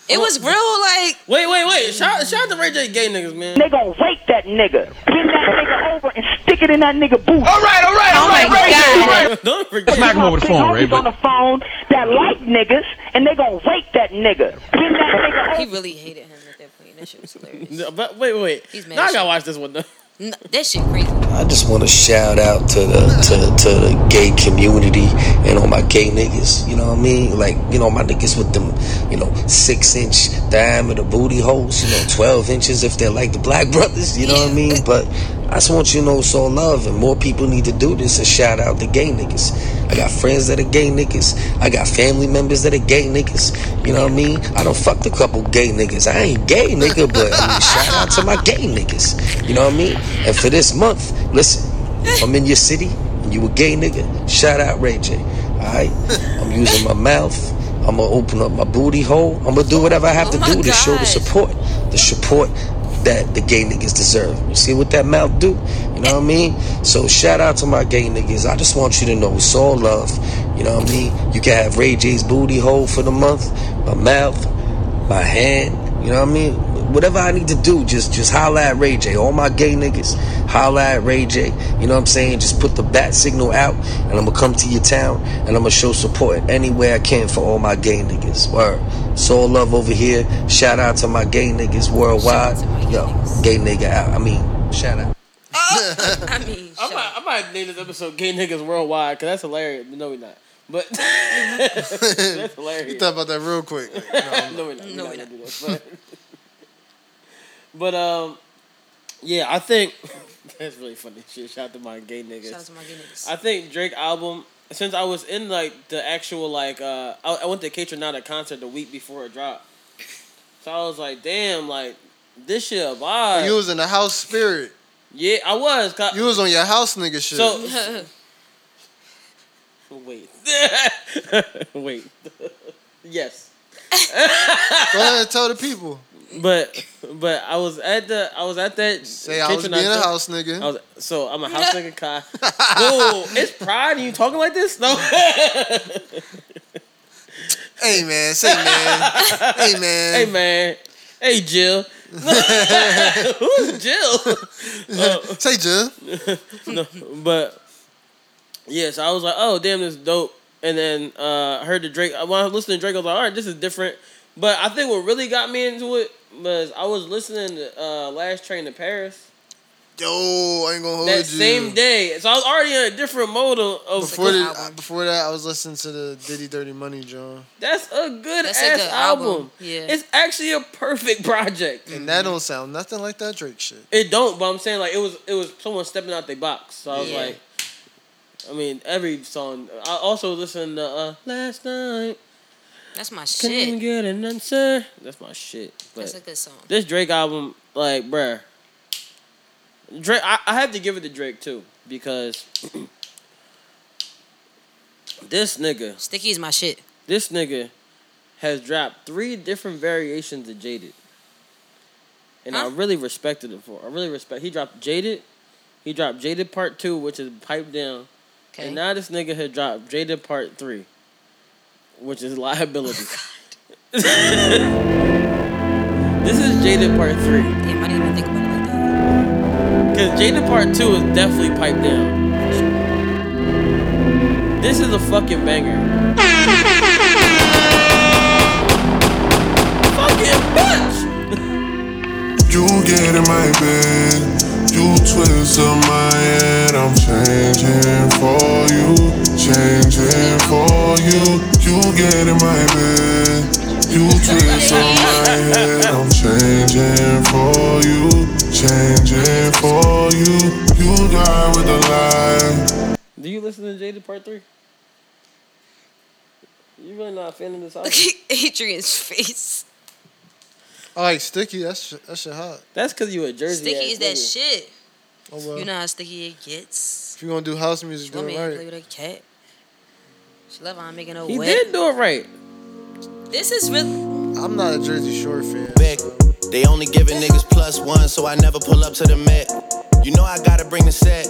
[SPEAKER 6] It was real like
[SPEAKER 1] Wait, wait, wait. Shout, shout out to Ray J gay niggas, man.
[SPEAKER 13] They gonna rape that nigga, bend that nigga over, and stick it in that nigga boot. All right, all right, all right,
[SPEAKER 6] my
[SPEAKER 13] right,
[SPEAKER 1] Don't forget.
[SPEAKER 13] Smack him over the phone,
[SPEAKER 12] Ray, but-
[SPEAKER 13] on the phone that like niggas, and they gonna rape that nigga, bend that nigga
[SPEAKER 6] he really hated him at that point. That shit was hilarious.
[SPEAKER 1] No, But wait, wait.
[SPEAKER 6] He's mad
[SPEAKER 1] Now I
[SPEAKER 6] as
[SPEAKER 1] gotta
[SPEAKER 6] shit.
[SPEAKER 1] watch this one though.
[SPEAKER 6] No, that shit crazy.
[SPEAKER 9] I just want to shout out to the to, to the gay community and all my gay niggas. You know what I mean? Like you know my niggas with them, you know, six inch diameter booty holes. You know, twelve inches if they're like the black brothers. You know what I mean? But I just want you to know it's all love, and more people need to do this. And shout out the gay niggas. I got friends that are gay niggas. I got family members that are gay niggas. You know what I mean? I don't fucked a couple gay niggas. I ain't gay nigga, but I mean, shout out to my gay niggas. You know what I mean? And for this month, listen, if I'm in your city and you a gay nigga, shout out Ray J. Alright? I'm using my mouth. I'm gonna open up my booty hole. I'm gonna do whatever I have
[SPEAKER 6] Oh
[SPEAKER 9] to
[SPEAKER 6] my
[SPEAKER 9] do to show the
[SPEAKER 6] God.
[SPEAKER 9] support. The support that the gay niggas deserve. You see what that mouth do? You know what I mean? So shout out to my gay niggas. I just want you to know it's all love. You know what I mean? You can have Ray J's booty hole for the month, my mouth, my hand. You know what I mean? Whatever I need to do, just just holla at Ray J. All my gay niggas, holla at Ray J. You know what I'm saying? Just put the bat signal out, and I'ma come to your town, and I'ma show support any way I can for all my gay niggas. Word. It's all love over here. Shout out to my gay niggas worldwide. Yo, gay nigga out. I mean, shout out.
[SPEAKER 6] I mean,
[SPEAKER 1] I
[SPEAKER 6] shut
[SPEAKER 1] might,
[SPEAKER 6] up.
[SPEAKER 1] I might name this episode "Gay Niggas Worldwide" because that's hilarious. No, we not. But <laughs> that's hilarious.
[SPEAKER 4] You thought about that
[SPEAKER 1] <laughs>
[SPEAKER 4] real quick. Like, no,
[SPEAKER 1] no, we're not. We're
[SPEAKER 6] No,
[SPEAKER 1] not
[SPEAKER 6] we're
[SPEAKER 1] gonna do that. But, <laughs> but um, yeah, I think <laughs> that's really funny shit. Shout out to my gay niggas.
[SPEAKER 6] Shout out to my gay niggas.
[SPEAKER 1] I think Drake album. Since I was in like the actual like uh, I, I went to Catronata concert the week before it dropped, so I was like, damn, like this shit a vibe.
[SPEAKER 4] You was in the house spirit.
[SPEAKER 1] yeah, I was. 'cause-
[SPEAKER 4] You was on your house nigga shit.
[SPEAKER 1] so wait, <laughs> wait, yes.
[SPEAKER 4] Go ahead and tell the people.
[SPEAKER 1] But but I was at the I was at that
[SPEAKER 4] Say I was
[SPEAKER 1] kitchen
[SPEAKER 4] being a
[SPEAKER 1] thought-
[SPEAKER 4] house nigga.
[SPEAKER 1] I was so
[SPEAKER 4] <laughs>
[SPEAKER 1] I'm a house nigga Kai. Whoa, it's pride and you talking like this? No.
[SPEAKER 4] hey man,
[SPEAKER 1] <laughs>
[SPEAKER 4] say man. hey man. <laughs>
[SPEAKER 1] hey man. Hey Jill. Who's Jill? <laughs>
[SPEAKER 4] Say Jill.
[SPEAKER 1] no, but yes, I was like, oh damn, this is dope. And then uh, I heard the Drake. When I was listening to Drake, I was like, all right, this is different. But I think what really got me into it was I was listening to uh, Last Train to Paris.
[SPEAKER 4] yo, I ain't gonna hold you.
[SPEAKER 1] that same day. So I was already in a different mode of. of
[SPEAKER 4] Before, the, uh, before that, I was listening to the Diddy Dirty Money, John.
[SPEAKER 1] that's a good
[SPEAKER 6] That's a
[SPEAKER 1] ass
[SPEAKER 6] good
[SPEAKER 1] album.
[SPEAKER 6] album. Yeah. Mm-hmm.
[SPEAKER 1] It's actually a perfect <laughs> project.
[SPEAKER 4] And that don't sound nothing like that Drake shit.
[SPEAKER 1] It don't, but I'm saying like it was it was someone stepping out their box. So I was
[SPEAKER 4] Yeah.
[SPEAKER 1] like, I mean, every song. I also listened to uh, Last Night.
[SPEAKER 6] <laughs> That's my
[SPEAKER 1] Can you
[SPEAKER 6] shit.
[SPEAKER 1] get an answer? That's my shit. But
[SPEAKER 6] That's a good song.
[SPEAKER 1] This Drake album, like, bruh. Drake, I, I have to give it to Drake too because <clears throat> this nigga,
[SPEAKER 6] Sticky's my shit.
[SPEAKER 1] this nigga, has dropped three different variations of Jaded, and I really respected him for. it. I really respect. He dropped Jaded, he dropped Jaded Part Two, which is Pipe Down, and now this nigga has dropped Jaded Part Three, which is <laughs> Liability. <laughs> This is Jaded Part 3. Damn, I didn't even think about it like that. Because Jaded Part 2 is definitely piped down. This is a fucking banger. fucking bitch!
[SPEAKER 14] You get in my bed, you twist up my head. I'm changing for you, changing for you. You get in my bed, you twist up my head. I'm changing for you, changing for you. You die with a lie.
[SPEAKER 1] Do you listen to Jaded Part 3? You really not a fan of this
[SPEAKER 6] <laughs>
[SPEAKER 1] album?
[SPEAKER 6] Look at Adrian's <laughs> face.
[SPEAKER 4] I like Sticky. That's sh- that shit hot.
[SPEAKER 1] That's because you a Jersey.
[SPEAKER 6] Sticky is that shit.
[SPEAKER 4] Oh, well.
[SPEAKER 6] You know how sticky it gets.
[SPEAKER 4] If you gonna do house music,
[SPEAKER 6] She
[SPEAKER 4] do
[SPEAKER 6] want
[SPEAKER 4] it
[SPEAKER 6] me to play
[SPEAKER 4] right.
[SPEAKER 6] with a cat. She love how I'm making her
[SPEAKER 4] He
[SPEAKER 6] wet.
[SPEAKER 4] did
[SPEAKER 1] do it right.
[SPEAKER 6] This is really.
[SPEAKER 4] I'm not a Jersey Shore fan.
[SPEAKER 15] Vic. They only giving niggas plus one, so I never pull up to the Met. You know I gotta bring the set.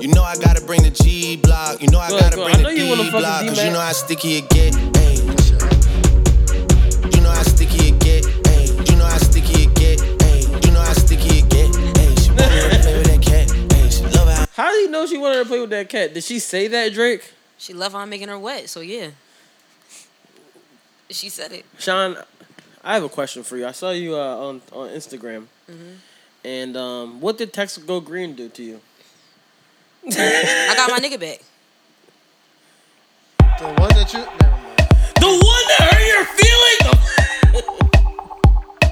[SPEAKER 15] You know I gotta bring the G block. You know I
[SPEAKER 1] Look,
[SPEAKER 15] gotta
[SPEAKER 1] look,
[SPEAKER 15] bring
[SPEAKER 1] I know
[SPEAKER 15] the
[SPEAKER 1] you wanna
[SPEAKER 15] D
[SPEAKER 1] fuck with
[SPEAKER 15] block. Cause you
[SPEAKER 1] D-Mac.
[SPEAKER 15] know how sticky it get. Ay. You know how sticky it get. Ay. You know how sticky it get. Ay. You know how sticky it get. Ay. She want me to play with that cat. Ay. She love how
[SPEAKER 1] How do you know she wanted to play with that cat? Did she say that, Drake?
[SPEAKER 6] She love how I'm making her wet. So yeah. She said it.
[SPEAKER 1] Sean, I have a question for you. I saw you uh, on, on Instagram.
[SPEAKER 6] Mhm.
[SPEAKER 1] And um, what did Texas Go Green do to you?
[SPEAKER 6] I got my nigga back.
[SPEAKER 4] The one that you.
[SPEAKER 1] The one that hurt your feelings.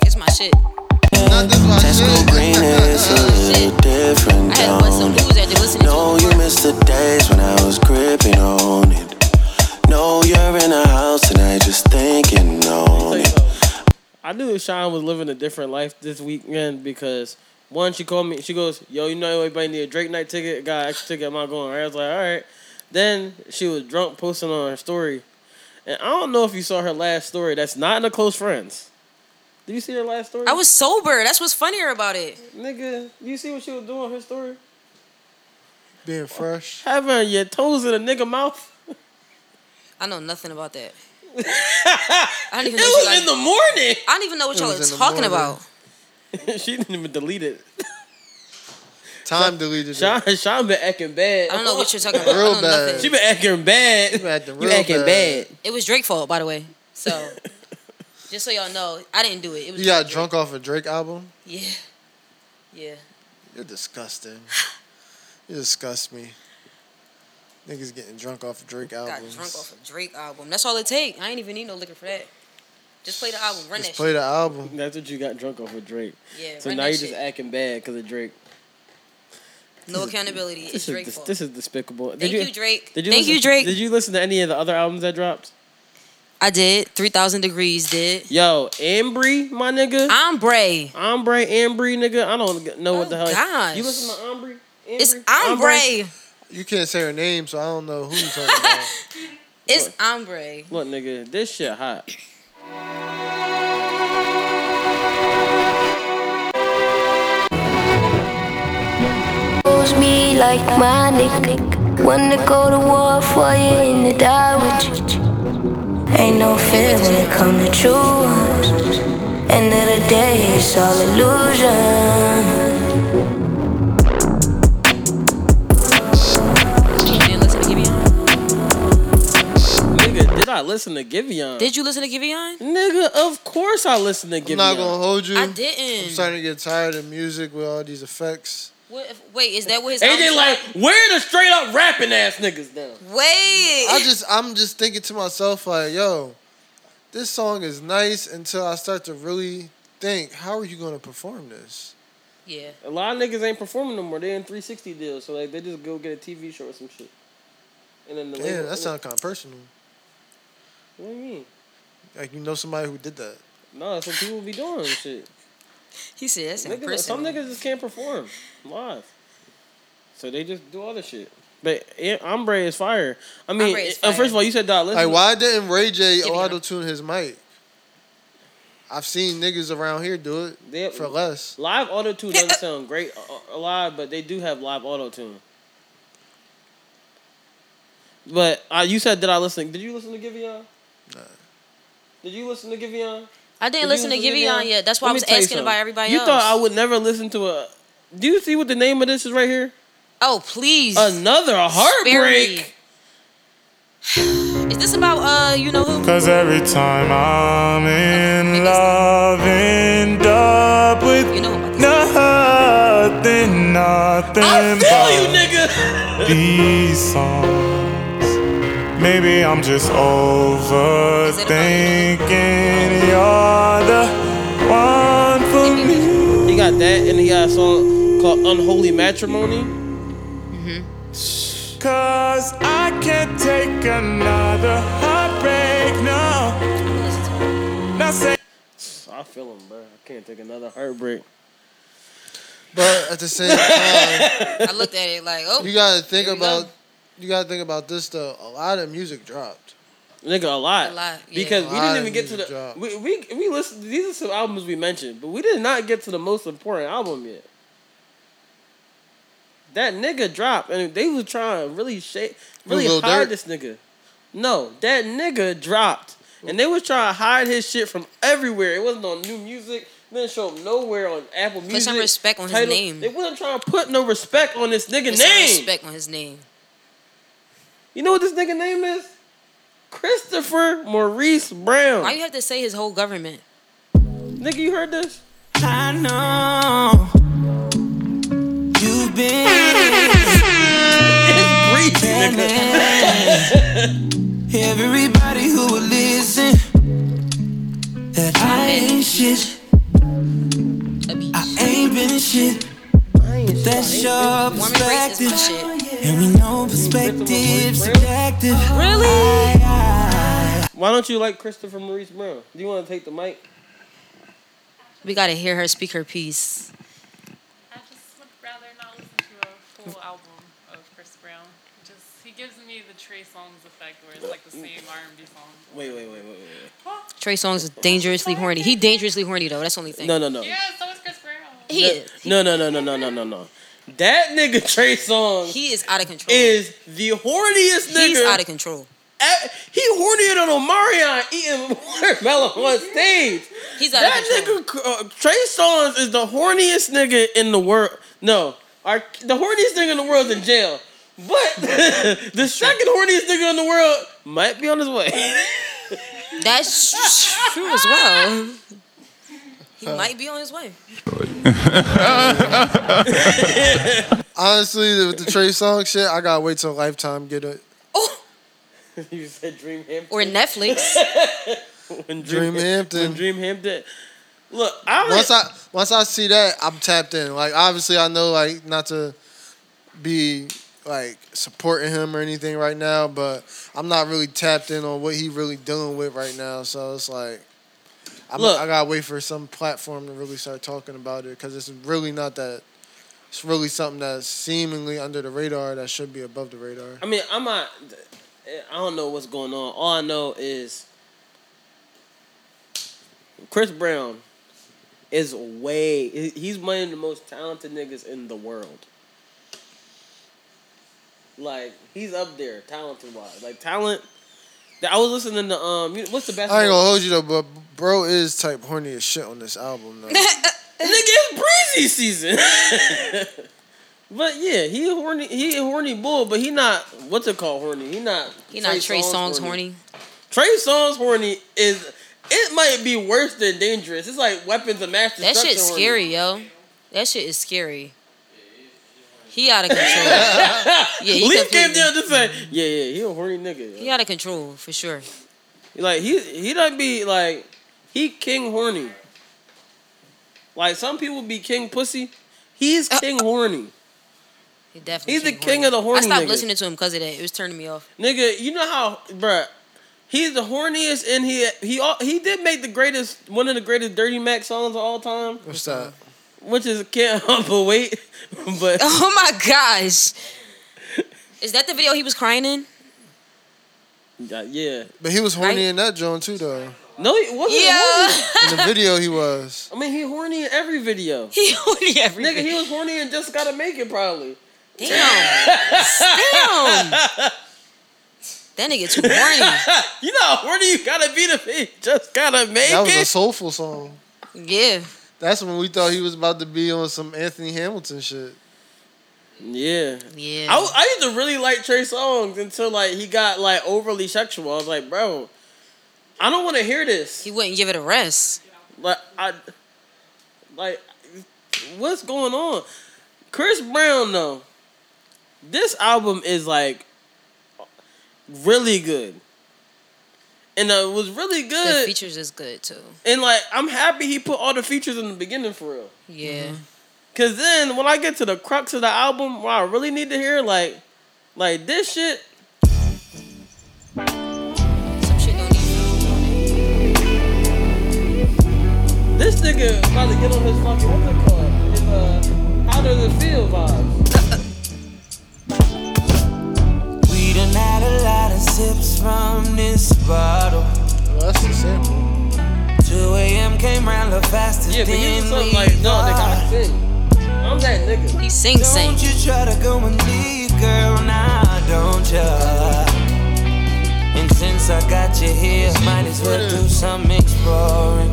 [SPEAKER 6] It's my shit.
[SPEAKER 15] Tesco green is <laughs> a little different tone. Know you miss the days when I was gripping on it. Know you're in the house tonight just thinking on it.
[SPEAKER 1] I knew Sean was living a different life this weekend because one, she called me. She goes, "Yo, you know everybody need a Drake night ticket. Got an extra ticket. Am I going?" Right? I was like, "All right." Then she was drunk posting on her story, and I don't know if you saw her last story. That's not in the close friends. Do you see her last story?
[SPEAKER 6] I was sober. That's what's funnier about it.
[SPEAKER 1] Nigga, do you see what she was doing? Her story.
[SPEAKER 4] Being fresh.
[SPEAKER 1] having your toes in a nigga mouth.
[SPEAKER 6] I know nothing about that. I don't even
[SPEAKER 1] It
[SPEAKER 6] know
[SPEAKER 1] was
[SPEAKER 6] y'all-
[SPEAKER 1] in the morning.
[SPEAKER 6] I don't even know what y'all are talking about.
[SPEAKER 1] <laughs> she didn't even delete it.
[SPEAKER 4] Time deleted.
[SPEAKER 1] Sean, Sean been acting bad.
[SPEAKER 6] I don't know what you're talking about. I Real know bad. nothing.
[SPEAKER 1] She been acting bad. <laughs> You,
[SPEAKER 4] real
[SPEAKER 1] acting bad.
[SPEAKER 4] bad.
[SPEAKER 6] It was Drake's fault, by the way.
[SPEAKER 4] <laughs>
[SPEAKER 6] So, just so y'all know, I didn't do it. It was
[SPEAKER 4] You got drunk off a Drake album?
[SPEAKER 6] Yeah. Yeah.
[SPEAKER 4] You're disgusting. You disgust me. Niggas getting drunk off Drake
[SPEAKER 6] Got
[SPEAKER 4] albums.
[SPEAKER 6] drunk off a Drake album. That's all it take. I ain't even need no liquor for that. Just play the album. Run that
[SPEAKER 4] Play
[SPEAKER 6] shit.
[SPEAKER 4] the album.
[SPEAKER 1] That's what you got drunk off with Drake.
[SPEAKER 6] Yeah,
[SPEAKER 1] So
[SPEAKER 6] run
[SPEAKER 1] now
[SPEAKER 6] that
[SPEAKER 1] you're
[SPEAKER 6] shit.
[SPEAKER 1] just acting bad because of Drake.
[SPEAKER 6] No accountability. It's
[SPEAKER 1] This is,
[SPEAKER 6] Drake's
[SPEAKER 1] dis-
[SPEAKER 6] fault.
[SPEAKER 1] this is despicable.
[SPEAKER 6] Thank you, Drake.
[SPEAKER 1] Did you
[SPEAKER 6] Thank
[SPEAKER 1] listen,
[SPEAKER 6] you, Drake.
[SPEAKER 1] Did you listen to any of the other albums that dropped?
[SPEAKER 6] I did. 3,000 Degrees did.
[SPEAKER 1] Yo, Ambry, my nigga.
[SPEAKER 6] Ombre.
[SPEAKER 1] Ombre, Ambry, nigga. I don't g- know what the hell.
[SPEAKER 6] Oh, Gosh.
[SPEAKER 1] You listen to Ombre?
[SPEAKER 6] It's
[SPEAKER 1] Ombre.
[SPEAKER 6] Ombre.
[SPEAKER 4] You can't say her name, so I don't know who you talking about.
[SPEAKER 6] <laughs> It's Ombre.
[SPEAKER 1] Look, nigga, this shit hot.
[SPEAKER 16] knows me like my nick. Wanna go to war for you in the die with you. Ain't no fear when it come to true ones. End of the day, it's all illusion.
[SPEAKER 1] Nigga, did I listen to Giveon?
[SPEAKER 6] Did you listen to Giveon?
[SPEAKER 1] Nigga, of course I listen to Giveon.
[SPEAKER 4] Mm. I'm not gonna hold you.
[SPEAKER 6] I didn't.
[SPEAKER 4] I'm starting to get tired of music with all these effects.
[SPEAKER 6] What if, wait, is that what his?
[SPEAKER 1] AJ
[SPEAKER 6] album-
[SPEAKER 1] like, where the straight up rapping ass niggas down?
[SPEAKER 6] Wait.
[SPEAKER 4] I just I'm just thinking to myself like, yo, this song is nice until I start to really think, how are you gonna perform this?
[SPEAKER 6] Yeah.
[SPEAKER 1] A lot of niggas ain't performing no more. They in 360 deals, so like they just go get a TV show or some shit. And then the
[SPEAKER 4] Yeah, that sounds kind of personal.
[SPEAKER 1] What do you mean?
[SPEAKER 4] Like you know somebody who did that.
[SPEAKER 1] No, that's what people be doing and shit.
[SPEAKER 6] He said that's
[SPEAKER 1] Niggas-
[SPEAKER 6] impressive.
[SPEAKER 1] Some niggas just can't perform live, so they just do other shit. But yeah, Ombre is fire. I mean,
[SPEAKER 4] Ombre is
[SPEAKER 1] uh,
[SPEAKER 4] fire.
[SPEAKER 1] first of all, you said Dot.
[SPEAKER 4] Like
[SPEAKER 1] Listen,
[SPEAKER 4] why didn't Ray J auto tune his mic? I've seen niggas around here do it
[SPEAKER 1] They-
[SPEAKER 4] for less.
[SPEAKER 1] Live auto tune
[SPEAKER 4] <laughs>
[SPEAKER 1] doesn't sound great uh, uh, live, but they do have live auto tune. But uh, you said, did I listen? Did you listen to Giveon? No. Did you listen to Giveon?
[SPEAKER 6] I didn't
[SPEAKER 1] Did you
[SPEAKER 6] listen to Giveon yet. That's why I
[SPEAKER 1] Let me
[SPEAKER 6] was
[SPEAKER 1] tell you
[SPEAKER 6] asking about
[SPEAKER 1] something.
[SPEAKER 6] everybody
[SPEAKER 1] You
[SPEAKER 6] else.
[SPEAKER 1] thought I would never listen to a. Do you see what the name of this is right here?
[SPEAKER 6] Oh please!
[SPEAKER 1] Another heartbreak.
[SPEAKER 6] <sighs> Is this about uh you know who?
[SPEAKER 17] Cause every time I'm in love, end up with
[SPEAKER 1] <laughs>
[SPEAKER 17] nothing, nothing. I
[SPEAKER 1] feel you, nigga.
[SPEAKER 17] These songs. Maybe I'm just overthinking. You're the one for me.
[SPEAKER 1] He got that, and he got a song called "Unholy Matrimony."
[SPEAKER 17] Cause I can't take another heartbreak now. Now say.
[SPEAKER 1] I feel him, bro. I can't take another heartbreak.
[SPEAKER 4] But at the same time,
[SPEAKER 6] I looked at it like, oh,
[SPEAKER 4] you gotta think about you gotta think about this though. A lot of music dropped.
[SPEAKER 1] Nigga, a lot.
[SPEAKER 6] A lot, yeah.
[SPEAKER 1] Because we
[SPEAKER 4] A lot
[SPEAKER 1] didn't even
[SPEAKER 4] of
[SPEAKER 1] get to
[SPEAKER 4] music
[SPEAKER 1] the we, we we listened. These are some albums we mentioned, but we did not get to the most important album yet. That nigga dropped, and they was trying to really shake,
[SPEAKER 4] Who,
[SPEAKER 1] really
[SPEAKER 4] Lil
[SPEAKER 1] hide
[SPEAKER 4] Durk?
[SPEAKER 1] this nigga. No, that nigga dropped, and they was trying to hide his shit from everywhere. It wasn't on new music. Didn't show up nowhere on Apple Music.
[SPEAKER 6] some respect on his
[SPEAKER 1] Tidal.
[SPEAKER 6] name.
[SPEAKER 1] They wasn't trying to put no respect on this nigga
[SPEAKER 6] Put some
[SPEAKER 1] name.
[SPEAKER 6] Respect on his name.
[SPEAKER 1] You know what this nigga name is? Christopher Maurice Brown.
[SPEAKER 6] Why you have to say his whole government?
[SPEAKER 1] Nigga, you heard this?
[SPEAKER 2] I know you've been Damn it. Everybody who will listen that I ain't shit. I ain't been shit. That's your perspective, and we know perspectives subjective. Really?
[SPEAKER 1] Why don't you like Christopher Maurice Brown? Do you want to take the mic?
[SPEAKER 6] We gotta hear her speak her piece.
[SPEAKER 3] I just would rather not listen to a full album of Chris Brown. Just he gives me the Trey Songz effect, where it's like the same R and B song.
[SPEAKER 1] Wait, wait, wait, wait, wait.
[SPEAKER 6] Trey Songz is dangerously horny. He dangerously horny though. That's the only
[SPEAKER 1] wait.
[SPEAKER 6] thing.
[SPEAKER 1] No, no, no.
[SPEAKER 3] Yeah, so is Chris Brown.
[SPEAKER 6] He is.
[SPEAKER 1] No, no, no, no, no, no, no, no. That nigga Trey Songz
[SPEAKER 6] He is out of control.
[SPEAKER 1] is the horniest nigga.
[SPEAKER 6] He's out of control.
[SPEAKER 1] Eh, He hornier than Omarion eating <laughs> watermelon on stage.
[SPEAKER 6] He's out of
[SPEAKER 1] That nigga uh, Trey Songz is the horniest nigga in the world. No, our, the horniest nigga in the world is in jail. But <laughs> the second horniest nigga in the world might be on his way. <laughs>
[SPEAKER 6] That's true as well. He might be on his way.
[SPEAKER 4] Honestly, with the Trey Song shit, I gotta wait till Lifetime get it.
[SPEAKER 1] you said Dream Hampton.
[SPEAKER 6] Oh,
[SPEAKER 1] <laughs>
[SPEAKER 6] Or Netflix.
[SPEAKER 1] when
[SPEAKER 4] Dream Hampton.
[SPEAKER 1] When Dream Hampton. Look, I
[SPEAKER 4] once I once I see that, I'm tapped in. Like obviously, I know like not to be like supporting him or anything right now, but I'm not really tapped in on what he really dealing with right now. So it's like. I'm,
[SPEAKER 1] Look.
[SPEAKER 4] I gotta wait for some platform to really start talking about it because it's really not that. It's really something that's seemingly under the radar that should be above the radar.
[SPEAKER 1] I mean, I'm not. I don't know what's going on. All I know is Chris Brown is way. He's one of the most talented niggas in the world. Like he's up there, talented wise. Like talent. I was listening to um. you- What's the best?
[SPEAKER 4] I ain't gonna hold you though, but bro is type horny as shit on this album
[SPEAKER 6] <laughs>
[SPEAKER 4] though.
[SPEAKER 1] Nigga, it's breezy season. <laughs> but yeah, he a horny. He a horny bull, but he not what's it called horny. He not.
[SPEAKER 6] He not Trey Songz horny.
[SPEAKER 1] Trey Songz horny is. It might be worse than dangerous. It's like weapons of mass
[SPEAKER 6] That
[SPEAKER 1] destruction.
[SPEAKER 6] shit's
[SPEAKER 1] horny.
[SPEAKER 6] scary, yo. That shit is scary. He out
[SPEAKER 1] <laughs>
[SPEAKER 6] of control. yeah, he
[SPEAKER 1] Leaf came
[SPEAKER 6] definitely-
[SPEAKER 1] down
[SPEAKER 6] Mm-hmm.
[SPEAKER 1] to say, yeah, yeah, he a horny nigga.
[SPEAKER 6] he out of control for sure.
[SPEAKER 1] Like he he done be like he king horny. Like some people be king pussy. He's
[SPEAKER 6] Uh,
[SPEAKER 1] king horny.
[SPEAKER 6] He definitely.
[SPEAKER 1] He's the
[SPEAKER 6] came
[SPEAKER 1] king
[SPEAKER 6] horny.
[SPEAKER 1] of the horny
[SPEAKER 6] I stopped
[SPEAKER 1] niggas.
[SPEAKER 6] listening to him because of that. It was turning me off.
[SPEAKER 1] Nigga, you know how, bruh, he's the horniest, and he he al- he did make the greatest, one of the greatest Dirty Mac songs of all time.
[SPEAKER 4] What's that?
[SPEAKER 1] Which is can't <laughs> help but wait, but
[SPEAKER 6] <laughs> oh my gosh, Is that the video he was crying in?
[SPEAKER 1] yeah.
[SPEAKER 4] But he was horny in that joint too, though.
[SPEAKER 1] No, he wasn't
[SPEAKER 6] Yeah.
[SPEAKER 1] horny.
[SPEAKER 4] In the video, he was.
[SPEAKER 1] I mean, he horny in every video.
[SPEAKER 6] He horny every.
[SPEAKER 1] Nigga, he was horny and just gotta make it probably. <laughs>
[SPEAKER 6] Damn. Damn. That nigga too horny.
[SPEAKER 1] you know how horny you gotta be to be. Just gotta make
[SPEAKER 4] That was
[SPEAKER 1] <laughs> it.
[SPEAKER 4] a soulful song.
[SPEAKER 6] Yeah.
[SPEAKER 4] That's when we thought he was about to be on some Anthony Hamilton shit.
[SPEAKER 1] <laughs> Yeah.
[SPEAKER 6] Yeah.
[SPEAKER 1] I, was- I used to really like Trey Songs until like he got like overly sexual. I was like, bro, I don't want to hear this. He
[SPEAKER 6] wouldn't give it a rest.
[SPEAKER 1] Like I, like, what's going on? Chris Brown though, this album is like really good, and uh, it was really good.
[SPEAKER 6] The features is good too.
[SPEAKER 1] And like, I'm happy he put all the features in the beginning for real.
[SPEAKER 6] Yeah.
[SPEAKER 1] Cause then when I get to the crux of the album, what I really need to hear, like, like this shit. This nigga about to get on his fucking what's it called? His, uh, how does it feel vibes?
[SPEAKER 2] We done had a lot of sips from this bottle.
[SPEAKER 4] that's the sample.
[SPEAKER 2] 2 a.m. came round the fastest.
[SPEAKER 1] Yeah, but he was
[SPEAKER 2] than
[SPEAKER 1] something
[SPEAKER 2] we
[SPEAKER 1] like, no, nigga, I
[SPEAKER 2] thought.
[SPEAKER 1] sing. I'm that nigga.
[SPEAKER 6] He sings,
[SPEAKER 2] Don't you try to go and leave, girl, now don't ya? And since I got you here, might as well do some exploring.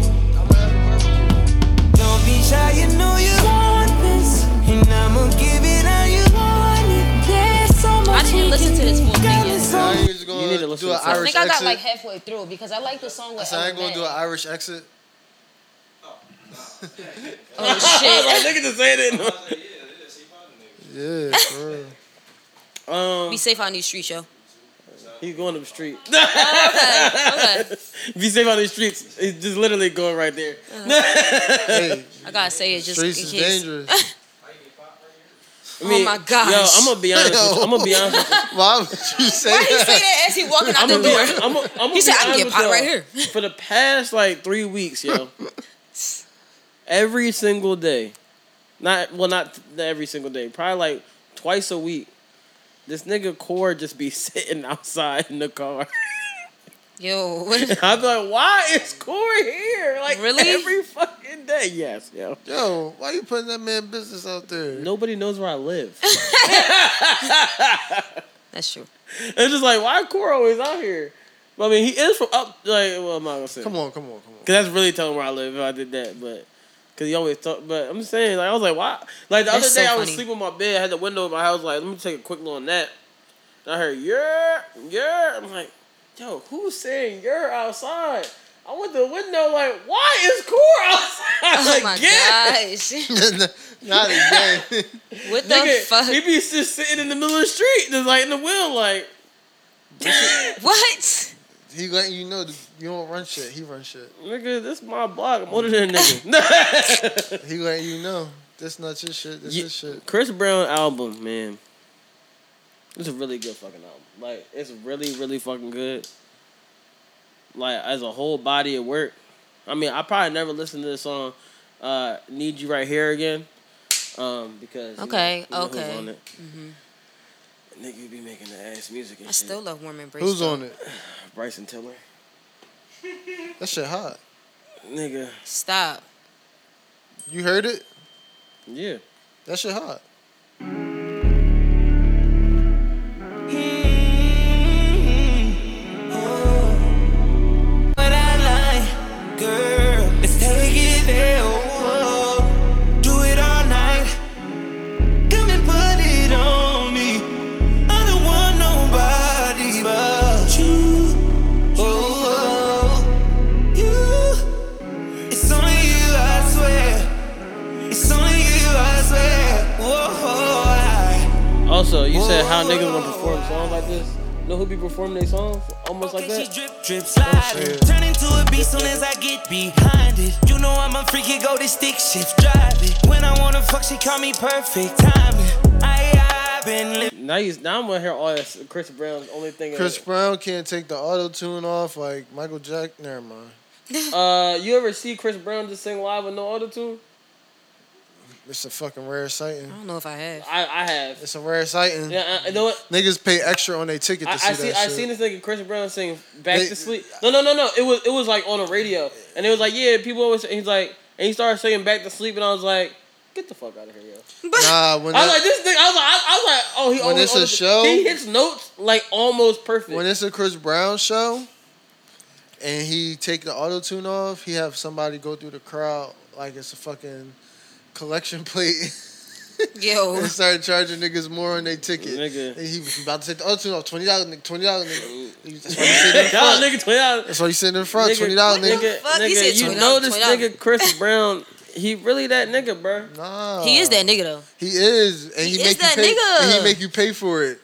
[SPEAKER 2] Don't be shy, you know you want this, and I'ma give it how you want it. There's so much
[SPEAKER 6] I didn't listen to this full thing yet.
[SPEAKER 4] You need to listen do an
[SPEAKER 6] I
[SPEAKER 4] Irish
[SPEAKER 6] think I got
[SPEAKER 4] exit.
[SPEAKER 6] like halfway through because I like the song
[SPEAKER 4] I
[SPEAKER 6] with.
[SPEAKER 4] said I ain't
[SPEAKER 6] Ellen
[SPEAKER 4] gonna do an
[SPEAKER 6] Mack.
[SPEAKER 4] Irish exit.
[SPEAKER 6] Oh,
[SPEAKER 1] like, nigga just said <laughs> it.
[SPEAKER 4] Yeah, for real.
[SPEAKER 1] Um,
[SPEAKER 6] Be safe on these streets, yo.
[SPEAKER 1] he's going to the street. <laughs>
[SPEAKER 6] okay. Okay.
[SPEAKER 1] Be safe on the streets. It's just literally going right there.
[SPEAKER 6] I gotta say it just.
[SPEAKER 1] Streets
[SPEAKER 6] in
[SPEAKER 1] is
[SPEAKER 6] case.
[SPEAKER 1] dangerous.
[SPEAKER 6] Oh my gosh.
[SPEAKER 1] Yo, I'm gonna be honest. With you. I'm gonna be honest.
[SPEAKER 6] <laughs>
[SPEAKER 1] With you.
[SPEAKER 4] Why would you say
[SPEAKER 6] Why he say that as he walking out the door?
[SPEAKER 1] I'm gonna, I'm gonna
[SPEAKER 6] he said, "I can get
[SPEAKER 1] pot
[SPEAKER 6] pot right here."
[SPEAKER 1] <laughs> For the past like three weeks,
[SPEAKER 6] <laughs>
[SPEAKER 1] yo, every single day, not well, not th- every single day, probably like twice a week, this nigga Core just be <laughs> sitting outside in the car. <laughs>
[SPEAKER 6] Yo,
[SPEAKER 1] I'd be like, why is Corey here? Like
[SPEAKER 6] Really?
[SPEAKER 1] every fucking day. Yes, yo.
[SPEAKER 4] Yo, why you putting that man business out there?
[SPEAKER 1] Nobody knows where I live.
[SPEAKER 6] That's true.
[SPEAKER 1] <laughs> It's just like, why Corey always out here? But, I mean, he is from up. Like, well, I'm not gonna say.
[SPEAKER 4] Come on, come on, come on.
[SPEAKER 1] Cause that's really telling where I live if I did that, but cause he always talk. But I'm saying like I was like, why? Like the
[SPEAKER 6] That's
[SPEAKER 1] other day
[SPEAKER 6] so
[SPEAKER 1] I was
[SPEAKER 6] funny.
[SPEAKER 1] sleeping in my bed, I had the window of my house. Like let me take a quick look on that. And I heard yeah, yeah. I'm like, yo, who's saying you're outside? I went to the window like, why is Core <laughs> outside
[SPEAKER 6] Oh my
[SPEAKER 1] again?
[SPEAKER 4] <laughs>
[SPEAKER 6] gosh.
[SPEAKER 4] Not again. <laughs>
[SPEAKER 6] What the
[SPEAKER 1] Nigga,
[SPEAKER 6] fuck?
[SPEAKER 1] He be just sitting in the middle of the street, just like in the wheel, like
[SPEAKER 6] what?
[SPEAKER 4] He letting you know that you don't run shit. He run shit.
[SPEAKER 1] <laughs> Nigga, this my block. I'm older than a nigga. <laughs>
[SPEAKER 4] he letting you know this not your shit. This is shit.
[SPEAKER 1] Chris Brown album, man. It's a really good fucking album. Like, it's really, really fucking good. Like, as a whole body of work. I mean, I probably never listened to the song uh, Need You Right Here again. Um, because you know-
[SPEAKER 6] Okay,
[SPEAKER 1] you know who's
[SPEAKER 6] okay.
[SPEAKER 1] on it.
[SPEAKER 6] Mhm.
[SPEAKER 1] Nigga be making the ass music and
[SPEAKER 6] I
[SPEAKER 1] shit.
[SPEAKER 6] still love Warm Embrace.
[SPEAKER 4] Who's
[SPEAKER 6] though.
[SPEAKER 4] on it?
[SPEAKER 1] Bryson Tiller.
[SPEAKER 4] That shit hot.
[SPEAKER 1] Nigga.
[SPEAKER 6] Stop.
[SPEAKER 4] You heard it?
[SPEAKER 1] Yeah.
[SPEAKER 4] That shit hot.
[SPEAKER 2] What I like, girl. Let's take it there. oh, oh. Do it all night. Come and put it on me. I don't want nobody but you. Oh, oh, you. It's only you, I swear. It's only you, I swear. Whoa, I
[SPEAKER 1] Also, you said how niggas gonna perform songs like this? Know who be performing their songs almost like that?
[SPEAKER 2] drip sliding. Turn into a beast soon as I get behind it. You know I'm a freaky golden stick shift driving. When I wanna fuck, she call me perfect timing. I, I've been living.
[SPEAKER 1] Now you now I'm gonna hear all this Chris Brown's only thing.
[SPEAKER 4] Chris Brown can't take the auto tune off like Michael Jack. Never mind.
[SPEAKER 1] uh, you ever see Chris Brown just sing live with no auto tune?
[SPEAKER 4] It's a fucking rare sighting. I
[SPEAKER 6] don't know if I have.
[SPEAKER 1] <laughs> I, I have.
[SPEAKER 4] It's a rare sighting.
[SPEAKER 1] Yeah, I, you know what?
[SPEAKER 4] Niggas pay extra on their ticket to
[SPEAKER 1] I, I
[SPEAKER 4] see
[SPEAKER 1] see.
[SPEAKER 4] that
[SPEAKER 1] I
[SPEAKER 4] shit.
[SPEAKER 1] seen this nigga Chris Brown sing "Back
[SPEAKER 4] They-
[SPEAKER 1] to Sleep." No, no, no, no. It was it was like on the radio, and it was like, yeah, people always. He's like, and he started singing "Back to Sleep," and I was like, get the fuck out of here, yo.
[SPEAKER 4] nah, when
[SPEAKER 1] I
[SPEAKER 4] that-
[SPEAKER 1] was like, this thing. I was like, I, I was like, oh, he
[SPEAKER 4] When
[SPEAKER 1] always
[SPEAKER 4] it's a
[SPEAKER 1] always-
[SPEAKER 4] show-
[SPEAKER 1] He hits notes like almost perfect.
[SPEAKER 4] when it's a Chris Brown show, and he take the auto tune off, he have somebody go through the crowd like it's a fucking collection <laughs> plate.
[SPEAKER 6] Yo.
[SPEAKER 4] and started charging niggas more on their ticket. Nigga. And he was about to take the auto tune off. Twenty dollars, nigga. Twenty dollars, nigga. That's why you sitting in
[SPEAKER 1] Y'all
[SPEAKER 4] front.
[SPEAKER 1] nigga, twenty dollars.
[SPEAKER 4] That's why you sitting in front. Twenty dollars, nigga.
[SPEAKER 1] Nigga, nigga, you know this nigga Chris Brown. He really that nigga, bro.
[SPEAKER 4] Nah,
[SPEAKER 6] He is that nigga though.
[SPEAKER 4] He is, and he,
[SPEAKER 6] He is
[SPEAKER 4] make
[SPEAKER 6] that
[SPEAKER 4] you pay.
[SPEAKER 6] nigga.
[SPEAKER 4] And he make you pay for it.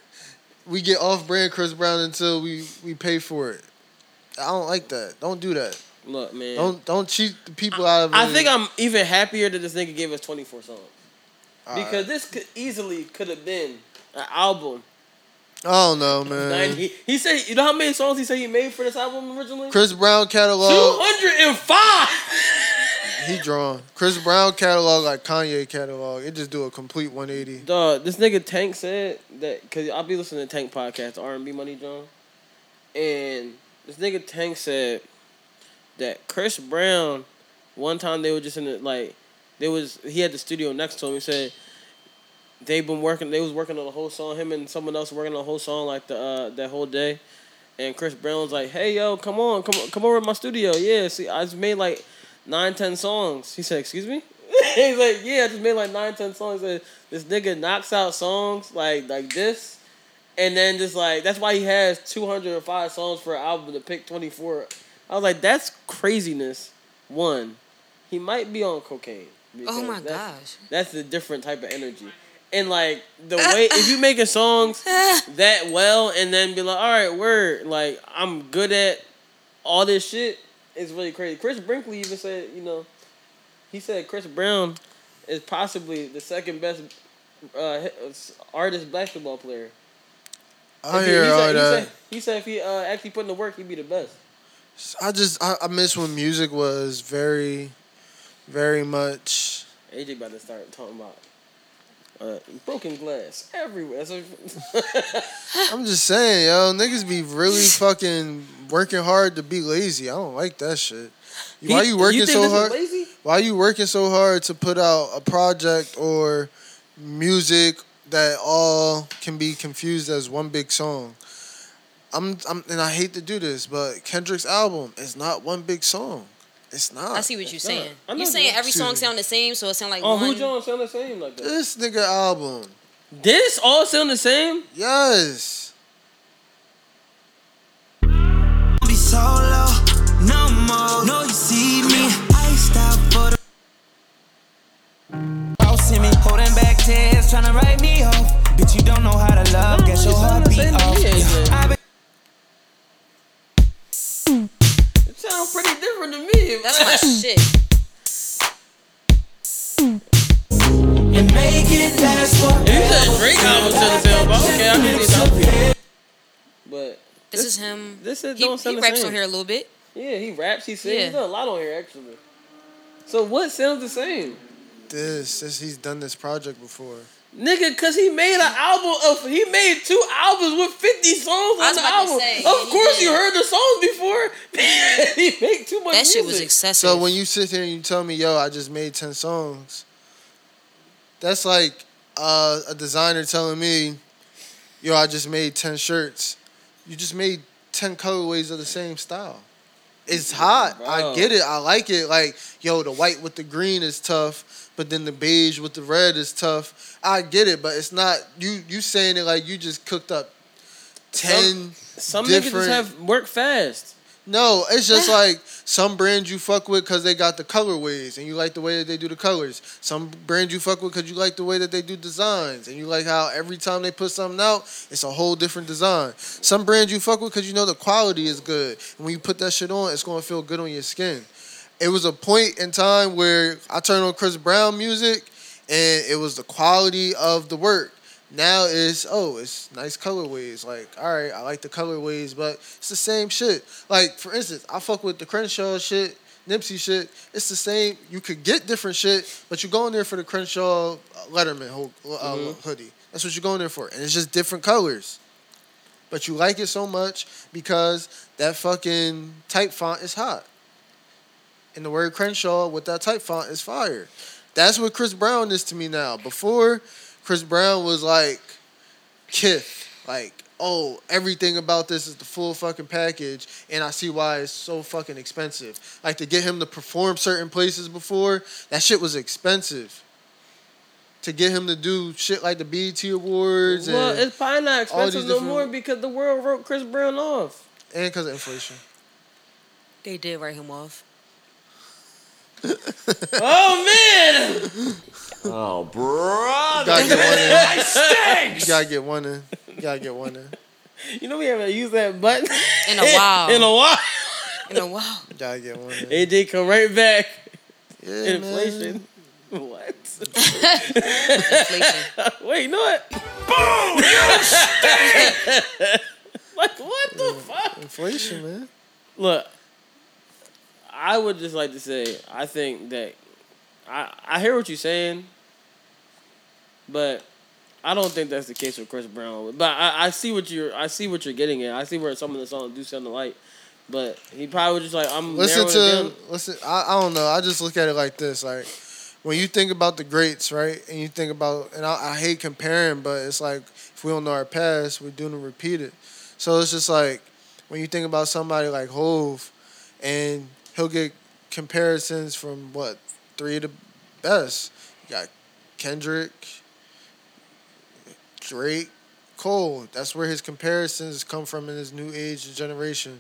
[SPEAKER 4] We get off brand Chris Brown until we we pay for it. I don't like that. Don't do that.
[SPEAKER 1] Look, man.
[SPEAKER 4] Don't don't cheat the people out of.
[SPEAKER 1] I
[SPEAKER 4] it.
[SPEAKER 1] think I'm even happier that this nigga gave us 24 songs because
[SPEAKER 4] Alright.
[SPEAKER 1] this could easily could have been an album.
[SPEAKER 4] I don't know,
[SPEAKER 1] Nine-
[SPEAKER 4] man.
[SPEAKER 1] he, he said, you know how many songs he said he made for this album originally?
[SPEAKER 4] Chris Brown catalog.
[SPEAKER 1] 205.
[SPEAKER 4] He drawn. Chris Brown catalog like Kanye catalog. It just do a complete 180.
[SPEAKER 1] Dog, this nigga Tank said that cause I'll be listening to Tank podcast, R and B Money John, and this nigga Tank said that Chris Brown, one time they were just in the like, they was he had the studio next to him. He said they've been working, they was working on the whole song. Him and someone else working on the whole song like the uh, that whole day, and Chris Brown's like, hey yo, come on, come come over to my studio. Yeah, see, I just made like nine ten songs. He said, excuse me. <laughs> He's like, yeah, I just made like nine, ten songs. He said, this nigga knocks out songs like like this, and then just like that's why he has two hundred and five songs for an album to pick twenty four. I was like, that's craziness. One, he might be on cocaine. because
[SPEAKER 6] Oh my
[SPEAKER 1] that's- that's a different type of energy. And like the way if you making songs that well and then be like, all right, word, like I'm good at all this shit is really crazy. Chris Brinkley even said, you know, he said Chris Brown is possibly the second best uh, hit- artist basketball player.
[SPEAKER 4] I
[SPEAKER 1] If he-
[SPEAKER 4] hear
[SPEAKER 1] he,
[SPEAKER 4] all
[SPEAKER 1] said,
[SPEAKER 4] that.
[SPEAKER 1] He said, he said if he uh, actually put in the work, he'd be the best.
[SPEAKER 4] I just I, I miss when music was very, very much.
[SPEAKER 1] AJ about to start talking about uh, broken glass everywhere. <laughs> That's
[SPEAKER 4] I'm just saying, yo, niggas be really fucking working hard to be lazy. I don't like that shit.
[SPEAKER 1] He-
[SPEAKER 4] Why you working
[SPEAKER 1] you think
[SPEAKER 4] so
[SPEAKER 1] this is
[SPEAKER 4] hard?
[SPEAKER 1] lazy?
[SPEAKER 4] Why you working so hard to put out a project or music that all can be confused as one big song? I'm, I'm and I hate to do this, but Kendrick's album is not one big song. It's not.
[SPEAKER 6] I see what you're saying.
[SPEAKER 4] I know
[SPEAKER 6] You're saying
[SPEAKER 4] that.
[SPEAKER 6] every song
[SPEAKER 4] Excuse
[SPEAKER 6] sound the same, so it sound like
[SPEAKER 1] Oh,
[SPEAKER 6] one.
[SPEAKER 1] who John sound the same like that?
[SPEAKER 4] This nigga album.
[SPEAKER 1] This all sound the same?
[SPEAKER 4] Yes.
[SPEAKER 2] Be solo, no more. No, you see me. I stop for the. Bossing me, holding back tears, trying to write me off. Bitch, you don't know how to love. Guess your heart beat off. Yeah, I be-
[SPEAKER 1] It sounds pretty different to me. <laughs>
[SPEAKER 6] That's my shit.
[SPEAKER 2] And make it last forever.
[SPEAKER 1] You said Drake album sound the same, but okay, I get it. But
[SPEAKER 6] This is him.
[SPEAKER 1] This is
[SPEAKER 6] He-
[SPEAKER 1] don't sound the
[SPEAKER 6] he raps
[SPEAKER 1] same.
[SPEAKER 6] on here a little bit.
[SPEAKER 1] Yeah, he raps. He sings.
[SPEAKER 6] Yeah.
[SPEAKER 1] He's done a lot on here actually. So what sounds the same,
[SPEAKER 4] This, this he's done this project before.
[SPEAKER 1] nigga? Cause he made an album of he made two albums with fifty songs
[SPEAKER 6] I
[SPEAKER 1] on
[SPEAKER 6] was
[SPEAKER 1] the
[SPEAKER 6] about to
[SPEAKER 1] album.
[SPEAKER 6] say,
[SPEAKER 1] of
[SPEAKER 6] he
[SPEAKER 1] course, you
[SPEAKER 6] did.
[SPEAKER 1] heard the songs before. <laughs> he make too much.
[SPEAKER 6] That shit
[SPEAKER 1] music.
[SPEAKER 6] was excessive.
[SPEAKER 4] So when you sit here and you tell me, yo, I just made 10 songs, that's like uh, a designer telling me, yo, I just made 10 shirts. You just made 10 colorways of the same style. It's hot. I
[SPEAKER 8] Bro.
[SPEAKER 4] get it. I like it. Like, yo, the white with the green is tough, but then the beige with the red is tough. I get it, but it's not you you saying it like you just cooked up 10
[SPEAKER 1] Some niggas
[SPEAKER 4] different
[SPEAKER 1] just have work fast.
[SPEAKER 4] No, it's just like some brands you fuck with because they got the colorways and you like the way that they do the colors. Some brands you fuck with because you like the way that they do designs and you like how every time they put something out, it's a whole different design. Some brands you fuck with because you know the quality is good. And when you put that shit on, it's going to feel good on your skin. It was a point in time where I turned on Chris Brown music and it was the quality of the work. Now it's oh, it's nice colorways. Like, all right, I like the colorways, but it's the same shit. Like, for instance, I fuck with the Crenshaw shit, Nipsey shit. It's the same. You could get different shit, but you go in there for the Crenshaw uh, Letterman ho- uh,
[SPEAKER 8] Mhm.
[SPEAKER 4] hoodie. That's what you're going there for, and it's just different colors. But you like it so much because that fucking type font is hot, and the word Crenshaw with that type font is fire. That's what Chris Brown is to me now. Before, Chris Brown was like Kith, like oh everything about this is the full fucking package, and I see why it's so fucking expensive. Like to get him to perform certain places before, that shit was expensive. To get him to do shit like the BET Awards,
[SPEAKER 1] Well,
[SPEAKER 4] and,
[SPEAKER 1] it's probably not
[SPEAKER 4] all these
[SPEAKER 1] expensive no
[SPEAKER 4] different-
[SPEAKER 1] more because the world wrote Chris Brown off.
[SPEAKER 4] and because of inflation.
[SPEAKER 6] They did write him off.
[SPEAKER 1] oh
[SPEAKER 6] <laughs>
[SPEAKER 1] man!
[SPEAKER 18] Oh,
[SPEAKER 4] You
[SPEAKER 18] brother.
[SPEAKER 4] gotta get one in.
[SPEAKER 1] <laughs> That stinks!
[SPEAKER 4] You gotta get one in. You gotta get one in.
[SPEAKER 1] <laughs> You know we haven't used that button
[SPEAKER 6] In a
[SPEAKER 1] <laughs>
[SPEAKER 6] while.
[SPEAKER 1] in a while.
[SPEAKER 6] In a while.
[SPEAKER 1] <laughs>
[SPEAKER 4] You gotta get one in.
[SPEAKER 1] AJ come right back.
[SPEAKER 4] Yeah,
[SPEAKER 1] Inflation. What? <laughs> Wait, no. What? Boom! <laughs>
[SPEAKER 8] You
[SPEAKER 1] like what the fuck?
[SPEAKER 4] Inflation, man.
[SPEAKER 1] Look, I would just like to say I think that I I hear what you're saying, but I don't think that's the case with Chris Brown. But I, I see what you're I see what you're getting at. I see where some of the songs do sound alike, but he probably was just like I'm
[SPEAKER 4] listen
[SPEAKER 1] narrowing it
[SPEAKER 4] to listen. I, I don't know. I just look at it like this. Like when you think about the greats, right? And you think about and I, I hate comparing, but it's like if we don't know our past, we're doing to repeat it. So it's just like when you think about somebody like Hove, and he'll get comparisons from what three of the best. You got Kendrick, Drake, Cole. That's where his comparisons come from in this new age and generation.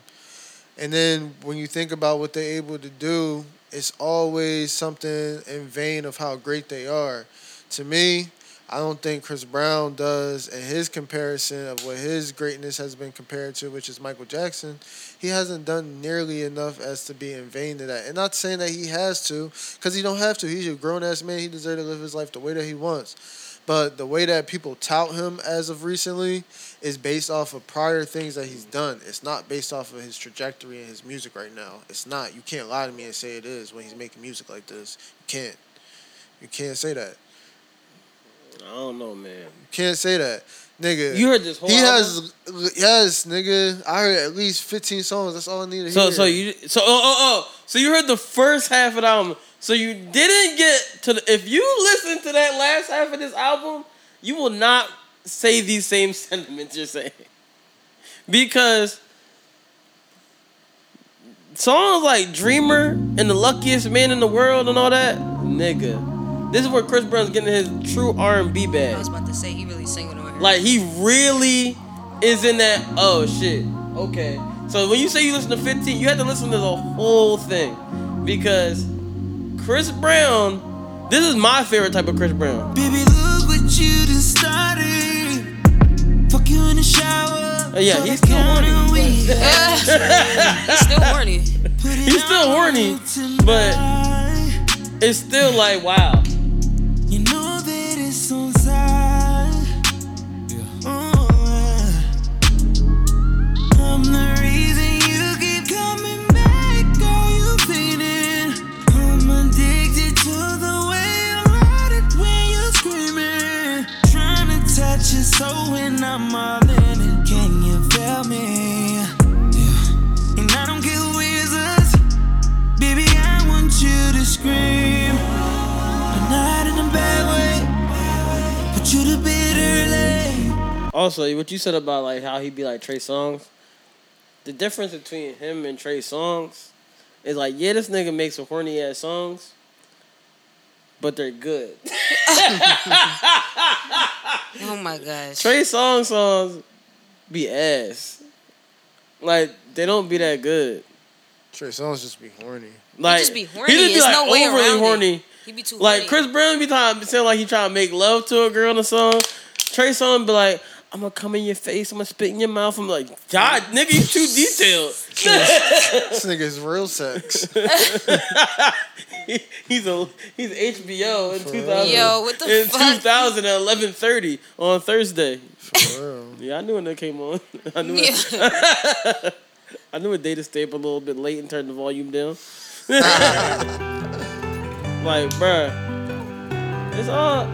[SPEAKER 4] And then when you think about what they're able to do, it's always something in vain of how great they are. To me, I don't think Chris Brown does in his comparison of what his greatness has been compared to, which is Michael Jackson. He hasn't done nearly enough as to be in vain to that. And not saying that he has to, because he don't have to. He's a grown ass man. He deserves to live his life the way that he wants. But the way that people tout him as of recently, is based off of prior things that he's done. It's not based off of his trajectory and his music right now. It's not. You can't lie to me and say it is when he's making music like this. You can't. You can't say that.
[SPEAKER 1] down. I don't know, man.
[SPEAKER 4] You can't say that. Nigga.
[SPEAKER 1] You heard this whole
[SPEAKER 4] He
[SPEAKER 1] album?
[SPEAKER 4] has yes, nigga. I heard at least 15 songs. That's all I need to
[SPEAKER 1] So
[SPEAKER 4] hear.
[SPEAKER 1] so you so oh oh oh so you heard the first half of the album. So you didn't get to the, if you listen to that last half of this album, you will not say these same <laughs> sentiments you're saying. Because songs like Dreamer and The Luckiest Man in the World and all that, nigga. This is where Chris Brown's getting his true R&B bag.
[SPEAKER 6] I was about to say he really singing on her.
[SPEAKER 1] Like he really is in that. Oh shit. Okay. So when you say you listen to 15, you have to listen to the whole thing because Chris Brown. This is my favorite type of Chris Brown.
[SPEAKER 2] Baby, look what you done started. Fuck you in the shower.
[SPEAKER 1] Uh, yeah, he's still horny. <laughs>
[SPEAKER 6] he's still horny.
[SPEAKER 1] He's still horny, but it's still like wow.
[SPEAKER 2] You know that it's on side. Oh, I'm the reason you keep coming back. Girl, you faded. I'm addicted to the way you ride it when you're screaming. Trying to touch it, so when I'm all in it, can you feel me? Yeah. And I don't care who is us. Baby, I want you to scream. But not in a bad way. Put you to bed early.
[SPEAKER 1] Also, what you said about like how he be like Trey Songs, the difference between him and Trey Songs is like, yeah, this nigga makes some horny ass songs, but they're
[SPEAKER 6] <laughs>
[SPEAKER 1] good.
[SPEAKER 6] Oh my gosh.
[SPEAKER 1] Trey Song songs be ass. Like they don't be that good.
[SPEAKER 4] Trey Songz just be horny.
[SPEAKER 1] Like
[SPEAKER 6] just be horny.
[SPEAKER 1] He just be
[SPEAKER 6] There's
[SPEAKER 1] like
[SPEAKER 6] no way
[SPEAKER 1] overly
[SPEAKER 6] around it.
[SPEAKER 1] horny.
[SPEAKER 6] He be too
[SPEAKER 1] like
[SPEAKER 6] horny.
[SPEAKER 1] Chris Brown be trying sound like he trying to make love to a girl in a song. Trey Songz be like, I'm gonna come in your face. I'm gonna spit in your mouth. I'm like, God, nigga, you too detailed.
[SPEAKER 4] this nigga's real sex.
[SPEAKER 1] <laughs> He- he's a he's HBO in 2000.
[SPEAKER 6] Yo, what the
[SPEAKER 1] in
[SPEAKER 6] fuck?
[SPEAKER 1] 2011 30 on Thursday. <laughs> yeah, I knew when that came on. <laughs> I knew. It,
[SPEAKER 6] <laughs>
[SPEAKER 1] I knew it data stayed up a little bit late and turned the volume down. <laughs> like, bruh, it's all.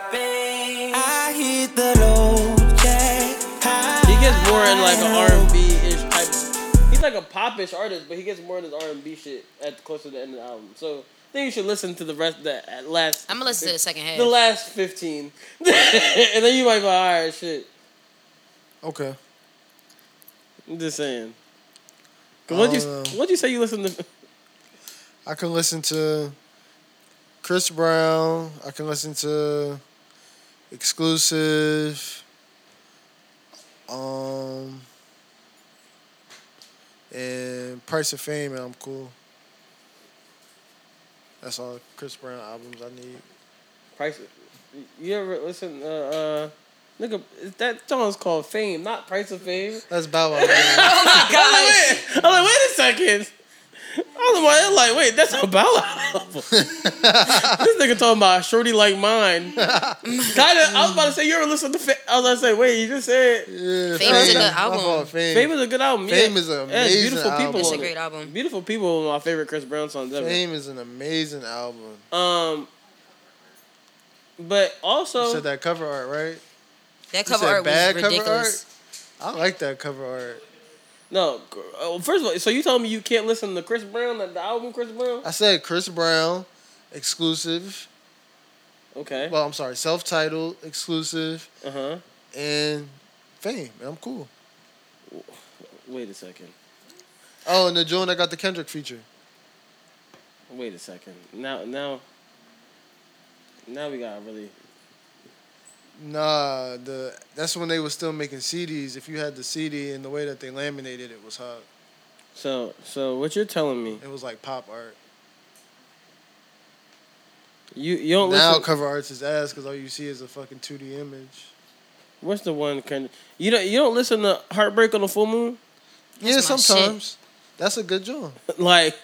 [SPEAKER 2] I hit the low jack high.
[SPEAKER 1] He gets more in like an R and B ish type. He's like a popish artist, but he gets more in his R and B shit at close to the end of the album. So I think you should listen to the rest the at last.
[SPEAKER 6] I'm gonna listen to the second half.
[SPEAKER 1] The last fifteen, <laughs> and then you might be like, all right, shit.
[SPEAKER 4] <laughs> Okay.
[SPEAKER 1] I'm just saying. 'Cause What'd you
[SPEAKER 4] I don't
[SPEAKER 1] What'd you say you listen to?
[SPEAKER 4] I can listen to Chris Brown. I can listen to exclusive. Um. And Price of Fame, and I'm cool. That's all Chris Brown albums I need.
[SPEAKER 1] Price. You ever listen? Uh, uh, nigga, that song's called Fame, not Price of Fame.
[SPEAKER 4] That's Bow Wow.
[SPEAKER 1] oh
[SPEAKER 6] <laughs>
[SPEAKER 1] my god! I'm like, <laughs> wait a second. I was like, I'm like, wait, that's a Bow Wow
[SPEAKER 4] <laughs>
[SPEAKER 1] album. this nigga talking about shorty like mine. Kinda, I was about to say you ever listen to. Fa- I was about to say, wait, you just said
[SPEAKER 6] Fame is a good album.
[SPEAKER 4] Fame.
[SPEAKER 1] Fame is a good album.
[SPEAKER 4] Fame
[SPEAKER 1] yeah.
[SPEAKER 4] is an
[SPEAKER 1] It has
[SPEAKER 4] amazing
[SPEAKER 1] beautiful
[SPEAKER 4] album.
[SPEAKER 1] people.
[SPEAKER 4] It's a
[SPEAKER 1] on it.
[SPEAKER 4] great
[SPEAKER 6] album.
[SPEAKER 1] Beautiful people. are My favorite Chris Brown songs ever.
[SPEAKER 4] Fame is an amazing album.
[SPEAKER 1] Um, but also
[SPEAKER 4] You said that cover art, right?
[SPEAKER 6] That
[SPEAKER 4] You
[SPEAKER 6] cover
[SPEAKER 4] said
[SPEAKER 6] art was
[SPEAKER 4] bad
[SPEAKER 6] ridiculous.
[SPEAKER 4] Cover art? I like that cover art.
[SPEAKER 1] no. gr- uh, First of all, so you telling me you can't listen to Chris Brown, the, the album Chris Brown?
[SPEAKER 4] I said Chris Brown, exclusive.
[SPEAKER 1] Okay.
[SPEAKER 4] Eh? Well, I'm sorry, self-titled, exclusive,
[SPEAKER 1] Uh huh.
[SPEAKER 4] and Fame. And I'm cool.
[SPEAKER 1] Wait a second.
[SPEAKER 4] Oh, and the joint I got the Kendrick feature.
[SPEAKER 1] Wait a second. Now, now, now we got really.
[SPEAKER 4] Nah, the that's when they were still making CDs. If you had the CD and the way that they laminated it was hot.
[SPEAKER 1] So, so what you're telling me?
[SPEAKER 4] It was like pop art.
[SPEAKER 1] You you don't
[SPEAKER 4] now
[SPEAKER 1] listen.
[SPEAKER 4] cover art's his ass because all you see is a fucking 2D image.
[SPEAKER 1] What's the one? Kind you don't you don't listen to Heartbreak on the Full Moon? <laughs>
[SPEAKER 4] yeah, sometimes. That's a good joint.
[SPEAKER 1] like,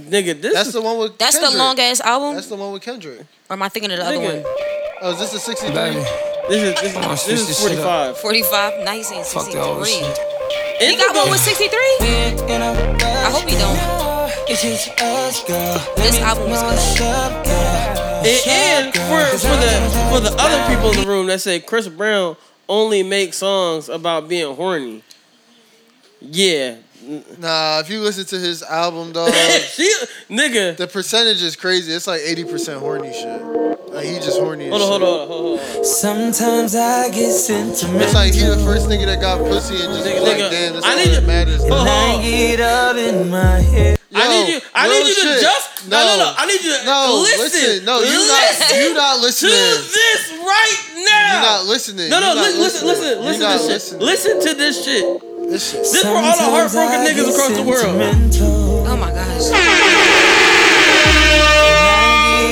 [SPEAKER 1] nigga, this
[SPEAKER 4] That's
[SPEAKER 1] is
[SPEAKER 4] the one with.
[SPEAKER 6] That's the
[SPEAKER 4] Kendrick.
[SPEAKER 6] long ass album.
[SPEAKER 4] That's the one with Kendrick.
[SPEAKER 6] Or am I thinking of the other
[SPEAKER 4] Nigga.
[SPEAKER 6] one?
[SPEAKER 4] Oh, is this the 63?
[SPEAKER 1] This is this,
[SPEAKER 4] Come on,
[SPEAKER 1] is
[SPEAKER 4] switch
[SPEAKER 1] this is
[SPEAKER 4] this shit
[SPEAKER 1] forty
[SPEAKER 4] up.
[SPEAKER 1] five.
[SPEAKER 6] Forty five. Nice and sixty
[SPEAKER 1] the old
[SPEAKER 6] three. He got one with sixty three. I hope he don't. This album was good.
[SPEAKER 1] And, and for, for the for the other people in the room that say Chris Brown only makes songs about being horny. Yeah,
[SPEAKER 4] Nah, if you listen to his album, dog, <laughs>
[SPEAKER 1] nigga,
[SPEAKER 4] the percentage is crazy. It's like 80% horny shit. Like he just horny. as
[SPEAKER 1] Hold on,
[SPEAKER 4] shit.
[SPEAKER 1] hold on, hold on.
[SPEAKER 2] Sometimes I get sentimental.
[SPEAKER 4] It's like he the first nigga that got pussy and just was like, damn, this I need that matters.
[SPEAKER 2] And I get up in my head.
[SPEAKER 1] I need you. I
[SPEAKER 4] real
[SPEAKER 1] need you to
[SPEAKER 4] shit.
[SPEAKER 1] just. No, no, no. I need you to
[SPEAKER 4] No,
[SPEAKER 1] listen.
[SPEAKER 4] listen. No, you not-
[SPEAKER 1] listen
[SPEAKER 4] you not listening.
[SPEAKER 1] to this right now.
[SPEAKER 4] You're not listening.
[SPEAKER 1] No, no.
[SPEAKER 4] You're not
[SPEAKER 1] li- listen,
[SPEAKER 4] listening.
[SPEAKER 1] listen, listen to this shit.
[SPEAKER 4] You're not listening.
[SPEAKER 1] Listen to this shit.
[SPEAKER 4] This shit.
[SPEAKER 1] This for all the heartbroken niggas across the world.
[SPEAKER 6] Oh my gosh.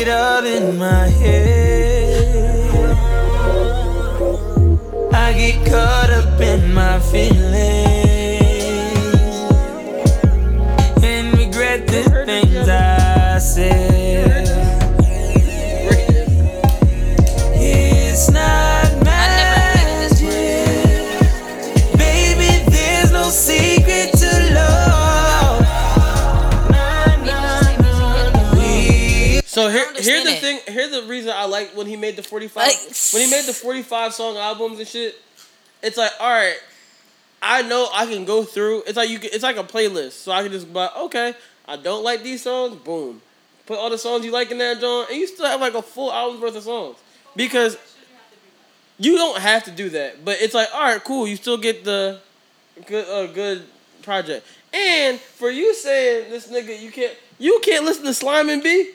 [SPEAKER 2] I get up in my head. I get caught up in my feelings and regret the things I said. It's not magic, baby. There's no secret to love.
[SPEAKER 1] So here, here's the
[SPEAKER 2] it.
[SPEAKER 1] thing. Here's the reason I like when he made the 45. when he made the 45 song albums and shit, it's like, all right, I know I can go through. It's like you. Can, it's like a playlist, so I can just buy. Okay, I don't like these songs. Boom, put all the songs you like in that John, and you still have like a full album's worth of songs because you don't have to do that. But it's like, all right, cool. You still get the good, uh, good project. And for you saying this nigga, you can't, you can't listen to Slime and B.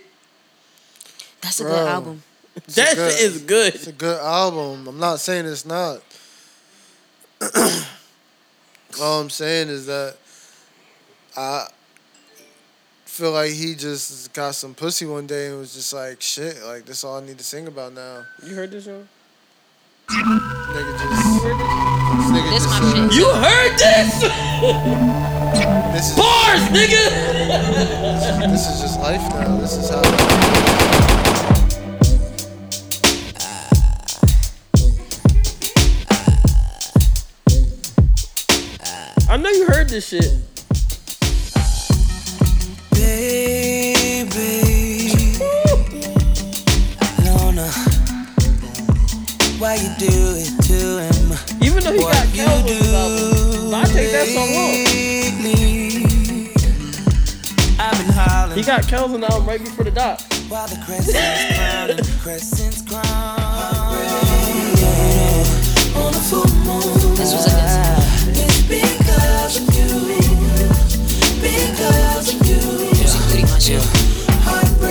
[SPEAKER 6] That's
[SPEAKER 1] a
[SPEAKER 4] good Bro. album.
[SPEAKER 1] That shit is good.
[SPEAKER 4] It's a good album. I'm not saying it's not. <clears throat> All I'm saying is that I feel like he just got some pussy one day and was just like, shit, like that's all I need to sing about now.
[SPEAKER 1] You heard this one?
[SPEAKER 4] Nigga just. This, nigga
[SPEAKER 1] This
[SPEAKER 4] just
[SPEAKER 1] my
[SPEAKER 4] said-
[SPEAKER 1] shit. You heard this?
[SPEAKER 4] This is,
[SPEAKER 1] Bars, nigga!
[SPEAKER 4] this is just life now. This is how.
[SPEAKER 1] I know you heard this shit.
[SPEAKER 2] Baby, Lorna, why you do it to him?
[SPEAKER 1] Even though he
[SPEAKER 2] what
[SPEAKER 1] got
[SPEAKER 2] you
[SPEAKER 1] Cowboys
[SPEAKER 2] do
[SPEAKER 1] album, but I take that song
[SPEAKER 2] lately. I've been hollering.
[SPEAKER 1] He got Kells in the album right before the doc.
[SPEAKER 2] While the crescent's crowning, crescent's crowning. On a full moon. This was a good It's because of you. Because of you. Musically, my shit. Hope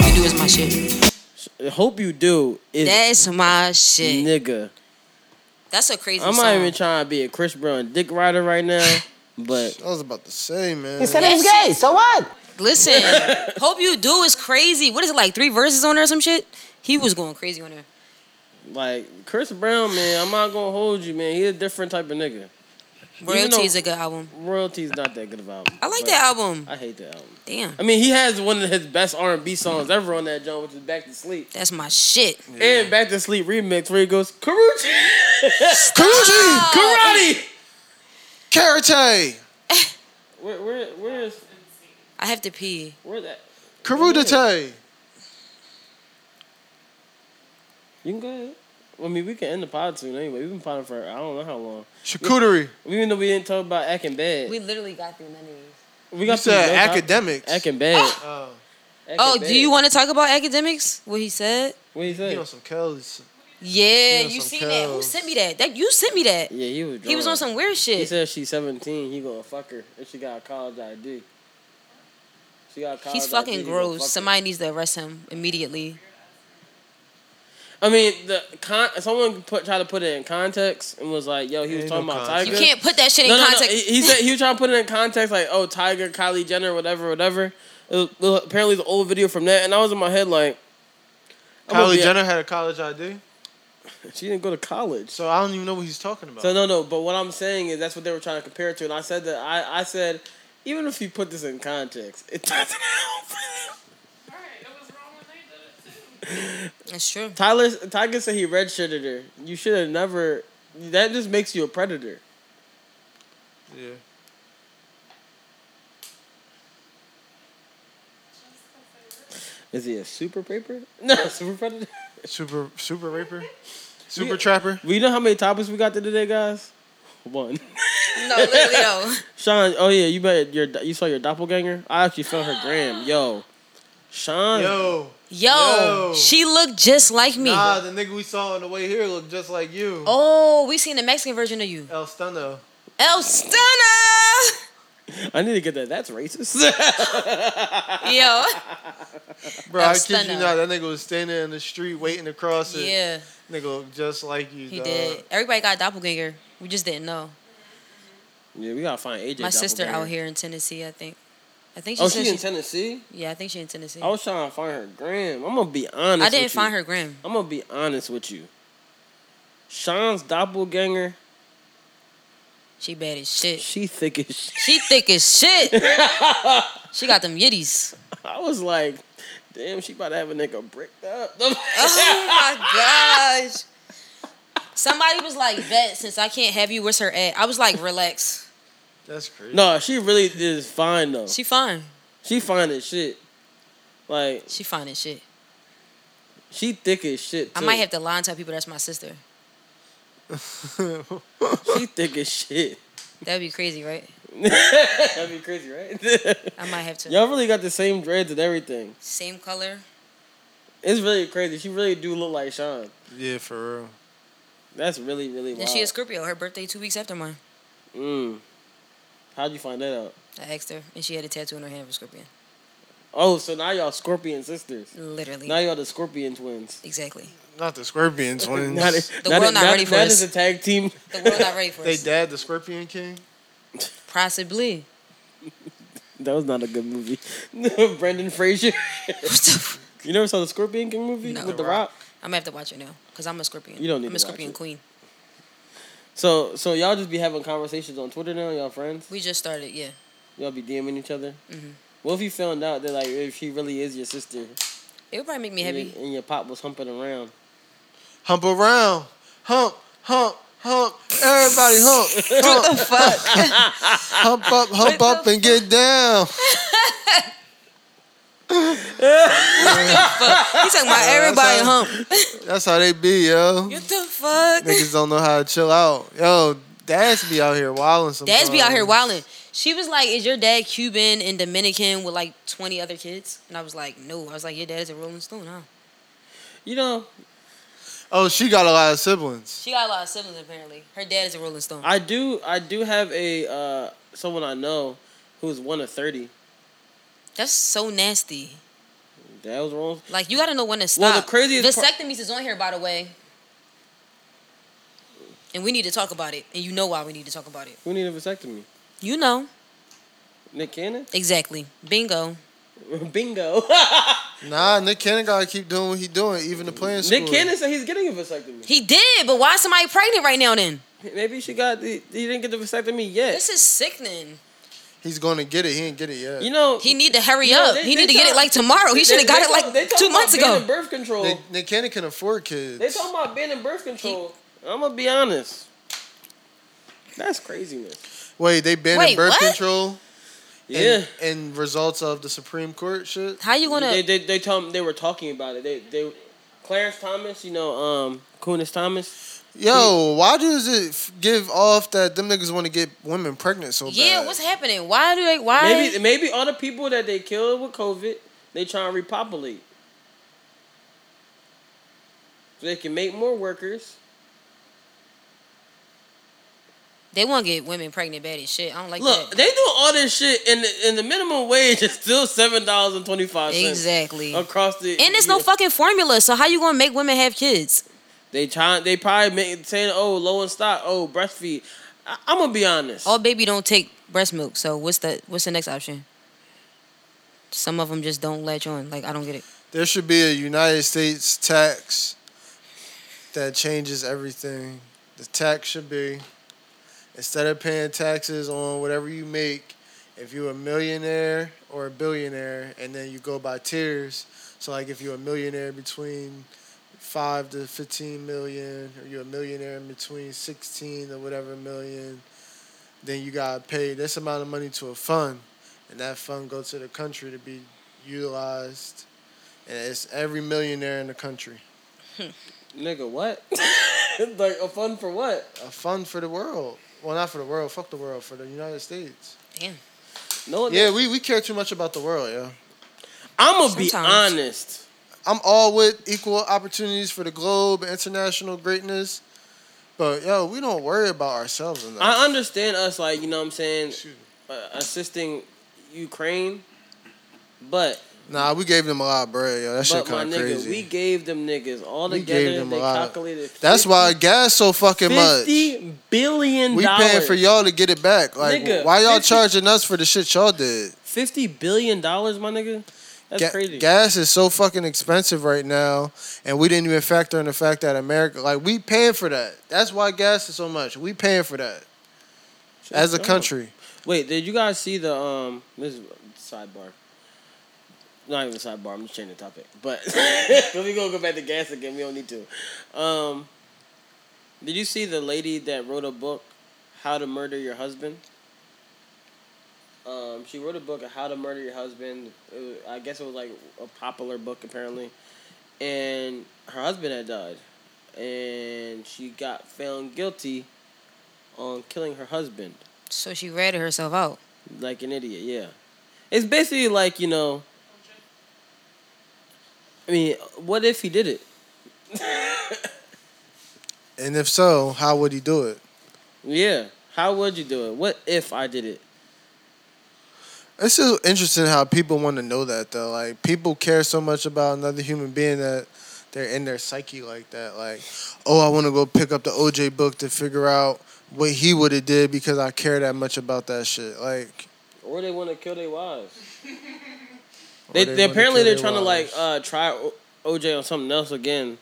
[SPEAKER 2] you do is my shit.
[SPEAKER 1] Hope you do. Is
[SPEAKER 6] That's my shit.
[SPEAKER 1] Nigga.
[SPEAKER 6] That's a crazy
[SPEAKER 1] I'm
[SPEAKER 6] song.
[SPEAKER 1] not even trying to be a Chris Brown dick rider right now, but.
[SPEAKER 4] I was about to say, man.
[SPEAKER 6] He said it was gay,
[SPEAKER 1] so what? <laughs>
[SPEAKER 6] Listen, hope you do is crazy. What is it like? Three verses on there or some shit? He was going crazy on there.
[SPEAKER 1] Like, Chris Brown, man, I'm not gonna hold you, man. He's a different type of nigga.
[SPEAKER 6] Royalty is a good album.
[SPEAKER 1] Royalty's not that good of an album.
[SPEAKER 6] I like
[SPEAKER 1] but
[SPEAKER 6] that album.
[SPEAKER 1] I hate that album.
[SPEAKER 6] Damn.
[SPEAKER 1] I mean, he has one of his best R&B songs ever on that joint, which is Back to Sleep.
[SPEAKER 6] That's my shit.
[SPEAKER 1] And Back to Sleep remix where he goes, Karuchi!
[SPEAKER 4] Karuchi!
[SPEAKER 6] Oh,
[SPEAKER 1] Karate!
[SPEAKER 4] Karate!
[SPEAKER 1] Where, where, where is...
[SPEAKER 6] I have to pee.
[SPEAKER 1] Where that?
[SPEAKER 4] Karudate!
[SPEAKER 1] You can go ahead. Well, I mean, we can end the pod soon anyway. We've been podding for I don't know how long.
[SPEAKER 4] Charcuterie.
[SPEAKER 1] We, even though we didn't talk about acting bad.
[SPEAKER 6] We literally got through none of these.
[SPEAKER 1] We
[SPEAKER 4] You said
[SPEAKER 1] through no topic.
[SPEAKER 4] academics.
[SPEAKER 1] Acting
[SPEAKER 6] <gasps>
[SPEAKER 1] bad.
[SPEAKER 4] Oh.
[SPEAKER 6] Oh, do you want to talk about academics? What he said?
[SPEAKER 1] What he said?
[SPEAKER 4] You know some Kelly's.
[SPEAKER 6] Yeah,
[SPEAKER 4] He on
[SPEAKER 6] you
[SPEAKER 4] some
[SPEAKER 6] seen that? Who
[SPEAKER 4] cows.
[SPEAKER 6] sent me that? That you sent me that.
[SPEAKER 1] Yeah, he was.
[SPEAKER 6] He was on
[SPEAKER 1] drunk.
[SPEAKER 6] some weird shit.
[SPEAKER 1] He said she's 17. He gonna fuck her if she got a college ID. She got a college
[SPEAKER 6] He's
[SPEAKER 1] ID,
[SPEAKER 6] fucking
[SPEAKER 1] he gonna
[SPEAKER 6] gross.
[SPEAKER 1] fuck her.
[SPEAKER 6] Somebody needs to arrest him immediately.
[SPEAKER 1] I mean, the con- someone put tried to put it in context and was like, "Yo, he was talking about Tiger."
[SPEAKER 6] You can't put that shit in
[SPEAKER 1] no, no,
[SPEAKER 6] context.
[SPEAKER 1] No. He, he said he was trying to put it
[SPEAKER 6] <laughs>
[SPEAKER 1] in context, like, "Oh, Tiger, Kylie Jenner, whatever, whatever." It was, well, apparently, it's an old video from that, and I was in my head like, I'm gonna
[SPEAKER 4] Kylie
[SPEAKER 1] be a-
[SPEAKER 4] Jenner had a college ID.
[SPEAKER 1] She didn't go to college.
[SPEAKER 4] So I don't even know what he's talking about.
[SPEAKER 1] So no, no. But what I'm saying is that's what they were trying to compare it to, and I said that I, I said, even if you put this in context, it <laughs> doesn't help.
[SPEAKER 6] That's true.
[SPEAKER 1] Tyler Tiger said he redshirted her. You should have never. That just makes you a predator.
[SPEAKER 4] Yeah.
[SPEAKER 1] Is he a super paper? <laughs> No, super predator.
[SPEAKER 4] Super super <laughs> raper? Super trapper?
[SPEAKER 1] We know how many topics we got to today, guys. One.
[SPEAKER 6] No, literally, no.
[SPEAKER 1] Sean, oh yeah, you bet your you saw your doppelganger. I actually found her gram. Yo, Sean.
[SPEAKER 4] Yo.
[SPEAKER 6] Yo,
[SPEAKER 4] Yo.
[SPEAKER 6] she looked just like me.
[SPEAKER 4] Nah, the nigga we saw on the way here looked just like you.
[SPEAKER 6] Oh, we seen the Mexican version of you.
[SPEAKER 4] El Stunno.
[SPEAKER 6] El Stunner.
[SPEAKER 1] I need to get that. That's racist. <laughs>
[SPEAKER 6] Yo.
[SPEAKER 4] Bro,
[SPEAKER 6] El
[SPEAKER 4] I kid you
[SPEAKER 6] Stunno.
[SPEAKER 4] not, that nigga was standing in the street waiting to cross it.
[SPEAKER 6] Yeah.
[SPEAKER 4] Nigga looked just like you,
[SPEAKER 6] He
[SPEAKER 4] dog.
[SPEAKER 6] did. Everybody got a doppelganger. We just didn't know.
[SPEAKER 1] yeah, we gotta find AJ.
[SPEAKER 6] My sister
[SPEAKER 1] doppelganger.
[SPEAKER 6] out here in Tennessee, I think. I think she
[SPEAKER 1] Oh,
[SPEAKER 6] said
[SPEAKER 1] she in Tennessee.
[SPEAKER 6] Yeah, I think she in Tennessee.
[SPEAKER 1] I was trying to find her gram. I'm gonna be honest.
[SPEAKER 6] I didn't
[SPEAKER 1] with you.
[SPEAKER 6] find her gram.
[SPEAKER 1] I'm gonna be honest with you. Sean's doppelganger.
[SPEAKER 6] She bad as shit.
[SPEAKER 1] She thick as shit.
[SPEAKER 6] She thick
[SPEAKER 1] <laughs>
[SPEAKER 6] as shit. she got them yitties.
[SPEAKER 1] I was like, damn, she about to have a nigga bricked up. <laughs>
[SPEAKER 6] Oh my gosh. Somebody was like, "Bet since I can't have you, where's her at?" I was like, "Relax."
[SPEAKER 4] That's crazy.
[SPEAKER 1] no, she really is fine though.
[SPEAKER 6] She fine.
[SPEAKER 1] She fine as shit. Like
[SPEAKER 6] she fine as shit.
[SPEAKER 1] She thick as shit.
[SPEAKER 6] I
[SPEAKER 1] too.
[SPEAKER 6] might have to lie and tell people that's my sister.
[SPEAKER 1] She thick as shit.
[SPEAKER 6] That'd be crazy, right?
[SPEAKER 1] That'd be crazy, right? <laughs>
[SPEAKER 6] I might have to.
[SPEAKER 1] Y'all really got the same dreads and everything.
[SPEAKER 6] Same color.
[SPEAKER 1] It's really crazy. She really do look like Sean.
[SPEAKER 4] Yeah, for real.
[SPEAKER 1] That's really really
[SPEAKER 6] And
[SPEAKER 1] wild.
[SPEAKER 6] she is Scorpio. Her birthday two weeks after mine.
[SPEAKER 1] Mm. How'd you find that out?
[SPEAKER 6] I asked her, and she had a tattoo on her hand of a scorpion.
[SPEAKER 1] Oh, so now y'all scorpion sisters.
[SPEAKER 6] Literally.
[SPEAKER 1] Now y'all the scorpion twins.
[SPEAKER 6] Exactly.
[SPEAKER 4] Not the <laughs> Scorpions ones.
[SPEAKER 1] Not- The not- world not not- ready for not us. as a tag team.
[SPEAKER 6] The world not ready
[SPEAKER 1] <laughs>
[SPEAKER 6] for
[SPEAKER 4] they
[SPEAKER 6] us.
[SPEAKER 4] dad the Scorpion King.
[SPEAKER 1] <laughs>
[SPEAKER 6] Possibly.
[SPEAKER 1] That was not a good movie. <laughs> Brendan Fraser. you never saw the Scorpion King movie with The Rock?
[SPEAKER 6] I'm gonna have to watch it now because I'm a Scorpion.
[SPEAKER 1] You don't need
[SPEAKER 6] I'm
[SPEAKER 1] to
[SPEAKER 6] a
[SPEAKER 1] watch
[SPEAKER 6] Scorpion
[SPEAKER 1] it.
[SPEAKER 6] queen.
[SPEAKER 1] So, so y'all just be having conversations on Twitter now, y'all friends?
[SPEAKER 6] We just started, yeah.
[SPEAKER 1] Y'all be DMing each other?
[SPEAKER 6] Mm-hmm.
[SPEAKER 1] What if you found out that, like, if she really is your sister?
[SPEAKER 6] It would probably make me
[SPEAKER 1] and
[SPEAKER 6] heavy.
[SPEAKER 1] your- And your pop was humping around.
[SPEAKER 4] Hump around. Hump, hump, hump. Everybody hump. hump.
[SPEAKER 6] <laughs> What the fuck?
[SPEAKER 4] <laughs> hump up, hump up, and get down.
[SPEAKER 6] He's
[SPEAKER 1] <laughs>
[SPEAKER 6] talking about
[SPEAKER 4] that's
[SPEAKER 6] everybody hump.
[SPEAKER 4] That's how they be, yo.
[SPEAKER 6] What the fuck?
[SPEAKER 4] Niggas don't know how to chill out. Yo, dads be out here wilding sometimes.
[SPEAKER 6] <laughs> Dads be out here wilding. She was like, "Is your dad Cuban and Dominican with like twenty other kids?" And I was like, "No." I was like, "Your dad is a Rolling Stone, huh?"
[SPEAKER 1] You know,
[SPEAKER 4] Oh, she got a lot of siblings.
[SPEAKER 6] She got a lot of siblings apparently. Her dad is a Rolling Stone.
[SPEAKER 1] I do, I do have a, uh, someone I know who's one of 30.
[SPEAKER 6] That's so nasty.
[SPEAKER 1] That was wrong.
[SPEAKER 6] Like you got to know when to stop.
[SPEAKER 1] Well, the craziest part-
[SPEAKER 6] vasectomies is on here, by the way. And we need to talk about it. And you know why we need to talk about it.
[SPEAKER 1] Who needed a vasectomy?
[SPEAKER 6] You know
[SPEAKER 1] Nick Cannon? <laughs>
[SPEAKER 6] exactly. Bingo.
[SPEAKER 1] Bingo. <laughs>
[SPEAKER 4] Nah, Nick Cannon gotta keep doing what he doing, even the playing school.
[SPEAKER 1] Nick Cannon said he's getting a vasectomy.
[SPEAKER 6] He did, but why is somebody pregnant right now? Then
[SPEAKER 1] Maybe she got, the, he didn't get the vasectomy yet.
[SPEAKER 6] this is sickening.
[SPEAKER 4] He's gonna get it. He ain't get it yet.
[SPEAKER 1] You know,
[SPEAKER 6] He need to hurry
[SPEAKER 1] You know,
[SPEAKER 6] up.
[SPEAKER 1] they-
[SPEAKER 6] he
[SPEAKER 1] they
[SPEAKER 6] need to get it
[SPEAKER 1] talk-
[SPEAKER 6] like tomorrow. He
[SPEAKER 1] they-
[SPEAKER 6] should have Oh, got
[SPEAKER 1] they
[SPEAKER 6] it
[SPEAKER 1] talk-
[SPEAKER 6] like
[SPEAKER 1] they talk
[SPEAKER 6] two
[SPEAKER 1] about
[SPEAKER 6] months
[SPEAKER 1] being
[SPEAKER 6] ago.
[SPEAKER 1] in birth control.
[SPEAKER 4] Nick, Nick Cannon can afford kids.
[SPEAKER 1] They talking about being in birth control. I'm gonna be honest. That's craziness.
[SPEAKER 4] Wait, they banned
[SPEAKER 1] Wait,
[SPEAKER 4] birth
[SPEAKER 1] what?
[SPEAKER 4] control.
[SPEAKER 1] Yeah.
[SPEAKER 4] And, and results of the Supreme Court shit.
[SPEAKER 6] How you gonna-
[SPEAKER 1] They they they told they were talking about it. They they Clarence Thomas, you know, um, Kunis Thomas.
[SPEAKER 4] Yo, why does it f- give off that them niggas want to get women pregnant so bad?
[SPEAKER 6] Yeah, what's happening? Why do they? Why?
[SPEAKER 1] Maybe maybe all the people that they killed with COVID, they try and repopulate. So they can make more workers.
[SPEAKER 6] They want to get women pregnant bad as shit. I don't like
[SPEAKER 1] Look,
[SPEAKER 6] that.
[SPEAKER 1] they doing all this shit, and the, and the minimum wage is still seven dollars and twenty five cents
[SPEAKER 6] Exactly.
[SPEAKER 1] across the.
[SPEAKER 6] And it's no fucking formula, so how you gonna make women have kids?
[SPEAKER 1] They trying. They probably make, saying, "Oh, low in stock. Oh, breastfeed." I, I'm gonna be honest.
[SPEAKER 6] All baby don't take breast milk, so what's the what's the next option? Some of them just don't latch on. Like I don't get it.
[SPEAKER 4] There should be a United States tax that changes everything. The tax should be instead of paying taxes on whatever you make, if you're a millionaire or a billionaire, and then you go by tiers. So, like, if you're a millionaire between five to 15 million, or you're a millionaire in between 16 to whatever million, then you got to pay this amount of money to a fund. And that fund goes to the country to be utilized. And it's every millionaire in the country.
[SPEAKER 1] Nigga, what? <laughs> like a fund for what?
[SPEAKER 4] A fund for the world. Well, not for the world. Fuck the world. For the United States.
[SPEAKER 6] Damn.
[SPEAKER 1] No.
[SPEAKER 4] Yeah, we, we care too much about the world, yeah.
[SPEAKER 1] I'm gonna be Sometimes. honest.
[SPEAKER 4] I'm all with equal opportunities for the globe, international greatness. But yo, we don't worry about ourselves enough.
[SPEAKER 1] I understand us, like you know, what I'm saying, uh, assisting Ukraine, but
[SPEAKER 4] nah, we gave them a lot of bread, yo. That shit
[SPEAKER 1] but my
[SPEAKER 4] kind of
[SPEAKER 1] nigga,
[SPEAKER 4] crazy.
[SPEAKER 1] we gave them niggas all
[SPEAKER 4] We
[SPEAKER 1] together.
[SPEAKER 4] gave them
[SPEAKER 1] they
[SPEAKER 4] a lot.
[SPEAKER 1] calculated.
[SPEAKER 4] That's why gas so fucking much.
[SPEAKER 1] Fifty billion
[SPEAKER 4] We
[SPEAKER 1] dollars.
[SPEAKER 4] paying for y'all to get it back. Like,
[SPEAKER 1] Nigga,
[SPEAKER 4] why y'all
[SPEAKER 1] 50
[SPEAKER 4] charging us for the shit y'all did?
[SPEAKER 1] Fifty billion dollars, my nigga. That's
[SPEAKER 4] Ga-
[SPEAKER 1] crazy.
[SPEAKER 4] Gas is so fucking expensive right now, and we didn't even factor in the fact that America, like, we paying for that. That's why gas is so much. We paying for that as a
[SPEAKER 1] up.
[SPEAKER 4] country.
[SPEAKER 1] Wait, did you guys see the um? This is sidebar. Not even sidebar. I'm just changing the topic. But <laughs> let me go go back to gas again. We don't need to. Um, did you see the lady that wrote a book, How to Murder Your Husband? Um, she wrote a book, How to Murder Your Husband. It was, I guess it was like a popular book apparently, and her husband had died, and she got found guilty on killing her husband
[SPEAKER 6] So she ratted herself out.
[SPEAKER 1] like an idiot. Yeah, it's basically like you know. I mean, what if he did it?
[SPEAKER 4] And if so, how would he do it?
[SPEAKER 1] Yeah, how would you do it? What if I did it?
[SPEAKER 4] It's just interesting how people want to know that though. Like people care so much about another human being that they're in their psyche like that. Like, oh, I want to go pick up the OJ book to figure out what he would have did because I care that much about that shit. Like,
[SPEAKER 1] Or they want to kill their
[SPEAKER 4] <laughs>
[SPEAKER 1] wives.
[SPEAKER 4] Or
[SPEAKER 1] they,
[SPEAKER 4] they
[SPEAKER 1] they
[SPEAKER 4] wanna
[SPEAKER 1] apparently
[SPEAKER 4] kill
[SPEAKER 1] they're
[SPEAKER 4] their
[SPEAKER 1] trying to like uh, try O- OJ on something else again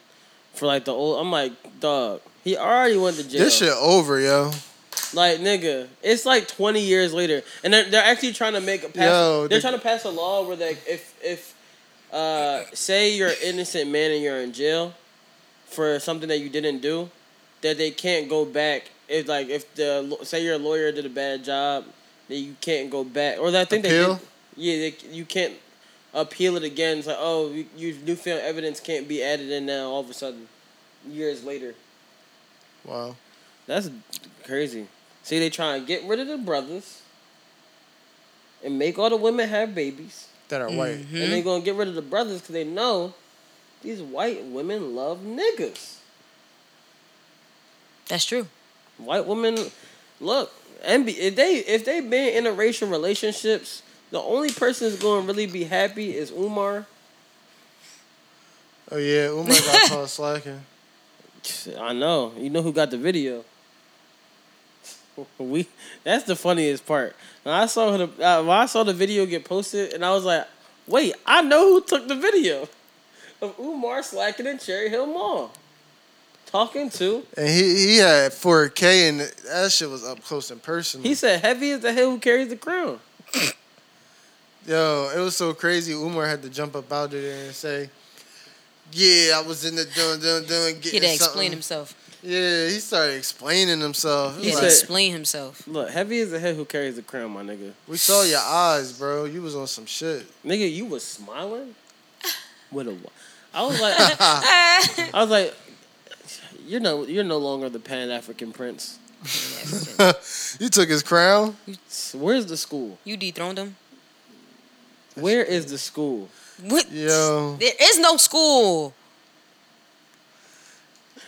[SPEAKER 1] for like the old. I'm like, dog, he already went to jail.
[SPEAKER 4] this shit over, yo.
[SPEAKER 1] Like nigga, it's like 20 years later, and they're, they're actually trying to make a pass.
[SPEAKER 4] Yo,
[SPEAKER 1] they're
[SPEAKER 4] the-
[SPEAKER 1] trying to pass a law where like if if uh, say you're an innocent man and you're in jail for something that you didn't do, that they can't go back. If like if the lo- say your lawyer did a bad job, that you can't go back, or that I think they
[SPEAKER 4] Appeal?
[SPEAKER 1] did, yeah they, you can't appeal it again. It's like oh you, you newfound evidence can't be added in now all of a sudden, years later.
[SPEAKER 4] Wow.
[SPEAKER 1] That's crazy. See, they try and get rid of the brothers and make all the women have babies.
[SPEAKER 4] That are white.
[SPEAKER 1] And they going to get rid of the brothers because they know these white women love niggas.
[SPEAKER 6] That's true.
[SPEAKER 1] White women, look, and be, if they if they been in interracial relationships, the only person that's going to really be happy is Umar.
[SPEAKER 4] Oh yeah, Umar got caught slacking.
[SPEAKER 1] I know. You know who got the video? <laughs> We. That's the funniest part. When I saw the uh, when I saw the video get posted, and I was like, "Wait, I know who took the video of Umar slacking in Cherry Hill Mall, talking to."
[SPEAKER 4] And he he had 4K and that shit was up close and personal.
[SPEAKER 1] He said, "Heavy is the hill who carries the crown."
[SPEAKER 4] Yo, it was so crazy. Umar had to jump up out of there and say, "Yeah, I was in the dun dun dun getting
[SPEAKER 6] He had to explain
[SPEAKER 4] something."
[SPEAKER 6] himself.
[SPEAKER 4] Yeah, he started explaining himself. It
[SPEAKER 6] He
[SPEAKER 4] was
[SPEAKER 6] had to
[SPEAKER 4] like,
[SPEAKER 6] explain himself.
[SPEAKER 1] Look, heavy is the head who carries the crown, my nigga.
[SPEAKER 4] we saw your eyes, bro. You was on some shit.
[SPEAKER 1] Nigga, you was smiling with a. wa- I was like, I was like, you're no, you're no longer the Pan African prince.
[SPEAKER 4] you took his crown.
[SPEAKER 1] Where's the school?
[SPEAKER 6] You dethroned him.
[SPEAKER 1] Where is the school?
[SPEAKER 6] What?
[SPEAKER 4] Yo.
[SPEAKER 6] There is no school.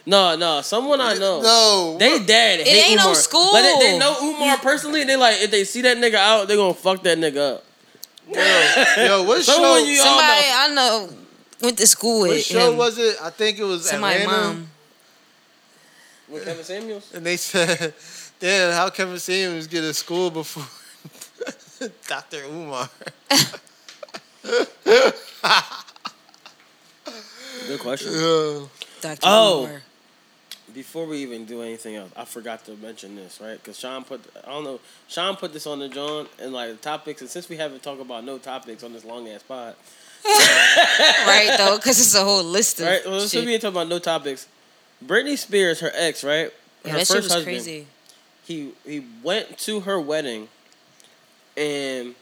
[SPEAKER 1] No, no. Someone I know.
[SPEAKER 4] No.
[SPEAKER 1] They dad.
[SPEAKER 6] It
[SPEAKER 1] hate
[SPEAKER 6] ain't no
[SPEAKER 1] Umar.
[SPEAKER 6] school.
[SPEAKER 1] Like, they, they know Umar personally. And they like if they see that nigga out, they gonna fuck that nigga up.
[SPEAKER 4] Yo, what
[SPEAKER 1] Someone
[SPEAKER 4] show?
[SPEAKER 1] you all
[SPEAKER 6] Somebody
[SPEAKER 1] know.
[SPEAKER 6] I know went to school with
[SPEAKER 4] What show
[SPEAKER 6] him.
[SPEAKER 4] was it? I think it was
[SPEAKER 6] Somebody
[SPEAKER 4] Atlanta.
[SPEAKER 6] mom.
[SPEAKER 1] With Kevin Samuels.
[SPEAKER 4] And they said, "Damn, how Kevin Samuels get a school before <laughs> Dr. Umar?"
[SPEAKER 1] Good question.
[SPEAKER 4] Yeah.
[SPEAKER 6] Dr.
[SPEAKER 1] Oh.
[SPEAKER 6] Umar.
[SPEAKER 1] Before we even do anything else, I forgot to mention this, right? Because Sean put, I don't know, Sean put this on the John and like the topics. And since we haven't talked about no topics on this long ass pod,
[SPEAKER 6] right though, because it's a whole list of
[SPEAKER 1] Oh. right? Well, since
[SPEAKER 6] shit.
[SPEAKER 1] we ain't talking about no topics, Britney Spears, her ex, right?
[SPEAKER 6] Yeah,
[SPEAKER 1] her
[SPEAKER 6] that shit was crazy.
[SPEAKER 1] he he went to her wedding and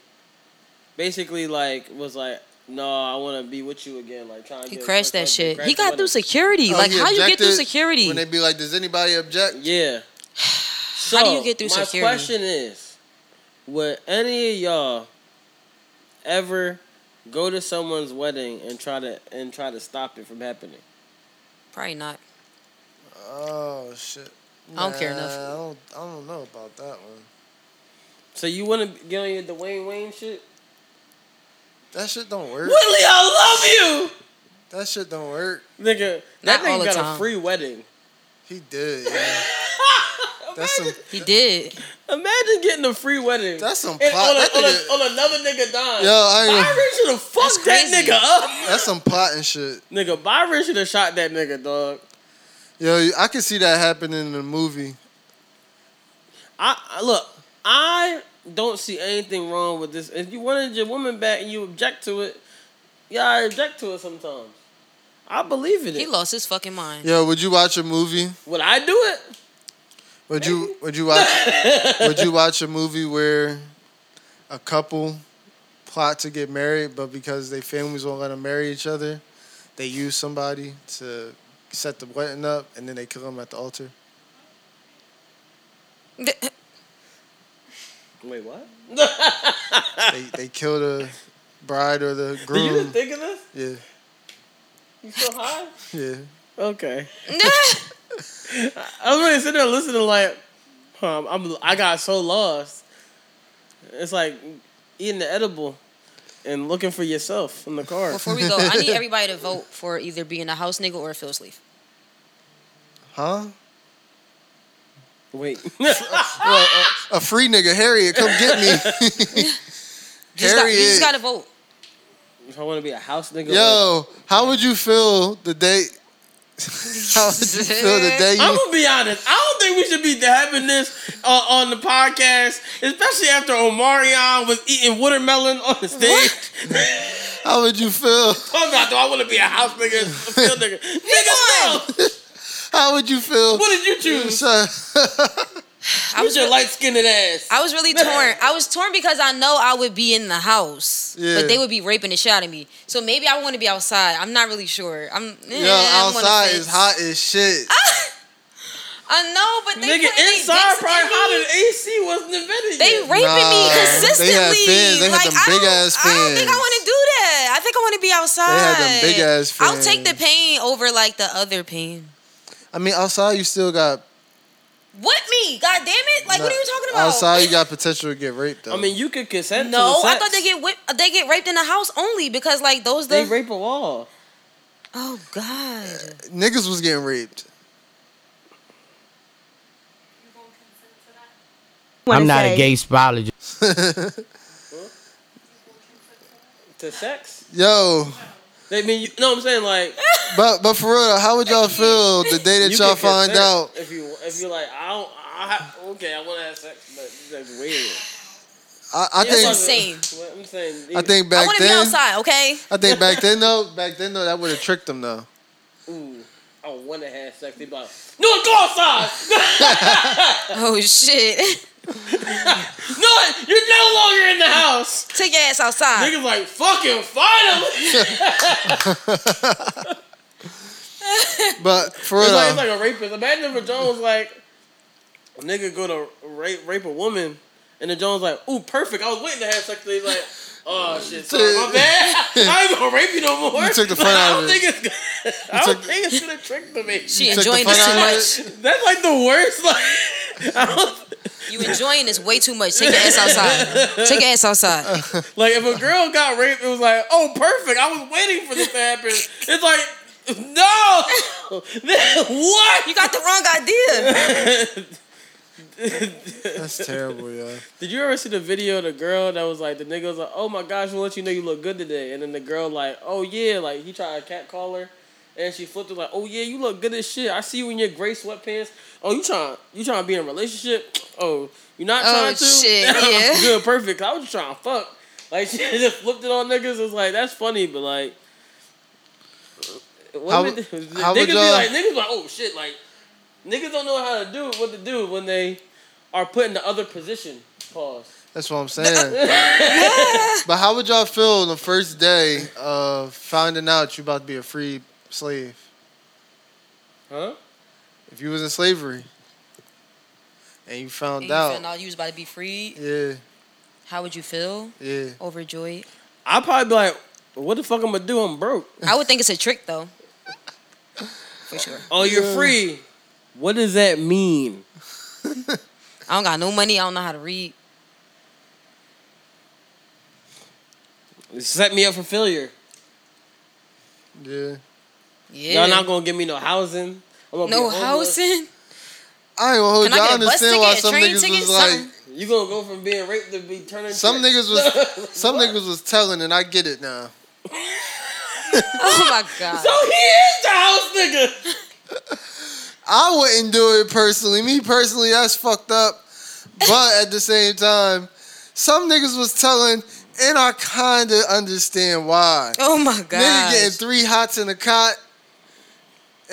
[SPEAKER 1] basically like was like no i want to be with you again like trying to
[SPEAKER 6] He
[SPEAKER 1] get
[SPEAKER 6] crashed
[SPEAKER 1] like,
[SPEAKER 6] that shit.
[SPEAKER 1] crashed
[SPEAKER 6] He
[SPEAKER 1] the
[SPEAKER 6] got through
[SPEAKER 1] wedding.
[SPEAKER 6] security. like
[SPEAKER 4] he
[SPEAKER 6] how you get through
[SPEAKER 4] objected
[SPEAKER 6] security?
[SPEAKER 4] Oh, When they be like, "Does anybody object?"
[SPEAKER 1] yeah so,
[SPEAKER 6] <sighs> How do you get through
[SPEAKER 1] my
[SPEAKER 6] security?
[SPEAKER 1] question is would any of y'all ever go to someone's wedding and try to and try to stop it from happening
[SPEAKER 6] Probably not.
[SPEAKER 4] Oh shit!
[SPEAKER 6] I don't care
[SPEAKER 4] Nah,
[SPEAKER 6] enough.
[SPEAKER 4] I don't, I don't know about that one.
[SPEAKER 1] so you want to get on your Dwayne Wayne shit?
[SPEAKER 4] That shit don't work.
[SPEAKER 1] Willie, I love
[SPEAKER 4] That shit don't work.
[SPEAKER 1] you, nigga.
[SPEAKER 6] Not
[SPEAKER 1] That nigga
[SPEAKER 6] all the
[SPEAKER 1] got
[SPEAKER 6] time.
[SPEAKER 1] a free wedding.
[SPEAKER 4] He did.
[SPEAKER 6] <laughs>
[SPEAKER 4] Yeah. that's some.
[SPEAKER 6] He did.
[SPEAKER 1] Imagine getting a free wedding.
[SPEAKER 4] That's some
[SPEAKER 1] And
[SPEAKER 4] plot.
[SPEAKER 1] on, a,
[SPEAKER 4] That
[SPEAKER 1] on,
[SPEAKER 4] nigga-
[SPEAKER 1] a, on another nigga dime.
[SPEAKER 4] Yo, I ain't-
[SPEAKER 1] Byron should have fucked that
[SPEAKER 6] crazy.
[SPEAKER 1] nigga up.
[SPEAKER 4] That's some plotting shit.
[SPEAKER 1] Nigga, Byron should have shot that nigga, dog.
[SPEAKER 4] Yo, I can see that happening in a movie.
[SPEAKER 1] I, I look. I don't see anything wrong with this. If you wanted your woman back and you object to it, yeah, I object to it sometimes. I believe in it.
[SPEAKER 6] He lost his fucking mind.
[SPEAKER 4] Yo, would you watch a movie?
[SPEAKER 1] Would I do it?
[SPEAKER 4] Would you? Would you watch? would you watch a movie where a couple plot to get married, but because their families won't let them marry each other, they use somebody to set the wedding up, and then they kill them at the altar?
[SPEAKER 1] Wait, what?
[SPEAKER 4] they they kill the bride or the
[SPEAKER 1] Did you just
[SPEAKER 4] groom.
[SPEAKER 1] think of this?
[SPEAKER 4] Yeah,
[SPEAKER 1] You so high?
[SPEAKER 4] yeah.
[SPEAKER 1] Okay. I was really sitting there listening, like, um, I'm I got so lost. It's like eating the edible. and looking for yourself from the car.
[SPEAKER 6] Before we go, I need everybody to vote for either being a house nigga or a Phil sleeve.
[SPEAKER 4] Huh?
[SPEAKER 1] Wait. <laughs>
[SPEAKER 4] a free nigga, Harriet, come get me. <laughs>
[SPEAKER 6] Just got, you just
[SPEAKER 4] Harriet.
[SPEAKER 6] gotta vote.
[SPEAKER 1] If I want to be a house nigga,
[SPEAKER 4] Yo, how would you feel the day? <laughs> how would you feel the day
[SPEAKER 1] I'm <laughs>
[SPEAKER 4] you?
[SPEAKER 1] gonna be honest. I don't think we should be having this uh, on the podcast, especially after Omarion was eating watermelon on the stage. <laughs>
[SPEAKER 4] How would you feel?
[SPEAKER 1] Talking about do I want to be a house nigga, a field nigga? nigga, no.
[SPEAKER 4] How would you feel? <laughs>
[SPEAKER 1] What did you choose?
[SPEAKER 6] I was
[SPEAKER 1] your light skinned ass.
[SPEAKER 6] I was really torn. I was torn because I know I would be in the house,
[SPEAKER 4] Yeah.
[SPEAKER 6] but they would be raping the shit out of me. So maybe I want to be outside. I'm not really sure. I'm eh,
[SPEAKER 4] Yo,
[SPEAKER 6] I'm on the
[SPEAKER 4] outside
[SPEAKER 6] fence.
[SPEAKER 4] is hot as shit.
[SPEAKER 6] I know, but they
[SPEAKER 1] Nigga,
[SPEAKER 6] putting they
[SPEAKER 1] inside
[SPEAKER 6] dicks in
[SPEAKER 1] probably
[SPEAKER 6] me.
[SPEAKER 1] hotter than AC wasn't invented
[SPEAKER 6] They
[SPEAKER 1] yet.
[SPEAKER 6] raping me
[SPEAKER 4] Nah,
[SPEAKER 6] consistently.
[SPEAKER 4] They had fans. They had
[SPEAKER 6] like,
[SPEAKER 4] them
[SPEAKER 6] I
[SPEAKER 4] big
[SPEAKER 6] don't-
[SPEAKER 4] ass
[SPEAKER 6] I don't
[SPEAKER 4] fans.
[SPEAKER 6] think I want to do that. I think I want to be outside.
[SPEAKER 4] them big ass
[SPEAKER 6] I'll take the pain over like the other pain.
[SPEAKER 4] I mean, outside you still got.
[SPEAKER 6] What me? God damn it! Like, what are you talking about?
[SPEAKER 4] Outside you got potential to get raped though.
[SPEAKER 1] I mean, you could consent. to
[SPEAKER 6] No,
[SPEAKER 1] the
[SPEAKER 6] I
[SPEAKER 1] sex.
[SPEAKER 6] thought they get whipped. They get raped in the house only because like those
[SPEAKER 1] they
[SPEAKER 6] the
[SPEAKER 1] rape a wall.
[SPEAKER 6] Oh God.
[SPEAKER 4] niggas was getting raped.
[SPEAKER 1] wanna
[SPEAKER 18] I'm not
[SPEAKER 1] say-
[SPEAKER 18] a gay spologist.
[SPEAKER 1] To sex?
[SPEAKER 4] Yo,
[SPEAKER 1] They mean, you know what I'm saying? Like,
[SPEAKER 4] but but for real, how would y'all feel the day that
[SPEAKER 1] you
[SPEAKER 4] y'all
[SPEAKER 1] could
[SPEAKER 4] find
[SPEAKER 1] consent
[SPEAKER 4] out?
[SPEAKER 1] If you if you're like, I don't, I have, okay, I want to have sex, but that's weird.
[SPEAKER 4] I, I
[SPEAKER 1] That's
[SPEAKER 4] think
[SPEAKER 1] <laughs> insane. What I'm saying,
[SPEAKER 4] I think back
[SPEAKER 6] I want to
[SPEAKER 4] then.
[SPEAKER 6] be outside. Okay.
[SPEAKER 4] I think back then though, back then though, that would have tricked them though.
[SPEAKER 1] Ooh, I want to have sex. They be like, no, go outside.
[SPEAKER 6] oh shit.
[SPEAKER 1] <laughs> no, you're no longer in the house.
[SPEAKER 6] <laughs> Take your ass outside.
[SPEAKER 1] Niggas like, fucking finally.
[SPEAKER 4] But for real,
[SPEAKER 1] it's, like,
[SPEAKER 4] though,
[SPEAKER 1] it's like a rapist. Imagine if a Jones like a nigga go to rape rape a woman, and the Jones like, ooh, perfect. I was waiting to have sex. He's like, oh
[SPEAKER 4] <laughs>
[SPEAKER 1] shit, sorry, my bad. I ain't gonna rape you no more.
[SPEAKER 4] You took the
[SPEAKER 1] Like,
[SPEAKER 4] fun
[SPEAKER 1] I
[SPEAKER 4] out
[SPEAKER 1] don't
[SPEAKER 4] of
[SPEAKER 1] think
[SPEAKER 4] it. <laughs>
[SPEAKER 1] it's. Gonna, I
[SPEAKER 4] You
[SPEAKER 1] don't
[SPEAKER 4] took-
[SPEAKER 1] think it's
[SPEAKER 4] <laughs>
[SPEAKER 1] gonna trick the me.
[SPEAKER 6] She
[SPEAKER 4] You took the
[SPEAKER 6] enjoying
[SPEAKER 4] fun
[SPEAKER 6] this
[SPEAKER 4] out of
[SPEAKER 6] too
[SPEAKER 1] much. That's like the worst. <laughs> Like,
[SPEAKER 6] You enjoying this way too much. Take your
[SPEAKER 1] <laughs>
[SPEAKER 6] ass outside. Take your ass
[SPEAKER 4] <laughs>
[SPEAKER 6] outside.
[SPEAKER 1] like if a girl got raped, it was like, oh, perfect. I was waiting for this to happen. It's like. No, <laughs> what?
[SPEAKER 6] You got the wrong idea.
[SPEAKER 1] <laughs>
[SPEAKER 6] <laughs>
[SPEAKER 4] That's terrible, yeah.
[SPEAKER 1] Did you ever see the video of the girl that was like the nigga was like, Oh my gosh, we'll let you know you look good today and then the girl like, Oh yeah, like he tried to cat call her and she flipped it like, Oh yeah, you look good as shit. I see you in your gray sweatpants. Oh you trying you trying to be in a relationship? Oh, you not
[SPEAKER 6] Oh,
[SPEAKER 1] trying to <laughs>
[SPEAKER 6] shit, yeah.
[SPEAKER 1] good, perfect. I was just trying to fuck. Like <laughs> she just flipped it on niggas. It's like that's funny, but like
[SPEAKER 4] How
[SPEAKER 1] women,
[SPEAKER 4] would-
[SPEAKER 1] <laughs> niggas
[SPEAKER 4] how would
[SPEAKER 1] be
[SPEAKER 4] y'all-
[SPEAKER 1] like niggas like, oh shit, like niggas don't know how to do what to do when they are put in the other position. Pause.
[SPEAKER 4] That's what I'm saying. but how would y'all feel on the first day of finding out you about to be a free slave?
[SPEAKER 1] Huh?
[SPEAKER 4] If you was in slavery and you found
[SPEAKER 6] And you
[SPEAKER 4] out,
[SPEAKER 6] found out you was about to be free.
[SPEAKER 4] yeah,
[SPEAKER 6] How would you feel?
[SPEAKER 4] yeah. <laughs>
[SPEAKER 6] Overjoyed.
[SPEAKER 1] I'd probably be like, what the fuck I'm gonna do? I'm broke.
[SPEAKER 6] I would think it's a trick though. For sure.
[SPEAKER 1] Oh, you're free. What does that mean?
[SPEAKER 6] I don't got no money. I don't know how to read.
[SPEAKER 1] Set me up for failure.
[SPEAKER 4] Yeah.
[SPEAKER 6] Yeah.
[SPEAKER 1] Y'all not gonna give me no housing. I'm gonna be
[SPEAKER 6] No
[SPEAKER 1] homeless.
[SPEAKER 6] housing.
[SPEAKER 4] I ain't gonna hold
[SPEAKER 6] Can I
[SPEAKER 4] you. I
[SPEAKER 6] get a bus
[SPEAKER 4] understand
[SPEAKER 6] ticket,
[SPEAKER 4] why
[SPEAKER 6] a
[SPEAKER 4] some
[SPEAKER 6] train
[SPEAKER 4] niggas
[SPEAKER 6] ticket,
[SPEAKER 4] was like,
[SPEAKER 6] something?
[SPEAKER 1] You gonna go from being raped to be turning.
[SPEAKER 4] some
[SPEAKER 1] tricks.
[SPEAKER 4] niggas was, some niggas was telling, and I get it now.
[SPEAKER 6] Oh my god.
[SPEAKER 1] so he is the house nigga.
[SPEAKER 4] I wouldn't do it personally. Me personally, that's fucked up. But at the same time, some niggas was telling, and I kinda understand why.
[SPEAKER 6] Oh my
[SPEAKER 4] Nigga
[SPEAKER 6] gosh.
[SPEAKER 4] getting three hots in a cot,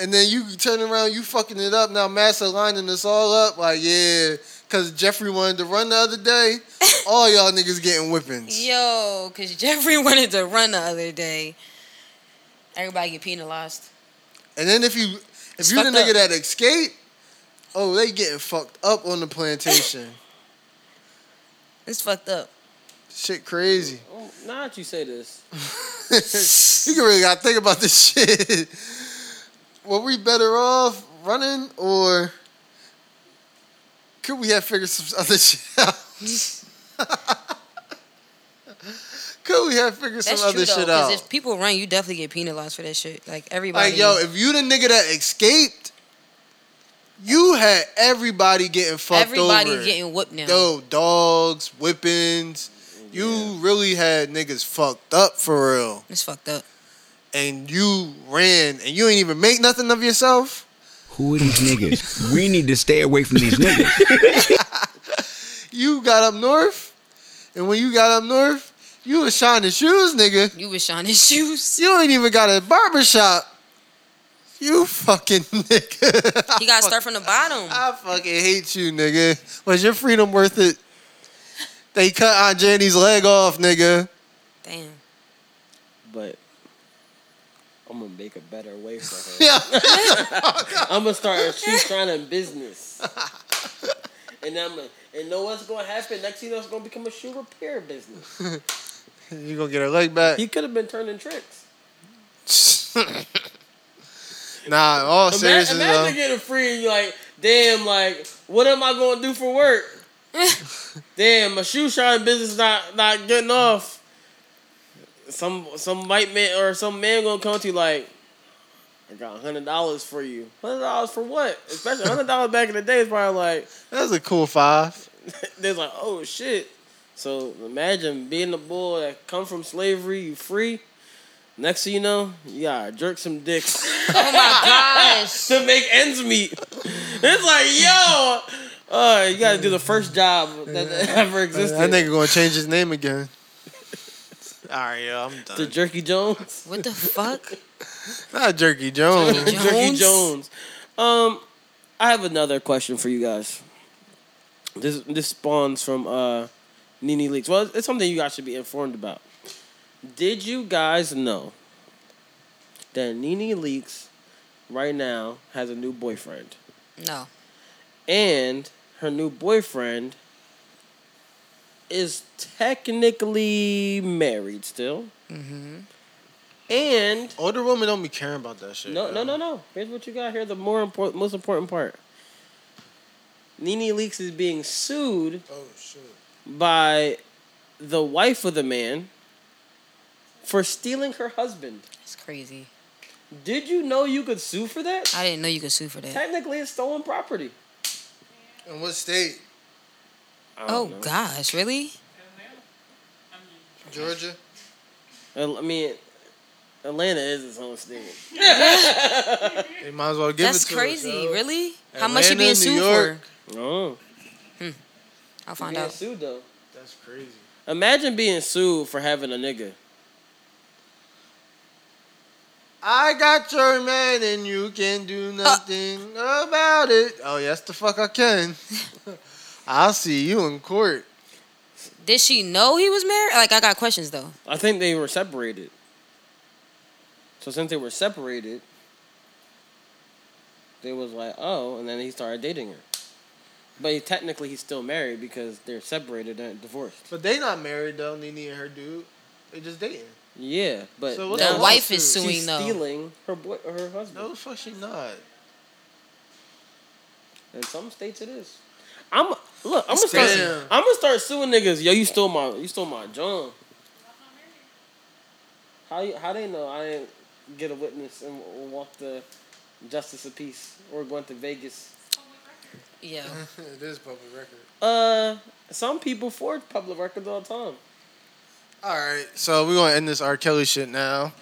[SPEAKER 4] and then you turn around, you fucking it up. Now Master lining us all up, like yeah, cause Jeffrey wanted to run the other day.
[SPEAKER 6] <laughs>
[SPEAKER 4] all y'all niggas getting whippings.
[SPEAKER 6] Yo, cause Jeffrey <laughs> wanted to run the other day. Everybody get penalized.
[SPEAKER 4] And then if you if
[SPEAKER 6] It's
[SPEAKER 4] you the
[SPEAKER 6] fucked
[SPEAKER 4] nigga
[SPEAKER 6] up.
[SPEAKER 4] that escaped, oh they getting fucked up on the plantation.
[SPEAKER 6] It's fucked up.
[SPEAKER 4] Shit crazy.
[SPEAKER 1] Oh, now that you say this,
[SPEAKER 4] <laughs> you can really gotta think about this shit. Were we better off running or could we <laughs> have figured some other shit out? could we had to figure some
[SPEAKER 6] That's
[SPEAKER 4] other
[SPEAKER 6] true, though,
[SPEAKER 4] shit
[SPEAKER 6] 'cause
[SPEAKER 4] out.
[SPEAKER 6] If people run, you definitely get penalized for that shit. Like everybody.
[SPEAKER 4] Like, yo, if you the nigga that escaped, you had everybody getting fucked
[SPEAKER 6] everybody
[SPEAKER 4] over.
[SPEAKER 6] getting whooped now.
[SPEAKER 4] Yo, dogs, whippings. You really had niggas fucked up for real.
[SPEAKER 6] It's fucked up.
[SPEAKER 4] And you ran and you ain't even make nothing of yourself.
[SPEAKER 11] Who are these niggas? We need to stay away from these niggas.
[SPEAKER 4] You got up north, and when you got up north, you was shining shoes, nigga.
[SPEAKER 6] You was shining
[SPEAKER 4] <laughs>
[SPEAKER 6] <laughs> shoes.
[SPEAKER 4] You ain't even got a barber shop. You fucking <laughs> nigga.
[SPEAKER 6] He gotta start from the bottom.
[SPEAKER 4] I fucking hate you, nigga. Was your freedom worth it? They cut Aunt Jenny's leg off, nigga.
[SPEAKER 6] Damn.
[SPEAKER 1] But I'm gonna make a better way for her. <laughs>
[SPEAKER 4] Yeah.
[SPEAKER 1] I'm gonna start a shoe shining business. And I'm gonna, and know what's gonna happen. Next thing you know, it's gonna become a shoe repair business.
[SPEAKER 4] You gonna get her leg back?
[SPEAKER 1] He could have been turning tricks.
[SPEAKER 4] <laughs> Nah, in all
[SPEAKER 1] Ima-
[SPEAKER 4] seriousness,
[SPEAKER 1] imagine
[SPEAKER 4] though.
[SPEAKER 1] getting free and you're like, damn, like, what am I gonna do for work? damn, my shoe shine business not not getting off. Some some white man or some man gonna come to you like, I got hundred dollars for you. Hundred dollars for what? Especially hundred dollars back in the day is probably like
[SPEAKER 4] That's a cool five.
[SPEAKER 1] they're like, oh shit. So imagine being the boy that come from slavery, you free. Next thing you know, you gotta jerk some dicks.
[SPEAKER 6] <laughs>
[SPEAKER 1] <laughs>
[SPEAKER 6] Oh my gosh.
[SPEAKER 1] to make ends meet. It's like, yo, uh, you gotta do the first job that <laughs> ever existed.
[SPEAKER 4] That nigga gonna change his name again. <laughs> All right, yo, I'm done.
[SPEAKER 1] The Jerky Jones.
[SPEAKER 6] What the fuck?
[SPEAKER 4] Not Jerky Jones.
[SPEAKER 1] Jerky Jones. Um, I have another question for you guys. This this spawns from uh, Nene leaks. Well, it's something you guys should be informed about. Did you guys know that Nene leaks right now has a new boyfriend?
[SPEAKER 6] No.
[SPEAKER 1] and her new boyfriend is technically married still.
[SPEAKER 6] Mm-hmm.
[SPEAKER 1] And
[SPEAKER 4] <laughs> older women don't be caring about that shit.
[SPEAKER 1] No, no, no, no. Here's what you got here. The more important, most important part. Nene Leaks is being sued
[SPEAKER 4] Oh shit.
[SPEAKER 1] by the wife of the man for stealing her husband.
[SPEAKER 6] It's crazy.
[SPEAKER 1] Did you know you could sue for that?
[SPEAKER 6] I didn't know you could sue for that.
[SPEAKER 1] Technically, it's stolen property.
[SPEAKER 4] In what state?
[SPEAKER 6] Oh gosh, really?
[SPEAKER 4] Georgia.
[SPEAKER 1] Uh, I mean, Atlanta is its own state.
[SPEAKER 4] They might as well give
[SPEAKER 6] That's
[SPEAKER 4] it to
[SPEAKER 6] crazy.
[SPEAKER 4] Us, yo.
[SPEAKER 6] really? How much you
[SPEAKER 4] Atlanta,
[SPEAKER 6] being
[SPEAKER 4] New
[SPEAKER 6] sued
[SPEAKER 4] York.
[SPEAKER 1] for? Oh.
[SPEAKER 6] Hmm. I'll find
[SPEAKER 1] being
[SPEAKER 6] out.
[SPEAKER 1] sued though.
[SPEAKER 4] That's crazy.
[SPEAKER 1] Imagine being sued for having a nigga.
[SPEAKER 4] I got your man and you can do
[SPEAKER 6] Uh.
[SPEAKER 4] nothing about it. Oh yes, the fuck I
[SPEAKER 6] <laughs>
[SPEAKER 4] can. I'll see you in court.
[SPEAKER 6] Did she know he was married? Like I got questions though.
[SPEAKER 1] I think they were separated. So since they were separated, they was like, oh, and then he started dating her. But he, technically, he's still married because they're separated and divorced.
[SPEAKER 4] But they not married though, Nene and her dude. They just dating.
[SPEAKER 1] Yeah, but
[SPEAKER 4] So what
[SPEAKER 1] now
[SPEAKER 4] the
[SPEAKER 1] she's
[SPEAKER 4] wife is
[SPEAKER 1] sued.
[SPEAKER 4] suing,
[SPEAKER 1] She's
[SPEAKER 4] though.
[SPEAKER 1] stealing her boy, her husband.
[SPEAKER 4] No, the fuck she not.
[SPEAKER 1] In some states, it is. I'm look. I'm gonna
[SPEAKER 4] It's
[SPEAKER 1] start.
[SPEAKER 4] crazy.
[SPEAKER 1] I'm gonna start suing niggas. Yo, you stole my. You stole my John. How you? How they know I didn't get a witness and w- walk the justice of peace or going to Vegas?
[SPEAKER 6] Yeah.
[SPEAKER 4] <laughs> it is public record.
[SPEAKER 1] Uh, some people forge public records all the time.
[SPEAKER 4] All right, so we're gonna end this R. Kelly shit now.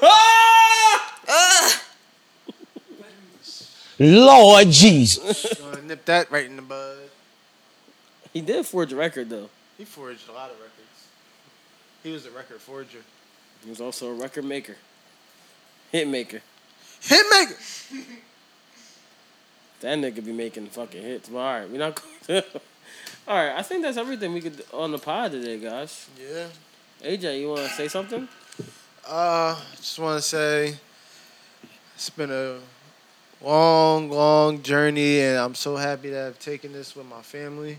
[SPEAKER 1] Ah! Lord Jesus.
[SPEAKER 4] gonna nip that right in the bud.
[SPEAKER 1] He did forge a record though.
[SPEAKER 4] He forged a lot of records. He was a record forger.
[SPEAKER 1] He was also a record maker, hit maker.
[SPEAKER 4] Hitmaker.
[SPEAKER 1] That nigga be making fucking hits. But all right, we're not. <laughs> all right, I think that's everything we could on the pod today, guys.
[SPEAKER 4] Yeah.
[SPEAKER 1] AJ, you want to say something?
[SPEAKER 4] Uh, just want to say it's been a long, long journey, and I'm so happy to have taken this with my family.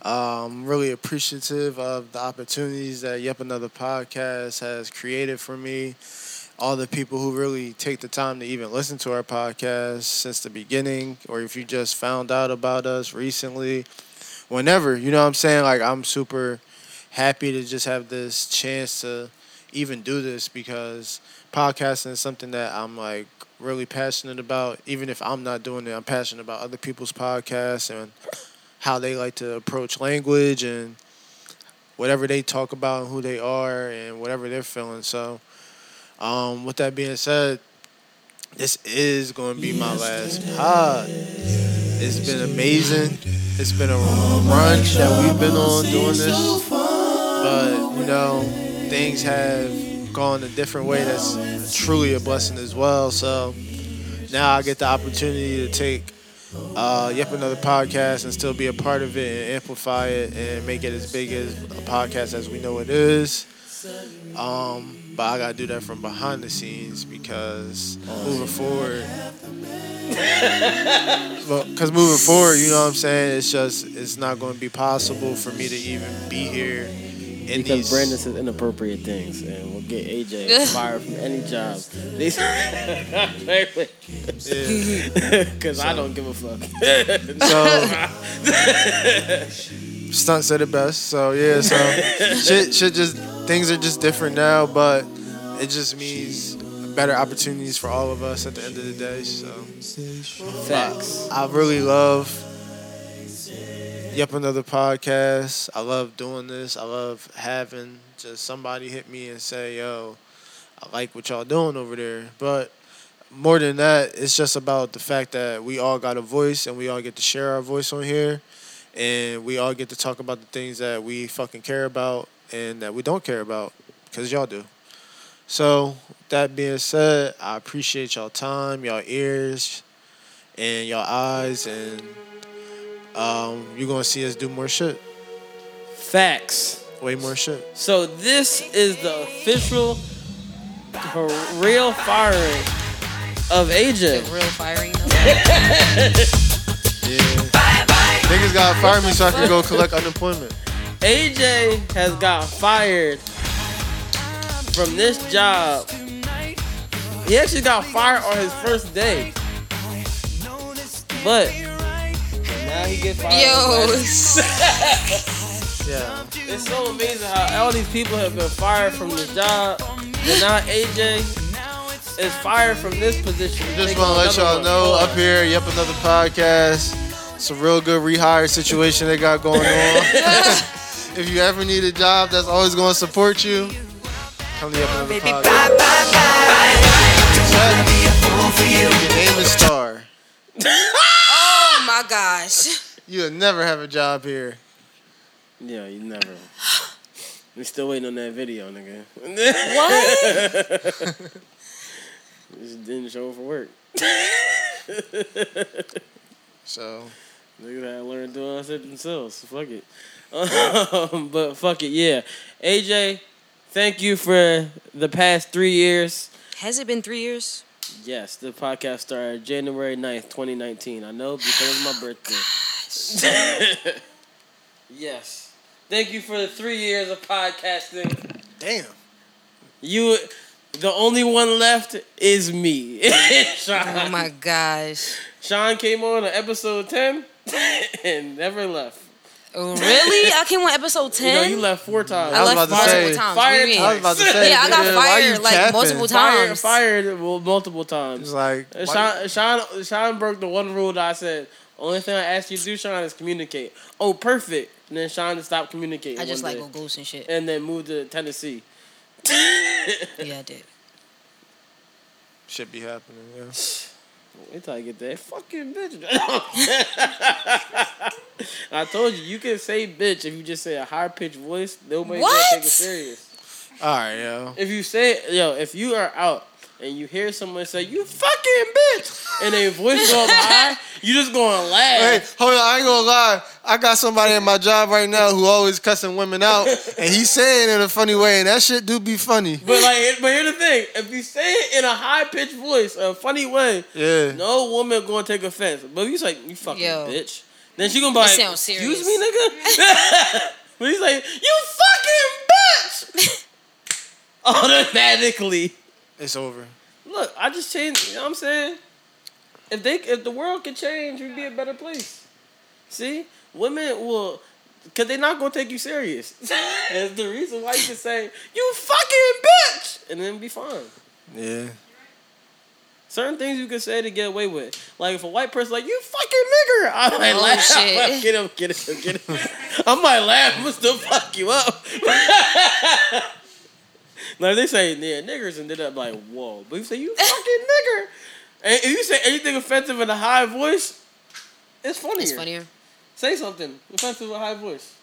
[SPEAKER 4] Um, really appreciative of the opportunities that Yep Another Podcast has created for me. All the people who really take the time to even listen to our podcast since the beginning, or if you just found out about us recently, whenever, you know what I'm saying? Like, I'm super happy to just have this chance to even do this because podcasting is something that I'm like really passionate about. Even if I'm not doing it, I'm passionate about other people's podcasts and how they like to approach language and whatever they talk about and who they are and whatever they're feeling. So, um, with that being said, this is going to be my last pod. It's been amazing. It's been a run that we've been on doing this. But, you know, things have gone a different way that's truly a blessing as well. So now I get the opportunity to take uh, yep another podcast and still be a part of it and amplify it and make it as big as a podcast as we know it is. Um, but I gotta do that from behind the scenes because moving forward, <laughs> because moving forward, you know what I'm saying. It's just it's not going to be possible for me to even be here in
[SPEAKER 1] because
[SPEAKER 4] these.
[SPEAKER 1] Brandon says inappropriate things, and we'll get <laughs> AJ fired from any job. <laughs> Because I don't give a fuck.
[SPEAKER 4] so <laughs> stunt said it best. So yeah, so shit, shit just things are just different now, but it just means better opportunities for all of us at the end of the day. So facts. I, I really love Yep Another Podcast. I love doing this. I love having just somebody hit me and say, yo, I like what y'all doing over there. But more than that, it's just about the fact that we all got a voice and we all get to share our voice on here. And we all get to talk about the things that we fucking care about and that we don't care about because y'all do. So, that being said, I appreciate y'all time, y'all ears, and y'all eyes, and um, you're gonna see us do more shit.
[SPEAKER 1] Facts.
[SPEAKER 4] Way more shit.
[SPEAKER 1] So this is the official for real firing of AJ.
[SPEAKER 6] real firing.
[SPEAKER 4] Niggas gotta fire me so I can go collect unemployment.
[SPEAKER 1] AJ has got fired from this job. He actually got fired on his first day. But now he gets fired.
[SPEAKER 6] <laughs> Yo. Oh,
[SPEAKER 4] yeah.
[SPEAKER 1] It's so amazing how all these people have been fired from this job. And now AJ is fired from this position.
[SPEAKER 4] Just want to let y'all know up here, yep, another podcast. It's a real good rehire situation they got going on. <laughs> if you ever need a job that's always going to support you, come to yep another podcast. Your name is Star.
[SPEAKER 6] oh my gosh.
[SPEAKER 4] You'll never have a job here.
[SPEAKER 1] Yeah, you never. We still waiting on that video, nigga. <laughs>
[SPEAKER 6] What?
[SPEAKER 1] Just didn't show up for work.
[SPEAKER 4] so,
[SPEAKER 1] niggas had to learn to do all that shit themselves. Fuck it. <laughs> Um, but fuck it, yeah. AJ, thank you for the past three years.
[SPEAKER 6] Has it been three years?
[SPEAKER 1] Yes, the podcast started January 9th, 2019. I know because of my birthday. <laughs> yes. Thank you for the three years of podcasting.
[SPEAKER 4] Damn.
[SPEAKER 1] You, the only one left is me. <laughs>
[SPEAKER 6] Oh my <laughs> gosh.
[SPEAKER 1] Sean came on to episode 10 <laughs> and never left.
[SPEAKER 6] Oh, Really? I came on episode
[SPEAKER 1] You know,
[SPEAKER 6] ten.
[SPEAKER 1] you left four times.
[SPEAKER 6] I I was left about to multiple say- times. What do you
[SPEAKER 1] Fired
[SPEAKER 6] mean?
[SPEAKER 1] twice.
[SPEAKER 6] I was about to
[SPEAKER 4] <laughs>
[SPEAKER 6] say, Yeah, I got nigga, why fired, you like, capping? multiple times.
[SPEAKER 1] Fired, fired well, multiple times.
[SPEAKER 4] It's like,
[SPEAKER 1] And
[SPEAKER 4] why-
[SPEAKER 1] Sean, Sean, Sean broke the one rule that I said. Only thing I asked you to do, Sean, is communicate. Oh, perfect. And then Sean just stopped communicating.
[SPEAKER 6] I just
[SPEAKER 1] one
[SPEAKER 6] like
[SPEAKER 1] day.
[SPEAKER 6] go ghost and shit.
[SPEAKER 1] And then moved to Tennessee.
[SPEAKER 6] yeah, I did.
[SPEAKER 4] Should be happening, yeah.
[SPEAKER 1] Wait till I get that fucking bitch. <laughs> I told you, you can say bitch if you just say a high pitched voice. Nobody gonna
[SPEAKER 6] What?
[SPEAKER 1] take it serious.
[SPEAKER 4] All right, yo.
[SPEAKER 1] If you say yo, if you are out and you hear someone say you fucking bitch and their voice go up high, you just gonna
[SPEAKER 4] <laughs> Hey,
[SPEAKER 1] laugh.
[SPEAKER 4] hold on. I ain't gonna lie. I got somebody at my job right now who always cussing women out, and he's saying it in a funny way, and that shit do be funny.
[SPEAKER 1] But like, but here's the thing: if you say it in a high pitched voice, a funny way,
[SPEAKER 4] Yeah.
[SPEAKER 1] no woman gonna take offense. But if you say you fucking
[SPEAKER 6] Yo.
[SPEAKER 1] bitch, then she gonna be like,
[SPEAKER 6] That sounds
[SPEAKER 1] excuse
[SPEAKER 6] serious."
[SPEAKER 1] me, nigga. <laughs> but he's like, you fucking
[SPEAKER 6] <laughs>
[SPEAKER 1] bitch. Automatically,
[SPEAKER 4] It's over.
[SPEAKER 1] look, I just changed. You know what I'm saying? If they, if the world could change, we'd be a better place. See, women will Cause they're not gonna take you serious. <laughs> That's the reason why you can say you fucking bitch, and then be fine.
[SPEAKER 18] Yeah.
[SPEAKER 1] Certain things you can say to get away with. Like if a white person like you fucking nigger, <laughs> I might
[SPEAKER 6] Oh,
[SPEAKER 1] laugh. <laughs>
[SPEAKER 6] shit.
[SPEAKER 1] I might get him, get him, get him. I might laugh, but still fuck you up. <laughs> now if they say yeah niggers and then I'm like whoa, but you say
[SPEAKER 6] <laughs>
[SPEAKER 1] you fucking nigger, and if you say anything offensive in a high voice, it's funnier.
[SPEAKER 6] It's funnier. <laughs>
[SPEAKER 1] Say something offensive with a high voice.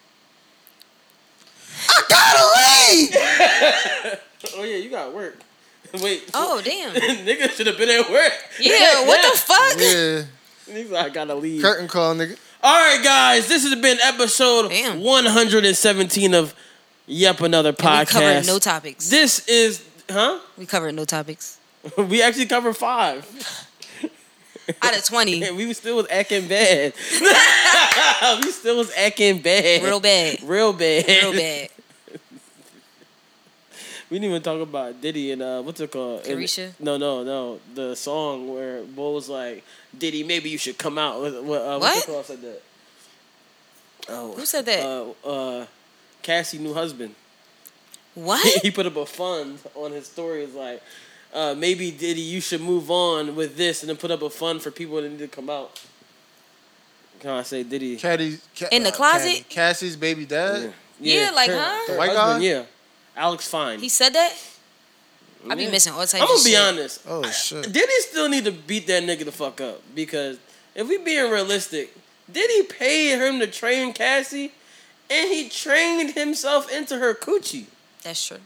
[SPEAKER 1] <laughs> oh yeah, you got work. <laughs> Wait.
[SPEAKER 6] Oh, damn.
[SPEAKER 1] <laughs> nigga should have been at work.
[SPEAKER 6] Yeah, what
[SPEAKER 1] <laughs>
[SPEAKER 6] the fuck?
[SPEAKER 4] Yeah.
[SPEAKER 1] He's like, I gotta leave.
[SPEAKER 4] Curtain call, nigga.
[SPEAKER 1] All right, guys, this has been episode 117 of Yep Another
[SPEAKER 6] We
[SPEAKER 1] Podcast.
[SPEAKER 6] covered no topics.
[SPEAKER 1] This is, huh? <laughs>
[SPEAKER 6] We covered no topics.
[SPEAKER 1] we actually covered five.
[SPEAKER 6] Out of <laughs> 20.
[SPEAKER 1] And we was still was acting bad. <laughs> we still was acting bad. <laughs>
[SPEAKER 6] Real bad.
[SPEAKER 1] Real bad.
[SPEAKER 6] Real bad.
[SPEAKER 1] <laughs> We didn't even talk about Diddy and uh, what's it called? And-
[SPEAKER 6] Carisha?
[SPEAKER 1] no, no, no. The song where Bo was like, "Diddy, maybe you should come out." What? what, uh, What's
[SPEAKER 6] What?
[SPEAKER 1] it called said that? Oh,
[SPEAKER 6] Who <laughs> said that?
[SPEAKER 1] Uh, uh, Cassie, new husband. <laughs>
[SPEAKER 6] What?
[SPEAKER 1] he put up a fund on his story. Is like, uh, maybe Diddy, you should move on with this, and then put up a fund for people that need to come out. Can I say Diddy?
[SPEAKER 4] Caddy, Ca-
[SPEAKER 6] In the
[SPEAKER 4] uh,
[SPEAKER 6] closet?
[SPEAKER 4] Caddy. Cassie's baby dad.
[SPEAKER 6] Yeah, like, huh?
[SPEAKER 1] her
[SPEAKER 4] White
[SPEAKER 1] husband,
[SPEAKER 4] guy?
[SPEAKER 1] Yeah, Alex Fine.
[SPEAKER 6] He said that? I be
[SPEAKER 1] Yeah.
[SPEAKER 6] missing all types
[SPEAKER 1] I'm
[SPEAKER 6] of
[SPEAKER 1] gonna be
[SPEAKER 6] shit.
[SPEAKER 1] honest.
[SPEAKER 4] Oh shit.
[SPEAKER 1] Diddy still need to beat that nigga the fuck up because if we being realistic, Diddy paid him to train Cassie, and he trained himself into her coochie.
[SPEAKER 6] That's true.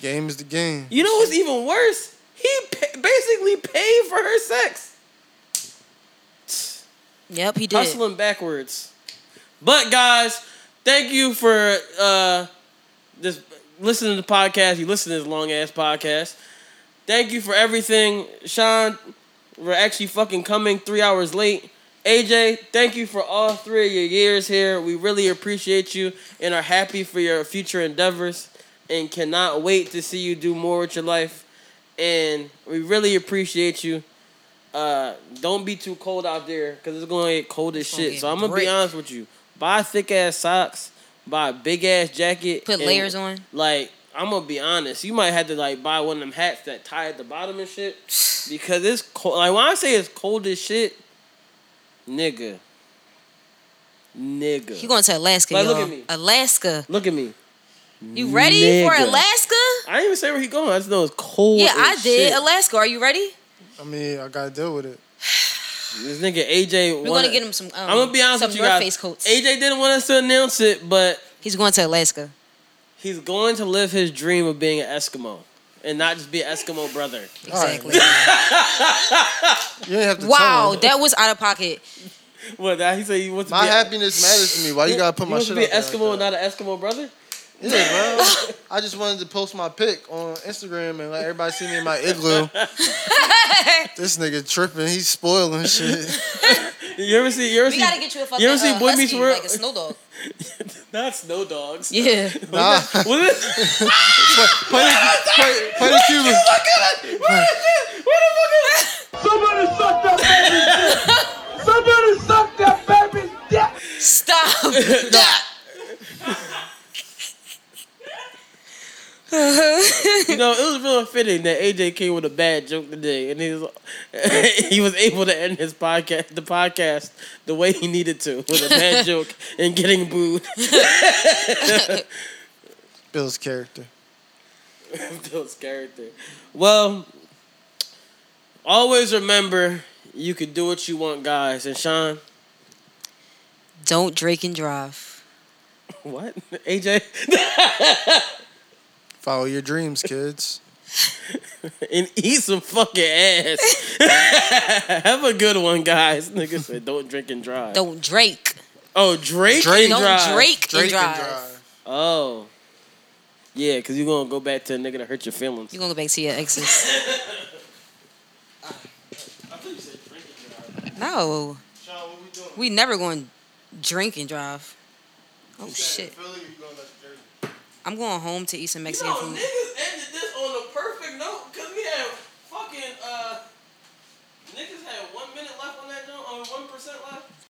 [SPEAKER 4] Game is the game.
[SPEAKER 1] You know what's even worse? He pa- basically paid for her sex.
[SPEAKER 6] Yep, he
[SPEAKER 1] did. Hustling backwards. But guys, thank you for uh this listening to the podcast. You listen to this long ass podcast. Thank you for everything. Sean, we're actually fucking coming three hours late. AJ, thank you for all three of your years here. We really appreciate you and are happy for your future endeavors and cannot wait to see you do more with your life. And we really appreciate you. Uh, don't be too cold out there because it's going to get cold as shit.
[SPEAKER 6] get
[SPEAKER 1] So I'm going to be
[SPEAKER 6] brick.
[SPEAKER 1] honest with you. Buy thick ass socks, buy a big ass jacket.
[SPEAKER 6] Put
[SPEAKER 1] and,
[SPEAKER 6] layers on.
[SPEAKER 1] Like, I'm going to be honest. You might have to like buy one of them hats that tie at the bottom and shit because it's cold. Like, when I say it's cold as shit, nigga. Nigga.
[SPEAKER 6] You going to Alaska,
[SPEAKER 1] Like,
[SPEAKER 6] y'all.
[SPEAKER 1] look at me.
[SPEAKER 6] Alaska.
[SPEAKER 1] Look at me.
[SPEAKER 6] You ready for
[SPEAKER 1] Nigga.
[SPEAKER 6] Alaska?
[SPEAKER 1] I didn't even say where he going. I just know it's cold.
[SPEAKER 6] yeah, I
[SPEAKER 1] as
[SPEAKER 6] did.
[SPEAKER 1] shit.
[SPEAKER 6] Alaska, are you ready?
[SPEAKER 4] I mean, I gotta deal with it.
[SPEAKER 1] This nigga AJ.
[SPEAKER 6] We're
[SPEAKER 1] wanna-
[SPEAKER 6] gonna get him some. Um,
[SPEAKER 1] I'm gonna be honest
[SPEAKER 6] some
[SPEAKER 1] with you
[SPEAKER 6] North
[SPEAKER 1] guys.
[SPEAKER 6] Face coats.
[SPEAKER 1] AJ didn't want us to announce it, but
[SPEAKER 6] he's going to Alaska.
[SPEAKER 1] He's going to live his dream of being an Eskimo and not just be an Eskimo brother. <laughs>
[SPEAKER 6] Exactly.
[SPEAKER 4] You ain't have to tell
[SPEAKER 6] Wow,
[SPEAKER 4] him.
[SPEAKER 6] that was out
[SPEAKER 1] <laughs>
[SPEAKER 6] of pocket.
[SPEAKER 1] What? That, he said he wants to
[SPEAKER 4] My
[SPEAKER 1] be a-
[SPEAKER 4] happiness matters to me. Why you gotta put
[SPEAKER 1] He
[SPEAKER 4] my
[SPEAKER 1] wants
[SPEAKER 4] shit
[SPEAKER 1] to be
[SPEAKER 4] out
[SPEAKER 1] an
[SPEAKER 4] there like
[SPEAKER 1] Eskimo, and not an Eskimo brother.
[SPEAKER 4] Yeah, bro. I just wanted to post my pic on Instagram and let everybody see me in my igloo. this nigga tripping. He's spoiling shit.
[SPEAKER 1] You ever see? You ever
[SPEAKER 6] We
[SPEAKER 1] see?
[SPEAKER 6] gotta get you a fucking
[SPEAKER 1] you ever see
[SPEAKER 6] uh,
[SPEAKER 1] Boy
[SPEAKER 6] husky,
[SPEAKER 1] Meets World?
[SPEAKER 6] like a snow
[SPEAKER 1] <laughs>
[SPEAKER 6] dog.
[SPEAKER 1] not snow dogs.
[SPEAKER 6] Yeah.
[SPEAKER 4] Nah. Play, play, play the Cuban.
[SPEAKER 2] Somebody suck that baby's dick. Somebody suck that baby's dick.
[SPEAKER 1] <laughs>
[SPEAKER 6] <laughs> Stop.
[SPEAKER 1] you know, it was real fitting that AJ came with a bad joke today, and he was <laughs> he was able to end his podcast, the podcast, the way he needed to with a bad
[SPEAKER 6] <laughs>
[SPEAKER 1] joke and getting booed. <laughs>
[SPEAKER 4] Bill's character.
[SPEAKER 1] Bill's character. Well, always remember you can do what you want, guys. And Sean,
[SPEAKER 6] Don't drink and drive.
[SPEAKER 1] what? <laughs> AJ,
[SPEAKER 4] Follow your dreams, kids.
[SPEAKER 1] and eat some fucking ass. <laughs> Have a good one, guys. <laughs> Nigga said, don't drink and drive.
[SPEAKER 6] Don't Drake.
[SPEAKER 1] Oh, Drake,
[SPEAKER 6] Drake.
[SPEAKER 1] and
[SPEAKER 6] Don't
[SPEAKER 1] drive.
[SPEAKER 6] Drake and Drake and drive.
[SPEAKER 1] Oh. Yeah, because you're going to go back to a nigga that hurt your feelings.
[SPEAKER 6] You gonna go back to your exes? No. We never going to drink and drive. Oh shit. I'm going home to eat some Mexican food.
[SPEAKER 1] uh,